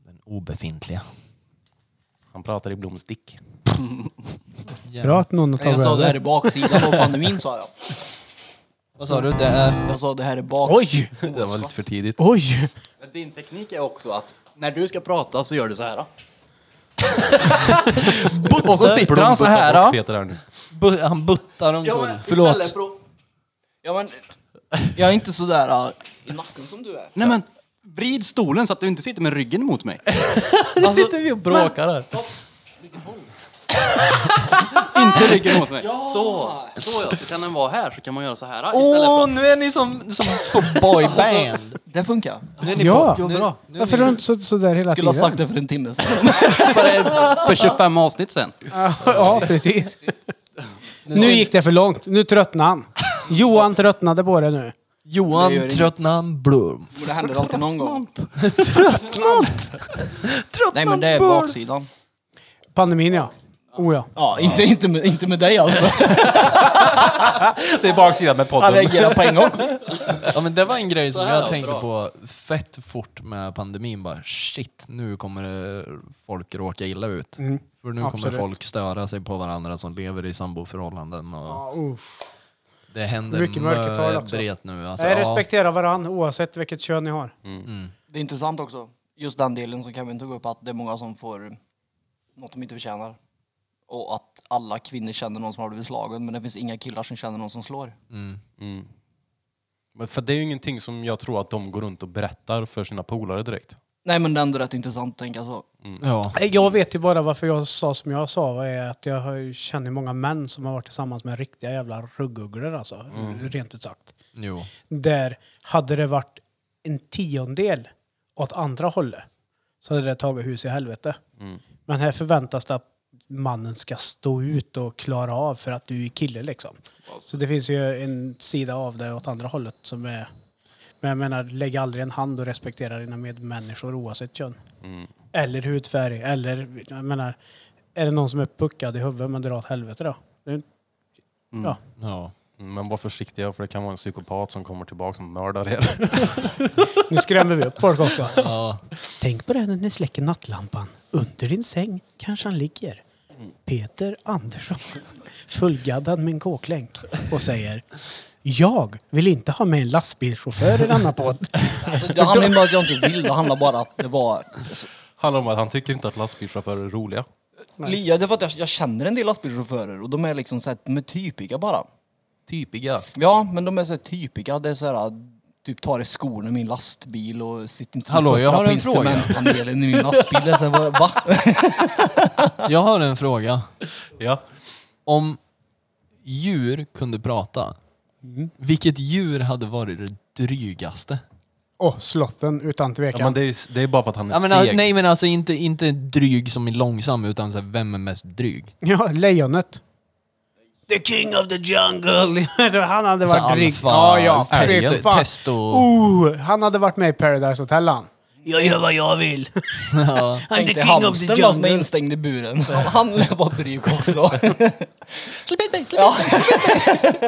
Speaker 5: Den obefintliga.
Speaker 14: Han pratar i blomstick.
Speaker 4: Bra att någon tar
Speaker 15: Jag sa
Speaker 4: över.
Speaker 15: det här är baksidan av pandemin sa jag.
Speaker 5: Vad sa du? Det är...
Speaker 15: Jag sa det här är baks...
Speaker 5: Oj!
Speaker 14: Det var lite för tidigt.
Speaker 4: Oj!
Speaker 16: Men Din teknik är också att när du ska prata så gör du så här. och så sitter han så här.
Speaker 14: Peter här nu.
Speaker 5: Bu- han buttar
Speaker 15: Ja,
Speaker 5: omkull.
Speaker 15: men,
Speaker 5: Förlåt.
Speaker 15: istället för att- ja, men, jag är inte sådär ah, i nacken som du är.
Speaker 16: Nej men, vrid stolen så att du inte sitter med ryggen mot mig.
Speaker 15: Nu sitter vi och bråkar
Speaker 14: här.
Speaker 16: inte ryggen mot mig.
Speaker 15: Ja.
Speaker 16: Så, så ja. Så kan den vara här så kan man göra så här istället.
Speaker 5: Åh, nu är ni som, som två boyband!
Speaker 15: Det funkar.
Speaker 5: Nu är ni
Speaker 4: Ja!
Speaker 5: på- nu- nu är
Speaker 4: Varför
Speaker 5: ni-
Speaker 4: är du inte så, sådär hela
Speaker 15: Skulle ha
Speaker 4: tiden?
Speaker 15: sagt det för en timme sedan.
Speaker 16: För 25 avsnitt sen.
Speaker 4: ja, precis. Nu gick det för långt. Nu tröttnade han. Johan tröttnade på det nu.
Speaker 5: Johan Det gör inget. Tröttnan Blom.
Speaker 15: Men det händer alltid någon gång.
Speaker 5: Tröttnat!
Speaker 15: Nej men det är baksidan.
Speaker 4: Pandemin ja. Oh ja.
Speaker 15: Ja, inte, Inte, med, inte med dig alltså.
Speaker 14: Det är baksidan med podden.
Speaker 15: Han reagerar på en gång.
Speaker 5: Ja men det var en grej
Speaker 15: Så
Speaker 5: som
Speaker 15: här,
Speaker 5: jag tänkte
Speaker 15: bra.
Speaker 5: på fett fort med pandemin. Bara shit, nu kommer det folk råka illa ut.
Speaker 4: Mm,
Speaker 5: För nu
Speaker 4: absolut.
Speaker 5: kommer folk störa sig på varandra som lever i samboförhållanden. Och Det händer
Speaker 4: Mycket mörkertal också.
Speaker 5: mödret nu. Alltså,
Speaker 4: Nej,
Speaker 5: ja.
Speaker 4: respektera varandra oavsett vilket kön ni har.
Speaker 15: Det är intressant också, just den delen som Kevin tog upp, att det är många som får något de inte förtjänar. Och att alla kvinnor känner någon som har blivit slagen, men det finns inga killar som känner någon som slår.
Speaker 14: Mm. Men för det är ju ingenting som jag tror att de går runt och berättar för sina polare direkt.
Speaker 15: Nej men det är ändå rätt intressant att tänka så.
Speaker 5: Ja.
Speaker 4: Nej, Eh, Jag vet ju bara varför jag sa som jag sa. vad är att Jag har ju- känner många män som har varit tillsammans med riktiga jävla ruggugglor alltså.
Speaker 5: Mm.
Speaker 4: Rent ut sagt.
Speaker 5: Jo.
Speaker 4: Där hade det varit en tiondel åt andra hållet så hade det tagit hus i helvete.
Speaker 14: Mm.
Speaker 4: Men här förväntas det att mannen ska stå ut och klara av för att du är kille liksom. Så det finns ju en sida av det åt andra hållet som är... Men jag menar, lägg aldrig en hand och respektera dina medmänniskor oavsett kön.
Speaker 14: Mm.
Speaker 4: Eller hudfärg, eller... Jag menar, är det någon som är puckad i huvudet, men dra åt helvete då. Det är ju-
Speaker 14: Mm.
Speaker 4: Ja.
Speaker 14: Men var försiktiga för det kan vara en psykopat som kommer tillbaka och mördar er.
Speaker 4: Nu skrämmer vi upp folk också.
Speaker 5: Ja.
Speaker 4: Tänk på det när ni släcker nattlampan. Under din säng kanske han ligger. Peter Andersson, fullgaddad med en kåklänk och säger Jag vill inte ha med en lastbilschaufför i denna podd.
Speaker 15: Alltså, Det handlar inte om att jag inte vill, det handlar bara om att det var...
Speaker 14: Handlar om att han tycker inte att lastbilschaufförer är roliga.
Speaker 15: Ja, det är för att jag, jag känner en del lastbilschaufförer och de är liksom så här, de är typiga bara.
Speaker 14: Typiga?
Speaker 15: Ja, men de är så här typiga. Det är så här, typ tar i skorna i min lastbil och sitter inte med
Speaker 5: Hallå, jag
Speaker 15: fötterna
Speaker 5: har
Speaker 15: på
Speaker 5: en fråga.
Speaker 15: instrumentpanelen i min lastbil. Det är så här, va?
Speaker 5: Jag har en fråga.
Speaker 14: Ja.
Speaker 5: Om djur kunde prata,
Speaker 4: Mm.
Speaker 5: vilket djur hade varit det drygaste?
Speaker 4: Åh, slotten utan tvekan.
Speaker 14: Ja, men det, är, ju- det är bara för att han är
Speaker 5: Ja, men, alltså,
Speaker 14: seg.
Speaker 5: nej men alltså inte, inte dryg som är långsam utan så här, vem är mest dryg?
Speaker 4: Ja, lejonet. The king of the jungle. han hade
Speaker 5: Alltså,
Speaker 4: varit dryg.
Speaker 5: alfa-
Speaker 4: Ja, ja. fy
Speaker 5: test-
Speaker 4: fan.
Speaker 5: testo-
Speaker 4: Oh, han hade varit med i Paradise Hotel han. Jag gör vad jag vill.
Speaker 5: Ja.
Speaker 4: I'm the
Speaker 15: Tänk dig
Speaker 4: king of the
Speaker 15: hamstern då som är
Speaker 4: jungle.
Speaker 15: instängd i buren. Han lär vara dryg också.
Speaker 5: Släpp ut mig, släpp ut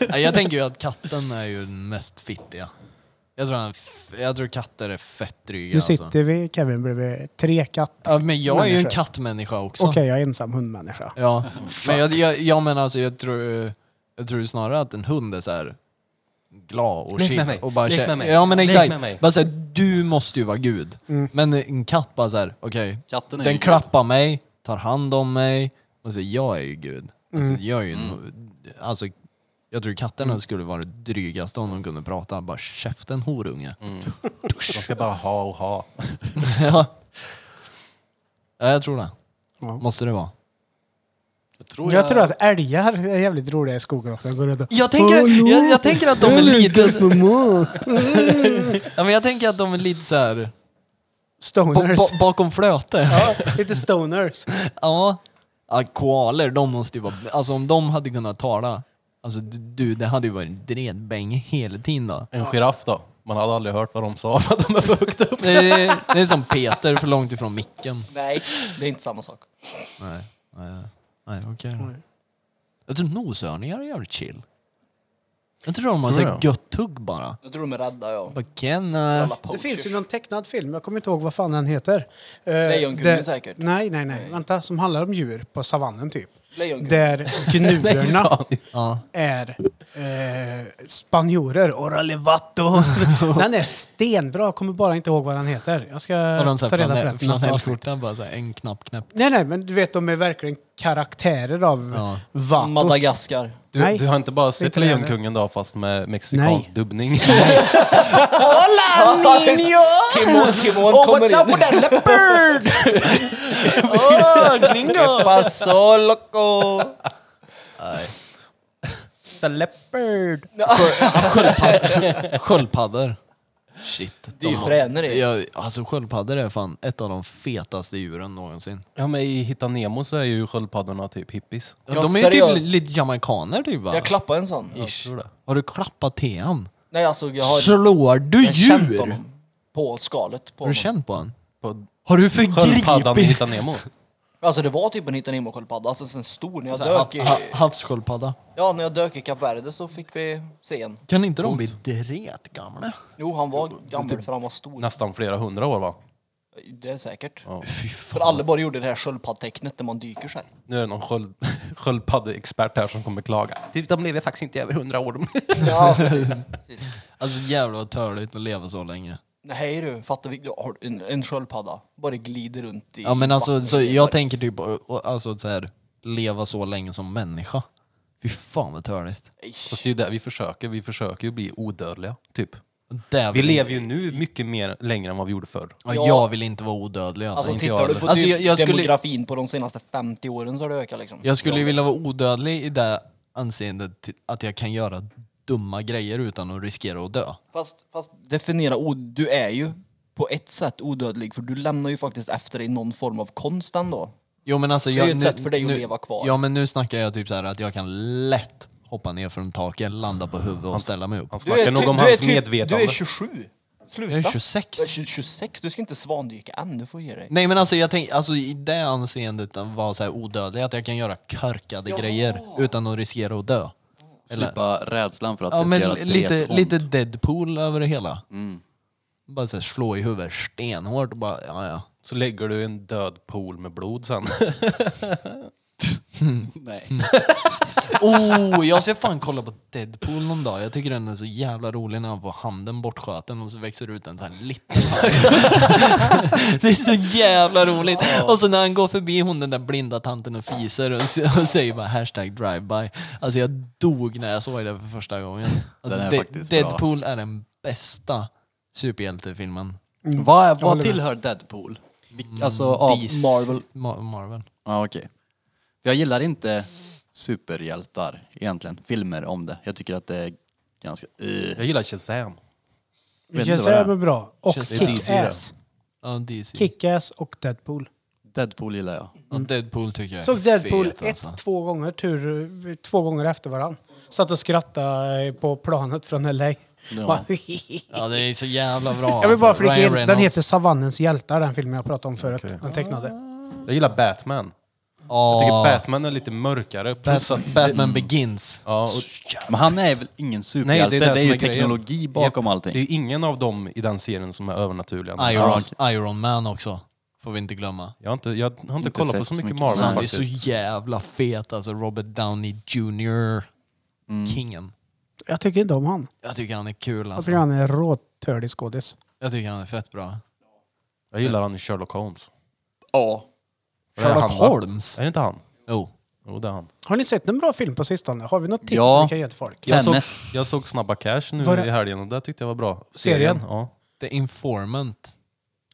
Speaker 5: mig! Ja, jag tänker ju att katten är ju den mest fittiga. Jag tror, han, f- jag tror katter är fett dryga
Speaker 4: Nu
Speaker 5: alltså.
Speaker 4: sitter vi, Kevin, bredvid tre katt.
Speaker 5: Ja, men jag är ju en
Speaker 4: Människor.
Speaker 5: kattmänniska också.
Speaker 4: Okej, jag är ensam hundmänniska.
Speaker 5: Ja, men jag, jag, jag menar alltså, jag tror, jag tror snarare att en hund är så här glad och
Speaker 4: Lek
Speaker 5: chill.
Speaker 4: med mig,
Speaker 5: Och bara
Speaker 4: lek
Speaker 5: kä-
Speaker 4: med mig,
Speaker 5: Ja men
Speaker 4: lek
Speaker 5: exakt.
Speaker 4: med mig.
Speaker 5: Bara så här, du måste ju vara gud.
Speaker 4: Mm.
Speaker 5: Men en katt bara så här, okej.
Speaker 16: Katten är ju
Speaker 5: Den
Speaker 16: gud.
Speaker 5: klappar mig, tar hand om mig. Och så jag är ju gud.
Speaker 16: Mm.
Speaker 5: Alltså, jag är ju en, alltså, jag tror katterna skulle vara det drygaste om de kunde prata. Bara käften horunge.
Speaker 14: De ska bara ha och ha.
Speaker 5: ja. ja, jag tror det. Måste det vara.
Speaker 4: jag, tror att älgar är jävligt roliga i skogen också. Jag, går runt och,
Speaker 5: Jag tänker-
Speaker 4: "Hallå,
Speaker 5: jag- jag tänker att de är
Speaker 4: jag
Speaker 5: lite-
Speaker 4: lyckas med mat."
Speaker 5: ja, men jag tänker att de är lite så här...
Speaker 4: Stoners.
Speaker 5: Ba- ba- bakom flöte.
Speaker 4: ja, lite stoners.
Speaker 5: ja. ja. Koaler, de måste ju vara... Alltså om de hade kunnat tala. Alltså d- du, det hade ju varit en dredbänge hela tiden då.
Speaker 14: En giraff då? Man hade aldrig hört vad de sa för att de är för högt upp.
Speaker 5: Det är, det är som Peter, för långt ifrån micken.
Speaker 15: Nej, det är inte samma sak.
Speaker 5: Nej, nej, nej okej då. Jag tror noshörningar är jävligt chill. Jag tror de har
Speaker 15: Tror
Speaker 5: såhär
Speaker 15: jag.
Speaker 5: gött tugg bara.
Speaker 15: Jag tror de är rädda, ja.
Speaker 5: Bara Ken... eh,
Speaker 4: Det finns ju någon tecknad film, jag kommer inte ihåg vad fan den heter. Eh,
Speaker 15: Lejonkungen
Speaker 4: det-
Speaker 15: säkert.
Speaker 4: Nej, nej, nej, Vänta, som handlar om djur på savannen typ.
Speaker 15: Lejonkungen.
Speaker 4: Där
Speaker 15: Nej,
Speaker 4: gnuerna
Speaker 15: sa
Speaker 5: Ja.
Speaker 4: är eh, spanjorer. Ora levato. den är stenbra, jag kommer bara inte ihåg vad den heter. Jag ska
Speaker 5: Har de
Speaker 4: ta reda på
Speaker 5: såhär
Speaker 4: den till nästa avsnitt.
Speaker 5: flanellskjorta? Bara såhär en knapp knäpp.
Speaker 4: Nej, nej, men du vet de är verkligen karaktärer av
Speaker 5: Ja.
Speaker 4: Vatos.
Speaker 14: Du,
Speaker 4: nej.
Speaker 14: du har inte bara
Speaker 4: inte
Speaker 14: sett
Speaker 4: det heller.
Speaker 14: Lejonkungen då fast med mexikansk dubbning?
Speaker 4: Hola niño!
Speaker 14: Kimon- Kimon Oh, what's kommer up in. with that
Speaker 4: leopard?
Speaker 14: Oh, gringo!
Speaker 15: Que pasó, loco?
Speaker 14: It's a leopard!
Speaker 5: Sköldpaddor. Sköldpaddor. Shit.
Speaker 15: Det är ju
Speaker 5: de har-
Speaker 15: fränare.
Speaker 5: Ja, alltså sköldpaddor är fan ett av de fetaste djuren någonsin.
Speaker 14: Ja men i Hitta Nemo så är ju sköldpaddorna typ hippies.
Speaker 5: Ja, de är ju typ li- lite jamaicaner typ va?
Speaker 15: Jag klappade en sån.
Speaker 5: Ish. Har du klappat tean?
Speaker 15: Nej, alltså jag har...
Speaker 5: Slår du
Speaker 15: jag har känt
Speaker 5: djur?
Speaker 15: honom På skalet. På
Speaker 5: Har du
Speaker 15: honom.
Speaker 5: känt på den?
Speaker 14: På
Speaker 5: Har du förgripit?
Speaker 14: Sköldpaddan i Hitta Nemo.
Speaker 15: Alltså det var typ en Hitta Nemo-sköldpadda, alltså en stor. När jag,
Speaker 5: Så här,
Speaker 15: dök i,
Speaker 5: ha- ha- Havssköldpadda.
Speaker 15: ja, när jag dök i Kap Verde så fick vi se en.
Speaker 5: Kan inte de bli dretgamla?
Speaker 15: Jo, han var gammal för han var stor.
Speaker 14: Nästan flera hundra år va?
Speaker 15: Det är säkert.
Speaker 14: Ja.
Speaker 15: För alla bara gjorde det här sköldpaddtecknet när man dyker så här.
Speaker 14: Nu är det någon sköld, sköldpaddeexpert här som kommer klaga. Typ, de lever faktiskt inte över hundra år. de.
Speaker 15: Ja, precis, precis.
Speaker 5: Alltså jävlar vad törligt att leva så länge.
Speaker 15: Nej du, fattar vi. har En, en sköldpadda bara glider runt i
Speaker 5: Ja men alltså,
Speaker 15: vattnet.
Speaker 5: så jag tänker typ å- å- alltså, så här, leva så länge som människa. Fy fan vad törligt.
Speaker 14: Fast det är ju där vi försöker. Vi försöker ju bli odödliga, typ.
Speaker 5: Där
Speaker 14: Vi
Speaker 5: vill-
Speaker 14: lever ju nu mycket mer, längre än vad vi gjorde förr.
Speaker 5: Ja, jag vill inte vara odödlig alltså.
Speaker 15: Alltså,
Speaker 5: inte jag
Speaker 15: tittar du
Speaker 5: heller.
Speaker 15: på
Speaker 5: alltså,
Speaker 15: typ
Speaker 5: jag, jag, skulle,
Speaker 15: demografin på de senaste 50 åren så har det ökat liksom.
Speaker 5: jag skulle ju vilja vara odödlig i det anseendet till- att jag kan göra dumma grejer utan att riskera att dö.
Speaker 15: Fast, fast definiera od... Du är ju på ett sätt odödlig för du lämnar ju faktiskt efter dig någon form av konst ändå.
Speaker 5: Jo men alltså
Speaker 15: Det är
Speaker 5: jag,
Speaker 15: ju ett sätt för dig att
Speaker 5: nu,
Speaker 15: leva kvar.
Speaker 5: Ja men nu snackar jag typ så här att jag kan lätt hoppa ner från taket, landa på huvudet och ställa mig upp.
Speaker 14: Han
Speaker 15: Du är ty- du är typ- Du är 27. Sluta.
Speaker 5: Jag är 26.
Speaker 15: Du är 20 26, du ska inte svandyka än, du får ge dig.
Speaker 5: Nej men alltså jag tänk, alltså i det anseendet att vara så här odödlig, att jag kan göra körkade grejer utan att riskera att dö.
Speaker 16: Slippa rädslan för att
Speaker 5: ja,
Speaker 16: det
Speaker 5: men
Speaker 16: ska göra
Speaker 5: lite,
Speaker 16: dretont.
Speaker 5: lite Deadpool över det hela.
Speaker 16: Mm.
Speaker 5: Bara så här, slå i huvudet stenhårt och bara, ja ja.
Speaker 14: Så lägger du en död pool med blod sen.
Speaker 16: Nej.
Speaker 5: oh, jag ska fan kolla på Deadpool någon dag. Jag tycker den är så jävla rolig när han får handen bortsköten och så växer ut en sån här liten. det är så jävla roligt. Och så när han går förbi hon den där blinda tanten och fiser och, s- och säger bara hashtag drive-by. Alltså jag dog när jag såg det för första gången. Alltså,
Speaker 16: Den är faktiskt bra.
Speaker 5: Deadpool är den bästa superhjältefilmen.
Speaker 16: Vad, vad tillhör Deadpool? Vilk-
Speaker 15: Mm,
Speaker 16: Alltså av
Speaker 5: Dis-
Speaker 16: Marvel?
Speaker 5: Ma- Marvel.
Speaker 16: Ja, okej. För Jag gillar inte superhjältar egentligen, filmer om det. Jag tycker att det är ganska...
Speaker 14: Jag gillar Shazam.
Speaker 4: Shazam är bra. Och
Speaker 16: Shazam. Det är DC det.
Speaker 4: Kick-Ass.
Speaker 5: Ja, DC.
Speaker 4: Kick-Ass och Deadpool.
Speaker 16: Deadpool gillar jag.
Speaker 5: Ja, Deadpool tycker jag
Speaker 4: Såg Deadpool
Speaker 5: fet, alltså.
Speaker 4: ett, två gånger tur, två gånger efter varann. Satt och skrattade eh, på planet från LA.
Speaker 5: Ja.
Speaker 4: Bara-
Speaker 5: ja, det är så jävla bra.
Speaker 4: jag vill bara
Speaker 5: alltså.
Speaker 4: flika
Speaker 5: Ryan
Speaker 4: in, den
Speaker 5: Reynolds.
Speaker 4: heter Savannens hjältar, den filmen jag pratade om förut. Den tecknade.
Speaker 14: Jag gillar Batman. Jag tycker
Speaker 15: Ja.
Speaker 14: Batman är lite mörkare. Plus
Speaker 5: alltså,
Speaker 15: Bat-
Speaker 14: att
Speaker 15: Batman
Speaker 14: Begins. Ja, och...
Speaker 15: Men han är väl ingen superhjälte?
Speaker 14: Nej,
Speaker 15: det är,
Speaker 14: som
Speaker 15: ju
Speaker 14: grejen.
Speaker 15: teknologi bakom
Speaker 14: Japp,
Speaker 15: allting.
Speaker 14: Det är ingen av dem i den serien som är övernaturliga.
Speaker 5: Iron, Iron Man också. Får vi inte glömma. Alltså,
Speaker 14: Jag har inte, jag har inte kollat på så mycket Marvel
Speaker 5: Han är
Speaker 14: faktiskt.
Speaker 5: så jävla fet alltså. Robert Downey Jr.
Speaker 14: Mm.
Speaker 5: Kingen.
Speaker 4: Jag tycker inte om han.
Speaker 5: Jag tycker han är kul
Speaker 4: Jag
Speaker 5: alltså.
Speaker 4: tycker han är råtörlig skådis.
Speaker 5: Jag tycker han är fett bra.
Speaker 14: Jag gillar han i Sherlock Holmes.
Speaker 15: Ja.
Speaker 14: Det är
Speaker 5: Sherlock
Speaker 14: han, va?
Speaker 5: Holmes?
Speaker 14: Är det inte han?
Speaker 5: Jo.
Speaker 14: Jo, det är han.
Speaker 4: Har ni sett en bra film på sistone? Har vi något tips
Speaker 14: Ja.
Speaker 4: som vi kan ge till folk?
Speaker 14: Jag såg, jag såg Snabba Cash nu
Speaker 4: Var det-
Speaker 14: i helgen och det tyckte jag var bra.
Speaker 4: Serien?
Speaker 14: Ja.
Speaker 5: The Informant.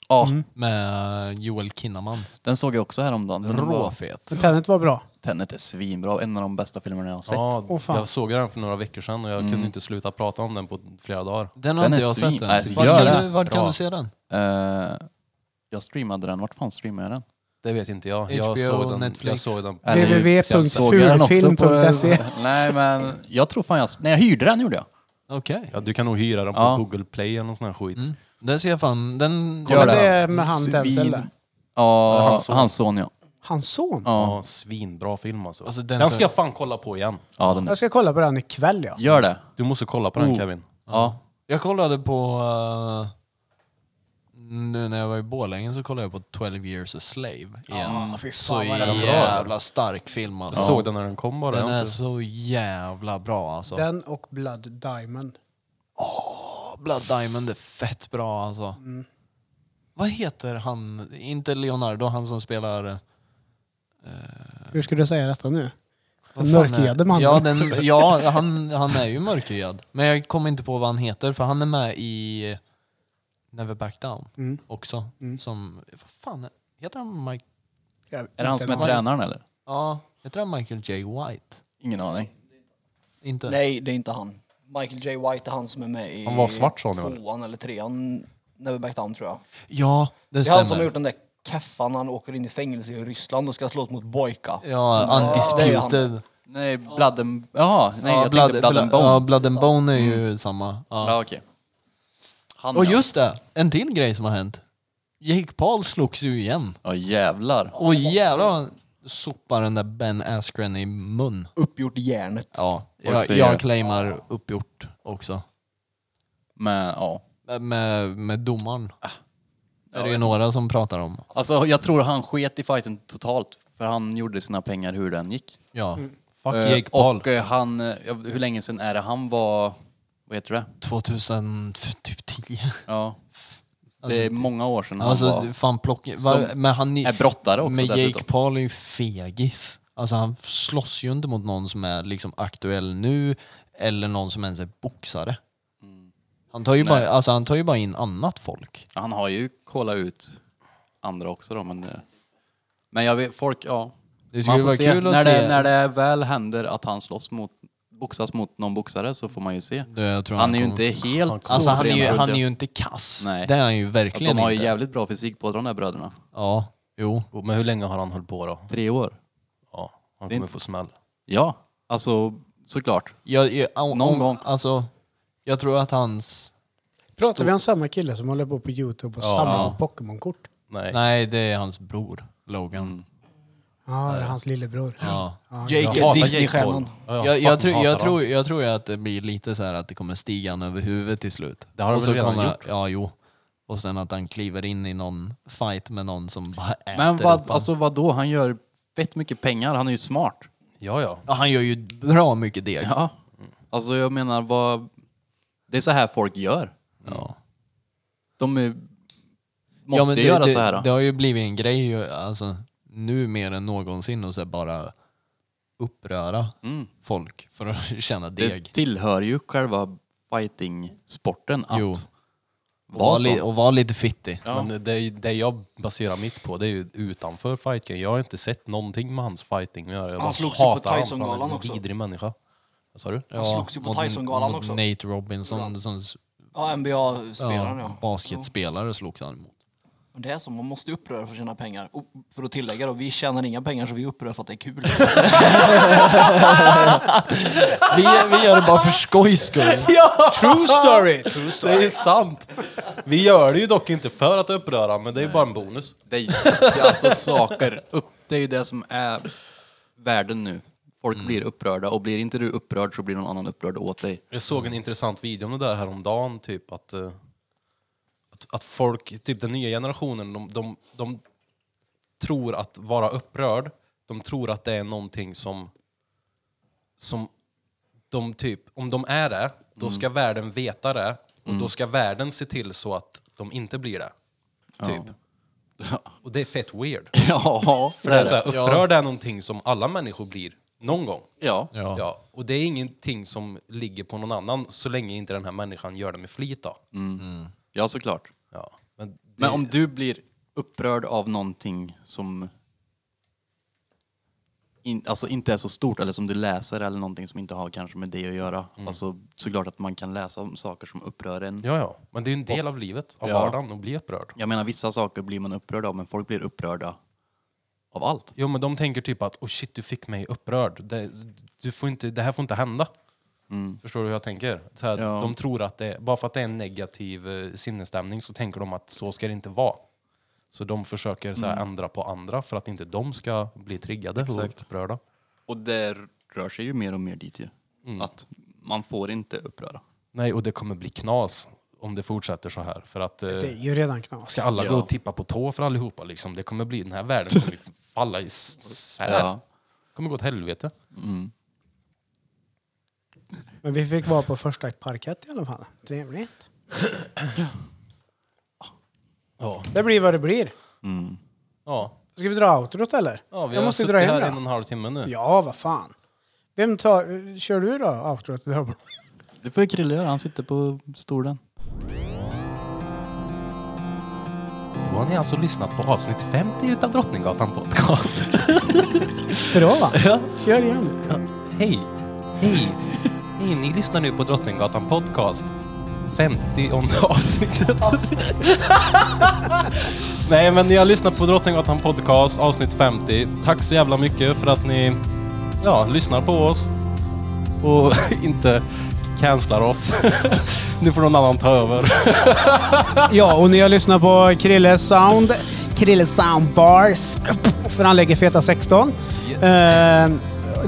Speaker 15: Ja.
Speaker 4: Mm.
Speaker 5: Med Joel Kinnaman.
Speaker 15: Den såg jag också häromdagen.
Speaker 14: Mm.
Speaker 15: Den var-
Speaker 5: Råfet.
Speaker 4: Men Tenet var bra.
Speaker 15: Tenet är svinbra. En av de bästa filmerna jag har sett.
Speaker 14: Ja,
Speaker 4: Åh, fan.
Speaker 14: jag såg den för några veckor sedan och jag kunde inte sluta prata om den på flera dagar.
Speaker 5: Den har Den inte är jag svin- sett än.
Speaker 4: Äh,
Speaker 5: Nej, Vart
Speaker 15: gör
Speaker 5: kan
Speaker 15: det.
Speaker 5: du- vart kan
Speaker 14: Bra.
Speaker 5: du se den?
Speaker 15: Eh, jag streamade den. Vart fan streamade jag den?
Speaker 14: Det vet inte jag. Jag
Speaker 5: HBO,
Speaker 14: såg den, jag
Speaker 5: Netflix.
Speaker 14: såg den på...
Speaker 15: Eller-
Speaker 4: www.fulfilm.se.
Speaker 15: Såg jag den också
Speaker 5: E.
Speaker 4: på-
Speaker 15: Nej men jag tror fan jag... Nej jag hyrde den gjorde jag.
Speaker 5: Okej.
Speaker 14: Ja, du kan nog hyra den på
Speaker 15: Ja.
Speaker 14: Google Play eller någon sån här skit.
Speaker 5: Mm. Den ser jag fan. Den...
Speaker 4: Kolla det är med han Denzel där.
Speaker 15: Ja,
Speaker 14: Hans son.
Speaker 15: hans son ja.
Speaker 4: Hans son?
Speaker 14: Ja, svinbra film alltså.
Speaker 5: den
Speaker 14: den,
Speaker 5: så-
Speaker 14: ska jag fan kolla på igen.
Speaker 15: Ja, den
Speaker 4: Jag ska kolla på den ikväll ja.
Speaker 15: Gör det.
Speaker 14: Du måste kolla på den
Speaker 5: Oh.
Speaker 14: Kevin.
Speaker 15: Ja.
Speaker 5: Jag kollade på... eh, nu när jag var i Borlänge så kollade jag på 12 years a slave igen.
Speaker 4: Ja, fy fan,
Speaker 5: så
Speaker 4: vad den är bra.
Speaker 5: jävla stark film alltså.
Speaker 14: Jag såg den när den kom bara, jag
Speaker 5: Den
Speaker 14: har
Speaker 5: är
Speaker 14: inte-
Speaker 5: så jävla bra alltså.
Speaker 4: Den och Blood Diamond.
Speaker 5: Blood Diamond är fett bra alltså.
Speaker 4: Mm.
Speaker 5: Vad heter han? Inte Leonardo, han som spelar... eh,
Speaker 4: Hur skulle du säga detta nu?
Speaker 5: vad
Speaker 4: Den
Speaker 5: fan är-
Speaker 4: mörkhyade mannen.
Speaker 5: Ja, den, ja han, han är ju mörkhyad. Men jag kommer inte på vad han heter för han är med i Never Back Down
Speaker 4: Mm.
Speaker 5: också. Som, vad fan är- heter han? Mike?
Speaker 4: Jag vet
Speaker 15: Är det han
Speaker 5: inte.
Speaker 15: som är
Speaker 5: Mike-
Speaker 15: tränaren eller?
Speaker 5: Ja, heter han Michael J White?
Speaker 15: Ingen aning.
Speaker 5: Inte?
Speaker 20: Nej, det är inte han. Michael J. White är han som är med i
Speaker 5: Han var svart, sa ni, väl?
Speaker 20: tvåan eller trean. Never Back Down tror jag.
Speaker 5: Ja, det,
Speaker 20: Det är
Speaker 5: stämmer.
Speaker 20: han som har gjort den där keffan när han åker in i fängelse i Ryssland och ska slåss mot Boyka.
Speaker 5: Ja, Undisputed.
Speaker 15: Nej, Blood and... Jaha, nej
Speaker 5: ja,
Speaker 15: jag blood, tänkte Blood and Bone. Alltså.
Speaker 5: Ja, Blood and Bone är ju
Speaker 4: Mm.
Speaker 5: samma. Ja.
Speaker 15: Ja, okej. Han,
Speaker 5: Och
Speaker 15: ja.
Speaker 5: just det, en till grej som har hänt. Jake Paul slogs ju igen.
Speaker 15: Ja jävlar.
Speaker 5: Och jävlar han sopar den där Ben Askren i mun.
Speaker 20: Uppgjort järnet.
Speaker 5: Ja,
Speaker 15: Folk
Speaker 5: jag,
Speaker 15: säger-
Speaker 5: jag claimar uppgjort också.
Speaker 15: Men ja. Ah.
Speaker 5: Med, med, med domaren. är det ju några som pratar om.
Speaker 15: Alltså jag tror han sket i fighten totalt. För han gjorde sina pengar hur den gick.
Speaker 5: Ja.
Speaker 14: Fuck
Speaker 15: Eh,
Speaker 14: Jake Paul.
Speaker 15: Och eh, han, eh, ja, hur länge sedan är det han var, vad heter det?
Speaker 5: 2010.
Speaker 15: Ja. Det
Speaker 5: Alltså,
Speaker 15: är
Speaker 5: typ-
Speaker 15: många år sedan han
Speaker 5: Alltså
Speaker 15: var...
Speaker 5: fan plocka,
Speaker 15: som
Speaker 5: var, men han
Speaker 15: är brottare också typ
Speaker 5: Men Jake
Speaker 15: dessutom.
Speaker 5: Paul är ju fegis. Alltså han slåss ju inte mot någon som är liksom aktuell nu eller någon som ens är boxare. Han tar ju,
Speaker 15: Mm. Nej.
Speaker 5: bara, alltså, han tar ju bara in annat folk.
Speaker 15: Han har ju kollat ut andra också då men... eh, Men jag vet, folk, ja.
Speaker 5: Det skulle
Speaker 15: Man får
Speaker 5: vara
Speaker 15: se.
Speaker 5: kul att
Speaker 15: när
Speaker 5: se.
Speaker 15: Det, när det väl händer att han slåss mot, boxas mot någon boxare så får man ju se.
Speaker 5: Det, jag tror
Speaker 15: han är ju inte
Speaker 5: kommer-
Speaker 15: helt...
Speaker 5: Alltså han är, ju,
Speaker 15: otränad.
Speaker 5: han är ju inte kass.
Speaker 15: Nej.
Speaker 5: Det är han ju verkligen
Speaker 15: De har ju
Speaker 5: inte.
Speaker 15: jävligt bra fysik på de där bröderna.
Speaker 5: Ja, jo.
Speaker 14: Men hur länge har han hållit på då?
Speaker 15: Tre år.
Speaker 14: Ja, han
Speaker 15: Det är
Speaker 14: kommer
Speaker 15: inte-
Speaker 14: få smäll.
Speaker 15: Ja, alltså såklart.
Speaker 5: Jag, jag, om,
Speaker 15: Någon
Speaker 5: om,
Speaker 15: gång.
Speaker 5: Alltså, jag tror att hans...
Speaker 4: Pratar vi om samma kille som håller på på Youtube och
Speaker 5: Ja.
Speaker 4: samlar Pokémon-kort?
Speaker 14: Nej.
Speaker 5: Nej, det är hans bror, Logan.
Speaker 15: Mm.
Speaker 4: Ja, det är hans lillebror.
Speaker 5: Ja.
Speaker 4: jag hatar Jake Paul.
Speaker 5: Jag, jag, tror, jag, tror, jag tror ju att det blir lite så här att det kommer stiga han över huvudet till slut.
Speaker 14: Det har
Speaker 5: och
Speaker 14: han
Speaker 5: så
Speaker 14: väl redan
Speaker 5: kommer,
Speaker 14: gjort?
Speaker 5: Ja, jo. Och sen att han kliver in i någon fight med någon som bara äter
Speaker 15: Men
Speaker 5: upp
Speaker 15: vad,
Speaker 5: han.
Speaker 15: alltså, vad då? Han gör fett mycket pengar. Han är ju smart.
Speaker 14: Ja, ja.
Speaker 5: Ja, han gör ju bra mycket deg.
Speaker 15: Ja. Alltså jag menar vad... Det är så här folk gör.
Speaker 5: Ja.
Speaker 15: De är,
Speaker 5: Ja,
Speaker 15: måste
Speaker 5: men det,
Speaker 15: göra
Speaker 5: det,
Speaker 15: så här. Då.
Speaker 5: Det har ju blivit en grej ju, alltså, nu mer än någonsin att så här bara uppröra
Speaker 15: Mm.
Speaker 5: folk för att tjäna
Speaker 15: Det,
Speaker 5: deg.
Speaker 15: tillhör ju själva fighting-sporten att
Speaker 5: Jo. Och
Speaker 15: vara
Speaker 5: vara,
Speaker 15: så.
Speaker 5: li- och vara lite fittig.
Speaker 14: Men det, det, är- det jag baserar mitt på det är ju utanför fighting. Jag har inte sett någonting med hans fighting att göra. Jag
Speaker 20: Han
Speaker 14: bara
Speaker 20: slogs ju på
Speaker 14: hatar honom för han är
Speaker 20: Tyson-galan
Speaker 14: en
Speaker 20: också.
Speaker 14: vidrig människa. Vad sa du?
Speaker 5: Ja, mot- mot Nate Robinson som
Speaker 20: Ja, NBA-spelaren ja.
Speaker 5: basketspelare slogs han mot.
Speaker 20: Men Det är så, man måste uppröra för sina pengar. Och för att tillägga då, vi tjänar inga pengar så vi upprör för att det är kul.
Speaker 5: Vi, vi gör det bara för skojs skull.
Speaker 14: Ja!
Speaker 4: True story!
Speaker 14: True story! Det är sant! Vi gör det ju dock inte för att uppröra, men det är ju bara en bonus.
Speaker 15: Det är alltså saker upp
Speaker 16: Det är ju det som är världen nu. Folk
Speaker 5: Mm.
Speaker 16: blir upprörda och blir inte du upprörd så blir någon annan upprörd åt dig.
Speaker 14: Jag såg en intressant video om det där häromdagen, typ att, eh, att, att folk, typ den nya generationen, de, de, de tror att vara upprörd, de tror att det är någonting som, som de typ, om de är det, då
Speaker 6: Mm.
Speaker 14: ska världen veta det och
Speaker 6: Mm.
Speaker 14: då ska världen se till så att de inte blir det. Typ. Och det är fett weird.
Speaker 16: Ja,
Speaker 14: För det är
Speaker 16: det.
Speaker 14: så här,
Speaker 16: Ja.
Speaker 14: upprörd är någonting som alla människor blir någon gång.
Speaker 16: Ja.
Speaker 14: Ja. Och det är ingenting som ligger på någon annan så länge inte den här människan gör det med flit. Då.
Speaker 16: Ja, såklart.
Speaker 14: Ja. Men, det,
Speaker 16: Mm. Men om du blir upprörd av någonting som in, alltså inte är så stort eller som du läser eller någonting som inte har kanske med det att göra. Alltså, såklart att man kan läsa om saker som upprör en.
Speaker 14: Ja, ja. Men det är en del av livet, av vardagen, att bli upprörd.
Speaker 16: Jag menar vissa saker blir man upprörd av men folk blir upprörda av allt.
Speaker 14: Jo, men de tänker typ att oh shit, du fick mig upprörd. Det, du får inte, det här får inte hända. Förstår du hur jag tänker? Så här,
Speaker 16: Mm. Ja.
Speaker 14: De tror att det, bara för att det är en negativ eh, sinnesstämning så tänker de att så ska det inte vara. Så de försöker så här,
Speaker 16: Mm.
Speaker 14: ändra på andra för att inte de ska bli triggade och
Speaker 16: Exakt.
Speaker 14: upprörda.
Speaker 16: Och det rör sig ju mer och mer dit ju. Att man får inte uppröra.
Speaker 14: Nej, och det kommer bli knas om det fortsätter så här. För att, eh,
Speaker 4: Det är ju redan knas.
Speaker 14: Ska alla gå
Speaker 4: Ja.
Speaker 14: och tippa på tå för allihopa? Liksom? Det kommer bli, den här världen kommer ju falla isär.
Speaker 16: Ja.
Speaker 14: kommer gå åt helvete.
Speaker 4: Men vi fick vara på första parkett i alla fall. Trevligt.
Speaker 14: Ja.
Speaker 4: Det blir vad det blir.
Speaker 14: Ja.
Speaker 4: Ska vi dra outrot eller?
Speaker 14: Ja, vi
Speaker 4: Jag
Speaker 14: har
Speaker 4: måste
Speaker 14: suttit
Speaker 4: dra hem
Speaker 14: här
Speaker 4: det.
Speaker 14: en och en halv timme nu.
Speaker 4: Ja, vad fan. Vem tar... Kör du då outrot? Robert?
Speaker 16: Det får ju Krille göra, han sitter på stolen.
Speaker 14: Då har ni alltså lyssnat på avsnitt 50 utav Drottninggatan podcast.
Speaker 4: Bra va? Kör igen.
Speaker 14: Hej! Hej! Hej, ni lyssnar nu på Drottninggatan podcast. 50 avsnittet. Nej, men ni har lyssnat på Drottninggatan podcast avsnitt 50. Tack så jävla mycket för att ni ja, lyssnar på oss och inte cancelar oss. nu får någon annan ta över.
Speaker 4: Ja, och ni har lyssnat på Krille Sound. Krille Sound Bars. För han lägger feta 16. Eh,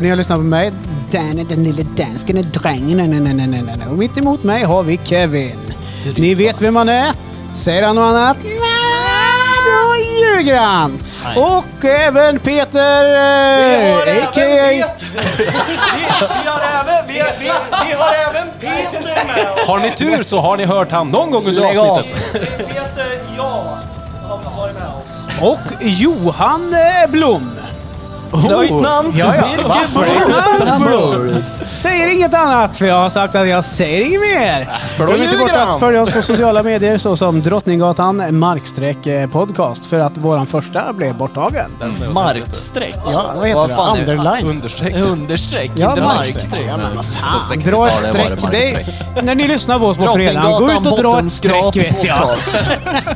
Speaker 4: ni har lyssnat på mig. Danny, den lille dansken är drängen. Nej, nej, nej, nej, nej, nej. Och mitt emot mig har vi Kevin. Ni vet vem han är. Säger han något annat? Nej, då ljuger han. Och även Peter, eh, a.k.a.
Speaker 1: Vi har även, vi, vi, vi har även Peter med oss.
Speaker 14: Har ni tur så har ni hört han någon gång under
Speaker 4: Lägg av.
Speaker 14: avsnittet.
Speaker 1: Peter, ja, har varit med oss.
Speaker 4: och Johan eh, Blom.
Speaker 1: Löjtnant
Speaker 4: Birke Blom. Säger inget annat, för jag har sagt att jag säger inget mer.
Speaker 1: för då
Speaker 4: Glöm inte
Speaker 1: ljuger
Speaker 4: bort att
Speaker 1: han.
Speaker 4: följa oss på sociala medier såsom Drottninggatan markstreck eh, podcast för att våran första blev borttagen.
Speaker 5: Markstreck?
Speaker 4: Ja, vad heter det?
Speaker 5: fan är
Speaker 4: Underline.
Speaker 14: Understreck?
Speaker 5: Understreck,
Speaker 4: Ja,
Speaker 5: inte
Speaker 4: markstreck.
Speaker 5: markstreck.
Speaker 4: Ja, men vad
Speaker 5: fan.
Speaker 4: Dra ett streck. Det är, när ni lyssnar på oss på fredag, gå ut och dra ett streck vet jag.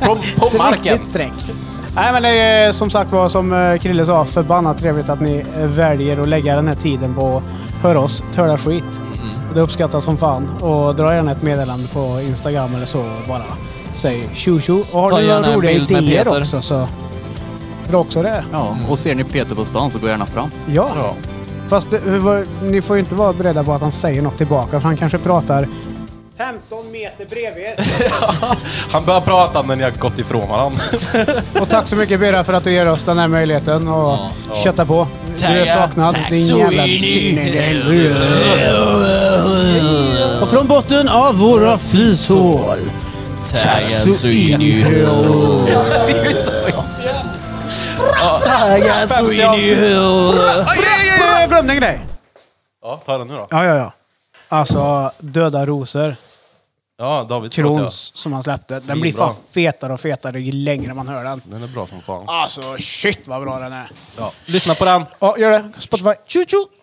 Speaker 5: på, på marken.
Speaker 4: Riktigt streck. Nej men det är som sagt var som eh, Krille sa, förbannat trevligt att ni eh, väljer att lägga den här tiden på att höra oss töla skit.
Speaker 16: Mm.
Speaker 4: Det uppskattas som fan. Och dra gärna ett meddelande på Instagram eller så och bara säg tjo tjo. Och har
Speaker 16: Ta
Speaker 4: ni några
Speaker 16: gärna en
Speaker 4: roliga
Speaker 16: bild med
Speaker 4: idéer
Speaker 16: Peter.
Speaker 4: också så dra också det.
Speaker 16: Ja, och ser ni Peter på stan så gå gärna fram.
Speaker 4: Ja. Fast eh, vad- ni får ju inte vara beredda på att han säger något tillbaka för han kanske pratar 15 meter bredvid er.
Speaker 14: Han börjar prata men jag har gått ifrån varandra.
Speaker 4: Och tack så mycket Bera för att du ger oss den här möjligheten och kötta på. Du är saknad, din jävla... Och från botten av våra flishål.
Speaker 1: Tack så in i
Speaker 4: Tack så in i Jag glömde en grej.
Speaker 14: Ja, ta den nu då.
Speaker 4: Ja, ja, ja. Alltså, Döda rosor.
Speaker 14: Ja, David
Speaker 4: Krons som han släppte. Den blir fan fetare och fetare ju längre man hör den.
Speaker 14: Den är bra som fan.
Speaker 4: Alltså shit vad bra den är.
Speaker 14: Lyssna på den.
Speaker 4: Ja, gör det. Spotify. Tjo tjo!